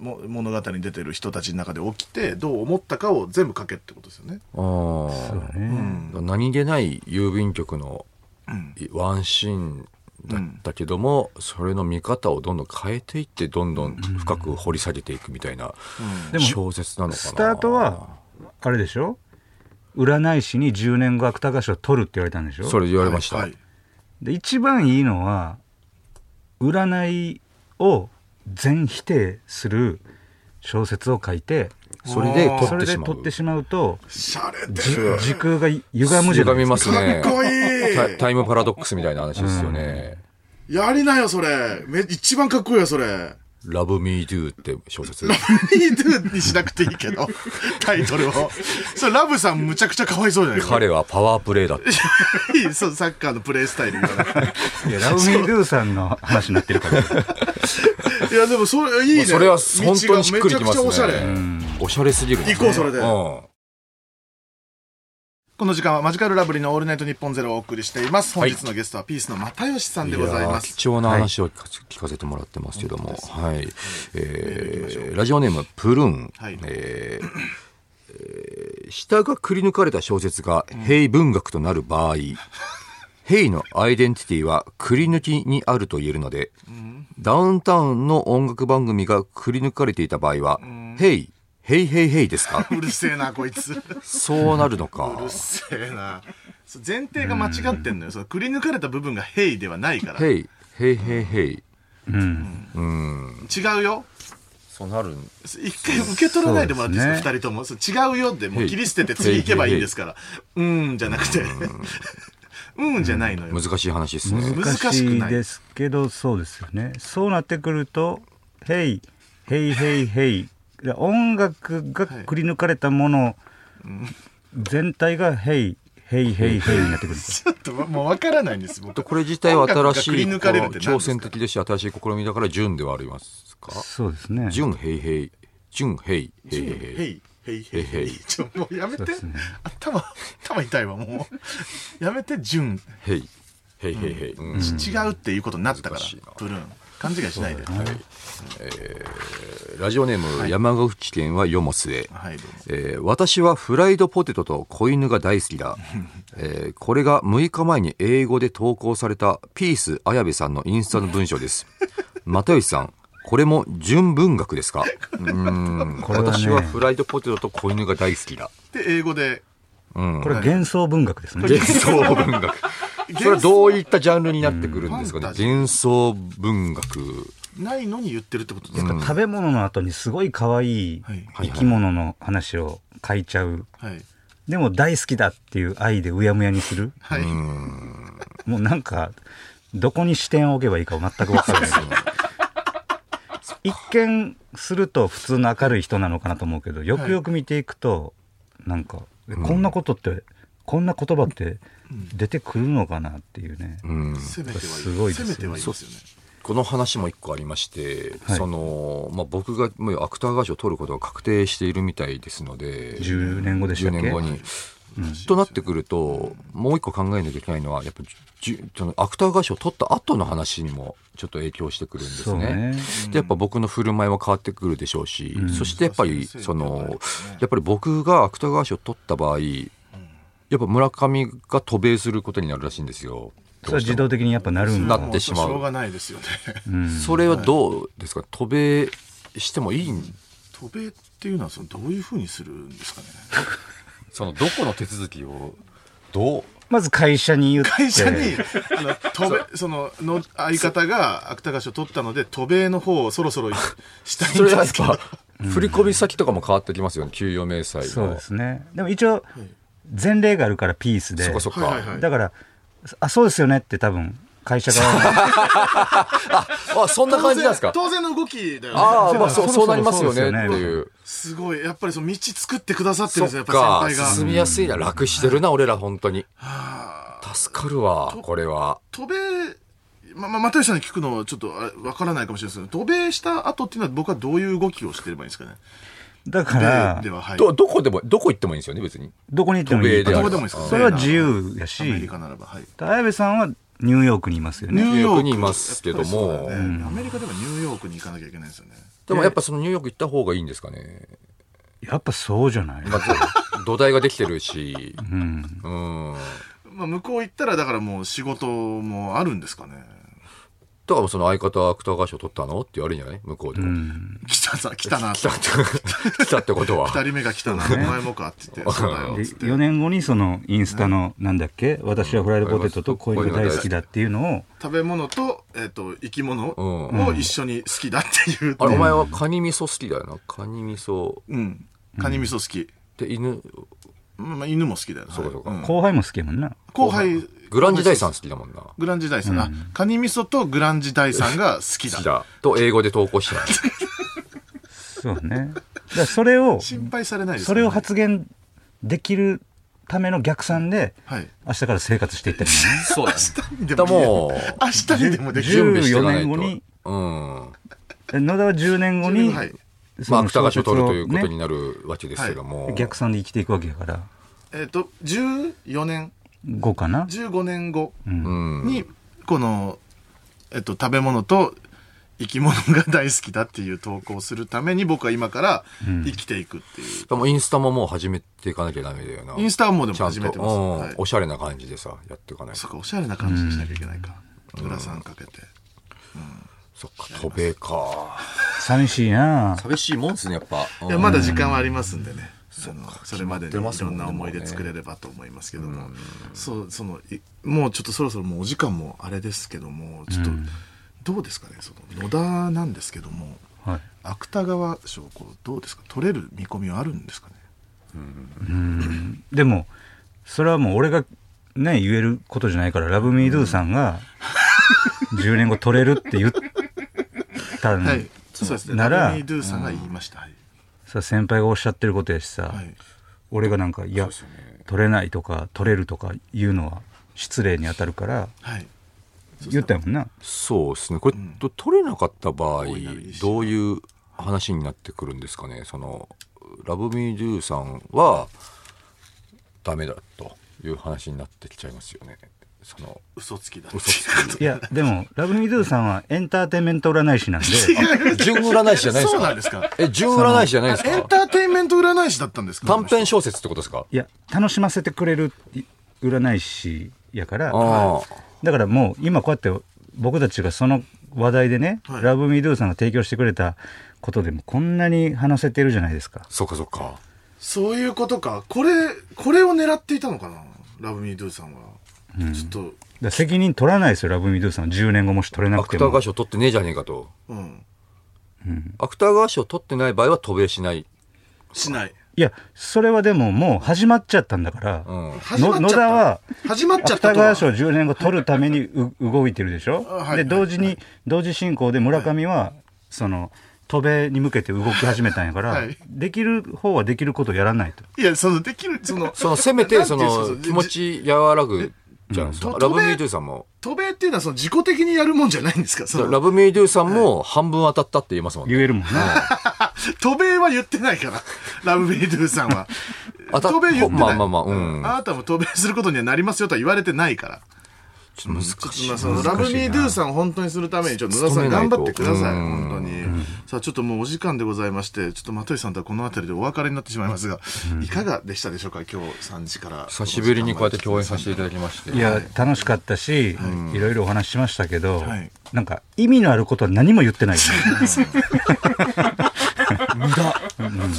Speaker 1: も物語に出てる人たちの中で起きてどう思ったかを全部書けってことですよね。
Speaker 2: ああ、
Speaker 3: ね
Speaker 2: 何気ない郵便局のワンシーンだったけども、それの見方をどんどん変えていってどんどん深く掘り下げていくみたいな
Speaker 3: でも
Speaker 2: 小説なのかな
Speaker 3: スタートはあれでしょ占い師に10年後芥川賞取るって言われたんでしょ
Speaker 2: それ言われました、
Speaker 1: はい
Speaker 3: で一番いいのは占いを全否定する小説を書いて
Speaker 2: それで撮
Speaker 3: そ
Speaker 2: って
Speaker 3: れで
Speaker 2: しま
Speaker 3: 撮っ
Speaker 2: う
Speaker 3: て。しまうと、
Speaker 1: シャレて
Speaker 3: じ
Speaker 1: る。
Speaker 3: 時空が歪むじゃ
Speaker 2: 歪
Speaker 3: ないで
Speaker 2: み
Speaker 3: すか。
Speaker 2: ますね。
Speaker 1: かっこいい
Speaker 2: タイタイムパラドックスみたいな話ですよね。
Speaker 1: やりなよ、それ。め、一番かっこいいよ、それ。
Speaker 2: ラブミードゥって小説。
Speaker 1: Me too にしなくていいけ
Speaker 2: [laughs]
Speaker 1: ど、タイトルを。それ、ラブさんむちゃくちゃかわいそうじゃないか。
Speaker 2: 彼はパワープレイだって。
Speaker 1: [laughs] そう、サッカーのプレースタイルみたいな。
Speaker 3: いや、ラブミードゥさんの話になってるから。
Speaker 1: いや、でも、それ、いいね。
Speaker 2: それは本当にしっくりき
Speaker 1: 道がめちゃ
Speaker 2: ますね。
Speaker 1: くちゃおしゃれ。
Speaker 2: おしゃれすぎる、
Speaker 1: 行こうそれで
Speaker 2: ん
Speaker 1: この時間はマジカルラブリーのオールナイトニッポンゼロをお送りしています。本日のゲストはピースの又吉さんでございま
Speaker 2: やー
Speaker 1: す。
Speaker 2: 貴重な話を聞かせ聞かせてもらってますけども、はい。えーラジオネーム、プルーン。
Speaker 1: はい
Speaker 2: えーえー下がくり抜かれた小説が、ヘイ文学となる
Speaker 1: [laughs]
Speaker 2: 場合、ヘイのアイデンティティはくり抜きにあると言えるので、ダウンタウンの音楽番組がくり抜かれていた場合は、ヘイ、ヘイヘイヘイですか
Speaker 1: うるせえな、こいつ。うる
Speaker 2: そうなる
Speaker 1: [laughs]
Speaker 2: のか。
Speaker 1: せえな。そう前提が間違ってんのよ。そのくり抜かれた部分がヘイではないから。
Speaker 2: ヘイ、ヘイヘイヘイ。
Speaker 3: うん。
Speaker 1: 違うよ。
Speaker 2: そうなるん
Speaker 1: 一回受け取らないでもらっていいです
Speaker 3: そ
Speaker 1: か、二人とも。そう違うよって、もう切り捨てて次行けばいいんですから。うーんじゃなくて。 [laughs] うんじゃないのよ。
Speaker 2: 難しい話ですね。
Speaker 1: 難
Speaker 3: 難
Speaker 1: しく
Speaker 3: しい
Speaker 1: ない
Speaker 3: ですけど、そうですよね。そうなってくると、ヘイ、ヘイヘイヘイ。音楽がくり抜かれたもの、全体がヘイ、ヘイヘイヘイになってくる。
Speaker 1: ちょっともう分からないんです、僕。
Speaker 2: これ自体は新しい
Speaker 1: 音楽がくり抜かれるって何ですか
Speaker 2: 挑戦的ですし新しい試みだから純ではありますか
Speaker 3: そうですね。
Speaker 2: 純ヘイヘイ純ヘイヘ
Speaker 1: ヘ
Speaker 2: イ
Speaker 1: イ
Speaker 2: ヘイヘ
Speaker 1: ヘ
Speaker 2: イ
Speaker 1: イヘイヘイヘ
Speaker 2: へいへ
Speaker 1: イ
Speaker 2: い
Speaker 1: ちょもうやめて、
Speaker 3: そうですね
Speaker 1: 頭頭痛いわもうやめて純
Speaker 2: ヘイヘイヘイヘイうん
Speaker 1: 違うっていうことになったから
Speaker 2: 難しいな
Speaker 1: プルーン勘違いしないではい、
Speaker 2: ラジオネーム山口県はよもすえ
Speaker 1: はい、どうも
Speaker 2: えー私はフライドポテトと子犬が大好きだ、えーこれが6日前に英語で投稿されたピース綾部さんのインスタの文章です又吉さんこれも純文学ですかうーん
Speaker 3: これはね
Speaker 2: 私はフライドポテトと子犬が大好きだ
Speaker 1: で英語で
Speaker 2: うん
Speaker 3: これ幻想文学ですね。
Speaker 2: 幻想文学。それはどういったジャンルになってくるんですか
Speaker 1: う
Speaker 2: ね。
Speaker 1: ん
Speaker 2: 幻想文学。
Speaker 1: ないのに言ってるってことですか、
Speaker 3: 食べ物の後にすごい可愛い
Speaker 1: はい
Speaker 2: はい
Speaker 3: 生き物の話を書いちゃう。
Speaker 1: はい
Speaker 3: でも大好きだっていう愛でうやむやにする。
Speaker 1: はい、
Speaker 3: もうなんか、どこに視点を置けばいいか全く分からない。一見すると普通の明るい人なのかなと思うけど、よくよく見ていくと、なんか、えこんなことって、こんな言葉って出てくるのかなっていうね。
Speaker 2: うん。
Speaker 1: 攻めてはい
Speaker 3: すごいです
Speaker 1: 攻
Speaker 3: よ
Speaker 1: めてはいますよね
Speaker 2: この話も一個ありまして、
Speaker 3: はい
Speaker 2: その、まあ、僕がもう芥川賞を取ることが確定しているみたいですので、
Speaker 3: 10年後でした
Speaker 2: 10
Speaker 3: っけ
Speaker 2: 年後に。となってくると、もう一個考えなきゃいけないのは、やっぱ、じゅその芥川賞を取った後の話にもちょっと影響してくるんです
Speaker 3: そうね。
Speaker 2: でやっぱ僕の振る舞いは変わってくるでしょうし、そしてやっぱり
Speaker 1: そうそ
Speaker 2: そ
Speaker 1: うそう
Speaker 2: のやっぱり僕が芥川賞を取った場合やっぱ村上が渡米することになるらしいんですよ。
Speaker 3: それは自動的にやっぱなるんだ
Speaker 2: な。ってしまう
Speaker 1: もしょうがないですよね [laughs]
Speaker 2: それはどうですか渡米してもいいん
Speaker 1: 渡米っていうのはそのどういうふうにするんですかね
Speaker 2: そのどこの手続きをどう
Speaker 3: まず会社に言って。
Speaker 1: 会社に、あの、渡米、その、の、相方が芥川賞取ったので、渡米の方をそろそろしたい
Speaker 2: そ
Speaker 1: ん
Speaker 2: れ
Speaker 1: で
Speaker 2: はやっ
Speaker 1: すけど
Speaker 2: ぱ。 [laughs] 振り込み先とかも変わってきますよね給与明細の
Speaker 3: そうですね。でも一応、前例があるからピースで。
Speaker 2: そっかそっか、
Speaker 1: はいはいはい
Speaker 3: だから、あ、そうですよねって多分、会社側
Speaker 2: あそんな感じなんですか
Speaker 1: 当然当然の動きだよね。
Speaker 2: ああ
Speaker 3: 然
Speaker 2: まあそう
Speaker 3: そ
Speaker 2: そう
Speaker 3: もそも
Speaker 2: なりますよね
Speaker 3: そ
Speaker 2: って
Speaker 3: うですよね
Speaker 2: いう。
Speaker 1: すごい。やっぱりその道作ってくださってるん
Speaker 2: そ
Speaker 1: ですよ、や
Speaker 2: っ
Speaker 1: っぱ
Speaker 2: か
Speaker 1: り先輩
Speaker 2: 進
Speaker 1: が。
Speaker 2: みやすいな楽してるな俺ら本当に助かるわこれは
Speaker 1: 渡米、ま、ま、又吉さんに聞くのはちょっとあれわからないかもしれないですけど、渡米した後っていうのは僕はどういう動きをしてればいいんですかね。
Speaker 3: の。 [laughs] だから
Speaker 1: で、は、はい。
Speaker 2: どどこでもどこ行ってもいいんですよね別に
Speaker 3: どこに行ってもいい
Speaker 2: 渡米であ
Speaker 1: ど
Speaker 2: る
Speaker 1: こでもいいですか
Speaker 3: それは自由や
Speaker 1: アメリ
Speaker 3: し、
Speaker 1: カならば、はい。
Speaker 3: 綾部さんはニューヨークにいますよ
Speaker 1: ニ
Speaker 3: ね。
Speaker 1: ューヨーク
Speaker 2: ニューヨークにいますけども
Speaker 1: やっぱりそうだよねアメリカでもニューヨークに行かなきゃいけないんですよね。
Speaker 2: でもやっぱそのニューヨーク行った方がいいんですかね、
Speaker 3: やっぱそうじゃない
Speaker 2: まあ、土台ができてるし
Speaker 3: うん。
Speaker 2: うん
Speaker 1: まあ、向こう行ったら、だからもう仕事もあるんですかね。
Speaker 2: だからその相方は芥川賞取ったのって言われるんじゃない向こうでも、
Speaker 3: うん
Speaker 1: 来た
Speaker 2: [laughs]
Speaker 1: さ、来たな、
Speaker 2: 来たって来たって [laughs] ことは
Speaker 1: 二人目が来たな、お前もかって言って、そうだよ、
Speaker 3: で
Speaker 1: つって。
Speaker 3: 4年後にそのインスタのなんだっけ私はフライドポテトと恋が大好きだっていうのを
Speaker 1: 食べ物と、えっ、と、生き物
Speaker 2: うん
Speaker 1: を一緒に好きだっていう。
Speaker 2: あれお前はカニ味噌好きだよなカニ味噌
Speaker 1: うん。カニ味噌好き。
Speaker 2: で、犬、
Speaker 1: まあ、犬も好きだよ。
Speaker 2: そうかそうか
Speaker 1: ん
Speaker 3: 後輩も好きやもんな。
Speaker 1: 後輩、
Speaker 2: グランジ大さん好きだもんな。好
Speaker 1: グランジ大さんが、カニ味噌とグランジ大さんが好きだ
Speaker 2: き。だ。と、英語で投稿した。
Speaker 3: そうね。だからそ
Speaker 1: [laughs]
Speaker 3: れを、
Speaker 1: 心配されないですか
Speaker 3: それを発言できるための逆算で、
Speaker 1: はい。
Speaker 3: 明日から生活していったりね。
Speaker 2: そうだ。
Speaker 1: で
Speaker 2: だもう、
Speaker 1: 明日にでもでき
Speaker 2: 準
Speaker 1: る。
Speaker 2: 備していかないと。
Speaker 3: 14年後に
Speaker 2: うん。
Speaker 3: え野田は10年後に、
Speaker 1: はい。
Speaker 3: そ
Speaker 2: まあ、
Speaker 3: の
Speaker 2: 芥川賞取るというこ
Speaker 3: 小
Speaker 2: と
Speaker 3: 説を
Speaker 2: に
Speaker 3: ね
Speaker 2: なるわけですけども。
Speaker 3: 逆算で生きていくわけやから、
Speaker 1: えっ、と、14年、
Speaker 3: 5かな。
Speaker 1: 15年後
Speaker 2: うん。
Speaker 1: に、この、えっ、と、食べ物と生き物が大好きだっていう投稿をするために、僕は今から生きていくっていう。
Speaker 2: でもインスタももう始めていかなきゃダメだよな。
Speaker 1: インスタはもうでも
Speaker 2: ちゃんと
Speaker 1: 始めてます。
Speaker 2: うん
Speaker 1: はい、
Speaker 2: おしゃれな感じでさ、やっていかない
Speaker 1: そ
Speaker 2: と。
Speaker 1: っか、おしゃれな感じにしなきゃいけないか。裏さんかけて。
Speaker 2: そっか、渡米か。
Speaker 3: 寂しいな
Speaker 2: 寂しいもんっすね、やっぱ。
Speaker 1: いやまだ時間はありますんでね。そのそれまでにいろんな思い出作れればと思いますけども、そうそのいもうちょっとそろそろもうお時間もあれですけどもちょっと、どうですかねその野田なんですけども
Speaker 3: はい。
Speaker 1: 芥川賞こうどうですか取れる見込みはあるんですかね
Speaker 3: でも、それはもう俺がね、言えることじゃないから、ラブミードゥさんが、10年後取れるって言ったの、
Speaker 1: はいそうですね
Speaker 3: なら
Speaker 1: ラブミードゥさんが言いました、はい
Speaker 3: さ先輩がおっしゃってることやしさ、
Speaker 1: はい
Speaker 3: 俺がなんか、いや、取れないとか、取れるとか言うのは失礼に当たるから、
Speaker 1: はい
Speaker 3: 言ったもんな。
Speaker 2: そうですね。これ、と取れなかった場合
Speaker 1: 多いなり、
Speaker 2: どういう話になってくるんですかね。その、ラブミードゥさんは、ダメだという話になってきちゃいますよね。その、
Speaker 1: 嘘つきだ
Speaker 2: 嘘つ
Speaker 3: いや、でも、ラブミードゥさんはエンターテインメント占い師なん
Speaker 2: [laughs]
Speaker 3: で、
Speaker 2: き。純占い師じゃないですか
Speaker 1: そうなんですか
Speaker 2: え、純占い師じゃないです
Speaker 1: エン
Speaker 2: か
Speaker 1: ターテインメント占い師だったんですか
Speaker 2: 短編小説ってことですか
Speaker 3: いや、楽しませてくれる占い師やから、
Speaker 2: ああ。
Speaker 3: だからもう今こうやって僕たちがその話題でね「
Speaker 1: はい
Speaker 3: ラブミードゥさんが提供してくれたことでもこんなに話せてるじゃないですか
Speaker 2: そっかそっか。
Speaker 1: そういうことか。これ、これを狙っていたのかなラブミードゥさんは。ちょっと、
Speaker 3: だから責任取らないですよラブミードゥさんは10年後もし取れなくて
Speaker 2: 芥
Speaker 3: も
Speaker 2: 川賞取ってねえじゃねえかと。
Speaker 1: うん。
Speaker 2: 芥川賞取ってない場合は渡米しない。
Speaker 1: しない。
Speaker 3: いやそれはでももう始まっちゃったんだから、
Speaker 2: うん。
Speaker 1: 始まっちゃっ
Speaker 3: 野
Speaker 1: た。
Speaker 3: 田は
Speaker 1: 始まっちゃった
Speaker 3: 芥
Speaker 1: とは
Speaker 3: 川賞10年後取るためにう動いてるでしょ、
Speaker 1: あはい
Speaker 3: で同時に、同時進行で村上は、その渡米に向けて動き始めたんやから、
Speaker 1: はい
Speaker 3: できる方はできることをやらないと
Speaker 1: いや、その、できる、その、
Speaker 2: その、せめて、そ
Speaker 1: なんてい
Speaker 2: の
Speaker 1: う、んですか
Speaker 2: 気持ち和らぐじゃないです
Speaker 1: う
Speaker 2: か。
Speaker 1: ん
Speaker 2: ラブミードゥさんも。
Speaker 1: 渡米っていうのは、その、自己的にやるもんじゃないんですかそ
Speaker 2: ラ
Speaker 1: の、
Speaker 2: ブミードゥさんも半分当たったって言いますもんね。
Speaker 3: 言えるもんね、
Speaker 1: 渡米は言ってないから、ラブミードゥさんは。
Speaker 2: 当た
Speaker 1: 渡米言ってない。
Speaker 2: まあまあまあ、うん。
Speaker 1: あなたも渡米することにはなりますよとは言われてないから。
Speaker 2: ちょっと難しい。
Speaker 1: ちょっとまあそのラブミードゥさんを本当にするためにちょっと野田さん頑張ってください
Speaker 2: う
Speaker 1: 本
Speaker 2: ん
Speaker 1: 当にさあちょっともうお時間でございましてちょっと又吉さんとはこの辺りでお別れになってしまいますがいかがでしたでしょうか今日3時から
Speaker 2: 久しぶりにこうやって共演させていただきまして。
Speaker 3: いや、楽しかったし、いろいろお話ししましたけど、
Speaker 1: はい
Speaker 3: なんか意味のあることは何も言ってないですね。
Speaker 2: [laughs] 無駄。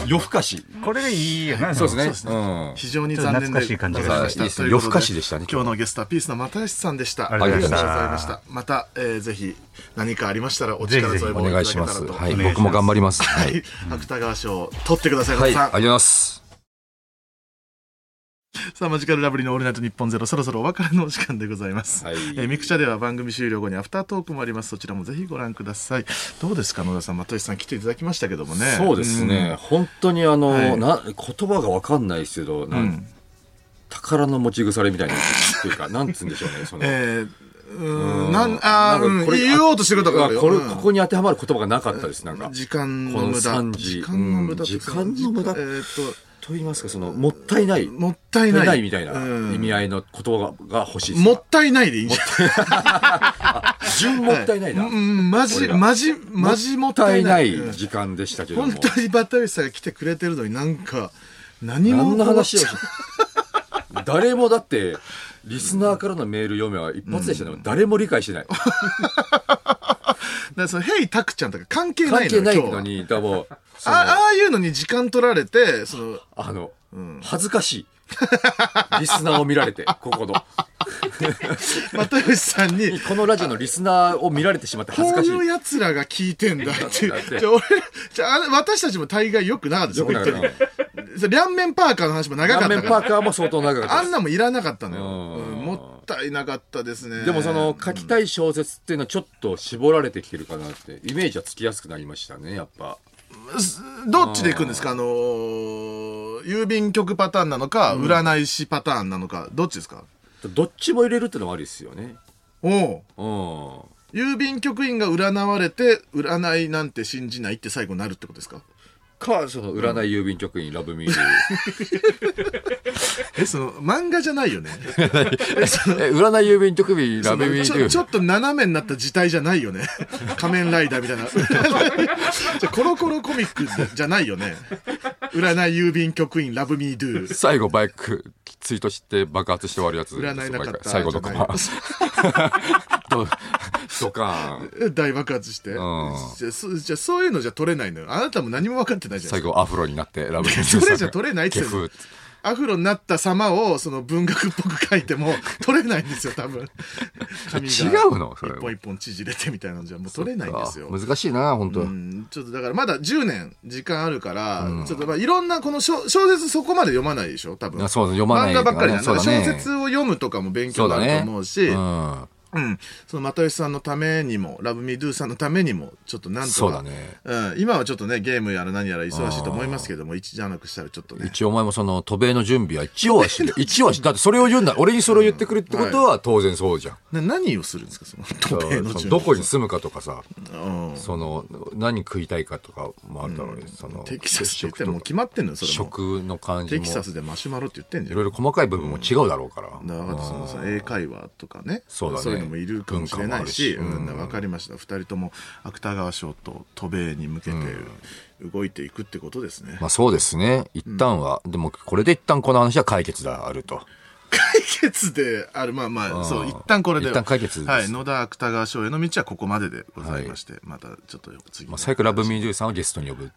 Speaker 2: 夜更かし。
Speaker 3: これがいいよな。
Speaker 2: そうですね。
Speaker 1: 非常に残念で
Speaker 3: ちょっと懐かしい感じ
Speaker 1: ございまし
Speaker 2: い
Speaker 1: た
Speaker 2: いですね
Speaker 1: ということ
Speaker 2: 夜更かしでしたね
Speaker 1: 今日のゲストはピースの又吉さんでした
Speaker 3: ありがとうございました
Speaker 1: したまたえーぜひ何かありましたらお力添え
Speaker 2: お
Speaker 1: もいた
Speaker 2: 願
Speaker 1: だ
Speaker 2: い
Speaker 1: け
Speaker 2: した
Speaker 1: ら
Speaker 2: ま
Speaker 1: と
Speaker 2: す。
Speaker 1: 思います
Speaker 2: はい。僕も頑張ります。は。
Speaker 1: はい
Speaker 2: はい
Speaker 1: い芥川賞を取ってください、
Speaker 2: あり
Speaker 1: 野田
Speaker 2: が
Speaker 1: さん
Speaker 2: とうございます。
Speaker 1: さあ、マジカルラブリーのオールナイトニッポンゼロ、そろそろお別れのお時間でございます。
Speaker 2: はい
Speaker 1: えーミクチャでは番組終了後にアフタートークもあります。そちらもぜひご覧ください。どうですか、野田さん、又吉さん来ていただきましたけどもね。
Speaker 2: そうですね、本当にあの、
Speaker 1: はい
Speaker 2: な言葉が分かんないですけど、
Speaker 1: う。
Speaker 2: なん
Speaker 1: うんん
Speaker 2: 宝の持ち腐れみたいなっていうかなんつうんでしょうねその、
Speaker 1: えー、うー
Speaker 2: うん
Speaker 1: ん、なん、あー
Speaker 2: なん
Speaker 1: うん
Speaker 2: かこれ
Speaker 1: 言おうとしてることがある
Speaker 2: う
Speaker 1: よ。
Speaker 2: わこれ
Speaker 1: うん
Speaker 2: ここに当てはまる言葉がなかったですなんか
Speaker 1: 時間の無
Speaker 2: こ
Speaker 1: 駄
Speaker 2: の。
Speaker 1: 時
Speaker 2: 時
Speaker 1: 間の無駄っ
Speaker 2: う
Speaker 1: て
Speaker 2: ん時間の無駄
Speaker 1: えーっ
Speaker 2: と言いますかそのもったいない
Speaker 1: と、
Speaker 2: もっ
Speaker 1: もった
Speaker 2: た
Speaker 1: い
Speaker 2: い
Speaker 1: ない。
Speaker 2: ないみたいな
Speaker 1: うん
Speaker 2: 意味合いの言葉がが欲しいです、
Speaker 1: もったいないでいいんじゃない
Speaker 2: 純もったい [laughs] ないな、
Speaker 1: うんうん、マ
Speaker 2: こ
Speaker 1: ジ、
Speaker 2: れが
Speaker 1: マジ、マジも
Speaker 2: も
Speaker 1: っ
Speaker 2: ったた
Speaker 1: い
Speaker 2: い
Speaker 1: な。
Speaker 2: ないい時間でしたけれど
Speaker 1: 本
Speaker 2: も
Speaker 1: 当にバタ吉さんが来てくれてるのになんか、何も。
Speaker 2: 何の話をし誰もだってリスナーからのメール読めは一発でしたね、誰も理解してない
Speaker 1: だ [laughs] からその、ヘイタクちゃんとか関係な
Speaker 2: 関
Speaker 1: いの
Speaker 2: 係
Speaker 1: よ、
Speaker 2: ない
Speaker 1: 今日
Speaker 2: の
Speaker 1: は。
Speaker 2: に、多分、その
Speaker 1: あああいうのに時間取られて、その、 [laughs]
Speaker 2: あの、恥ずかしい。リスナーを見られて、ここの。
Speaker 1: 又吉さんに、
Speaker 2: このラジオのリスナーを見られてしまって恥ず
Speaker 1: こ
Speaker 2: か
Speaker 1: う
Speaker 2: し
Speaker 1: い
Speaker 2: い。
Speaker 1: う奴らが聞いてんだって。 [laughs]
Speaker 2: だって
Speaker 1: じゃあ俺、じゃああれ私たちも大概良くなかったですよ、
Speaker 2: 良く
Speaker 1: 本
Speaker 2: な
Speaker 1: 当
Speaker 2: か
Speaker 1: に
Speaker 2: っ。
Speaker 1: それ両面パーカーの話も長かった
Speaker 2: ラ
Speaker 1: か
Speaker 2: ーメ
Speaker 1: ら
Speaker 2: ンパーカーも相当長かった
Speaker 1: あ
Speaker 2: で
Speaker 1: ん
Speaker 2: す
Speaker 1: なもんいらなかったのよ、
Speaker 2: うん
Speaker 1: うんもったいなかったですね
Speaker 2: でもその書きたい小説っていうのはちょっと絞られてきてるかなってイメージはつきやすくなりましたねやっぱ
Speaker 1: どっちで行くんですかあのー郵便局パターンなのか、占い師パターンなのかどっちですか
Speaker 2: どっちも入れるってのもありですよね
Speaker 1: おう
Speaker 2: うん
Speaker 1: 郵便局員が占われて占いなんて信じないって最後になるってことですか
Speaker 2: かその占い郵便局員ラブミール
Speaker 1: [laughs] えその漫画じゃないよね
Speaker 2: え占い郵便局員ラブミ
Speaker 1: そのちょち
Speaker 2: ー
Speaker 1: ょ
Speaker 2: ル
Speaker 1: っと斜めになった字体じゃないよね [laughs] 仮面ライダーみたいな [laughs] じゃコロコロコミックじゃないよね占い郵便局員ラブミードゥ
Speaker 2: 最後バイクツイートして爆発して終わるやつ
Speaker 1: 占いなかった
Speaker 2: 最後のコマ [laughs]
Speaker 1: じ
Speaker 2: ドドカーン
Speaker 1: 大爆発して、
Speaker 2: ん
Speaker 1: じゃそじゃそういうのじゃ取れないのよあなたも何も分かってないじゃん
Speaker 2: 最後アフロになってラブミール
Speaker 1: それじゃ取れないって
Speaker 2: ケフ
Speaker 1: アフロになった様をその文学っぽく書いても取れないんですよ
Speaker 2: [laughs]
Speaker 1: 多分髪
Speaker 2: 違
Speaker 1: が
Speaker 2: うのそれ
Speaker 1: 一本一本縮れてみたいなのじゃもう取れないんですよ
Speaker 2: あ難しいな本当、
Speaker 1: うんちょっとだからまだ10年時間あるから、ちょっとまあいろんなこの小小説そこまで読まないでしょ多分
Speaker 2: あそう読まない
Speaker 1: 漫画ばっかりじゃ
Speaker 2: そう
Speaker 1: な
Speaker 2: だ
Speaker 1: い、
Speaker 2: ね
Speaker 1: 小説を読むとかも勉強
Speaker 2: そ
Speaker 1: にな
Speaker 2: うだ
Speaker 1: る
Speaker 2: ね
Speaker 1: と思うし
Speaker 2: ん、
Speaker 1: うん、その又吉さんのためにもラブミードゥさんのためにもちょっとなんとか
Speaker 2: そうだね
Speaker 1: うん、今はちょっとねゲームやら何やら忙しいと思いますけども一じゃなくしたらちょっとね
Speaker 2: 一応お前もその渡米の準備は一応
Speaker 1: [laughs]
Speaker 2: はして一応はしだってそれを言うんだ俺にそれを言ってくるってことは当然そうじゃん、
Speaker 1: な何をするんですかその
Speaker 2: だ
Speaker 1: [laughs] 渡
Speaker 2: か
Speaker 1: 米
Speaker 2: ら
Speaker 1: の
Speaker 2: その
Speaker 1: 順
Speaker 2: どこに住むかとかさ
Speaker 1: うん
Speaker 2: その何食いたいかとかもあるだろうね、その
Speaker 1: テキサスって言って
Speaker 2: 食と
Speaker 1: もう決まってんのよそれも
Speaker 2: 食の感じ
Speaker 1: テ
Speaker 2: も
Speaker 1: キサスでマシュマロって言ってんじ
Speaker 2: い
Speaker 1: ゃん
Speaker 2: ろいろ細かい部分も違うだろうから、
Speaker 1: だからそのさ英会話とかね
Speaker 2: そうだね
Speaker 1: いうのもいるかもしれないし、
Speaker 2: 文化もあるし
Speaker 1: うん分かりました2人とも芥川賞と渡米に向けて動いていくってことですね、
Speaker 2: まあそうですね一旦は、でもこれで一旦この話は解決であると
Speaker 1: 解決であるまあま
Speaker 2: う
Speaker 1: あ
Speaker 2: ん
Speaker 1: そう一旦これで
Speaker 2: 一旦解決です
Speaker 1: はい、野田芥川賞への道はここまででございまして、またちょっと次、
Speaker 2: まあ、最悪ラブミードゥさんをゲストに呼ぶ。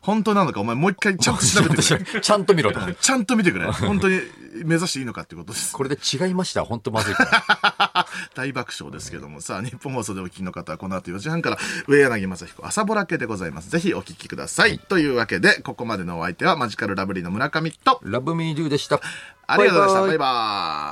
Speaker 1: 本当なのかお前もう一回ちゃんと [laughs] 調べ
Speaker 2: [laughs]
Speaker 1: てくれ
Speaker 2: ちゃんと見ろと。
Speaker 1: ちゃんと見てくれ本当に目指していいのかってことです
Speaker 2: これで違いました。本当まずいから。
Speaker 1: 大爆笑ですけども、さあ日本放送でお聞きの方はこの後4時半から上柳正彦朝ぼら系でございますぜひお聞きください、というわけでここまでのお相手はマジカルラブリーの村上と
Speaker 2: ラブミードゥでした。
Speaker 1: ありがとうございました
Speaker 2: バイバイ
Speaker 1: バイバイ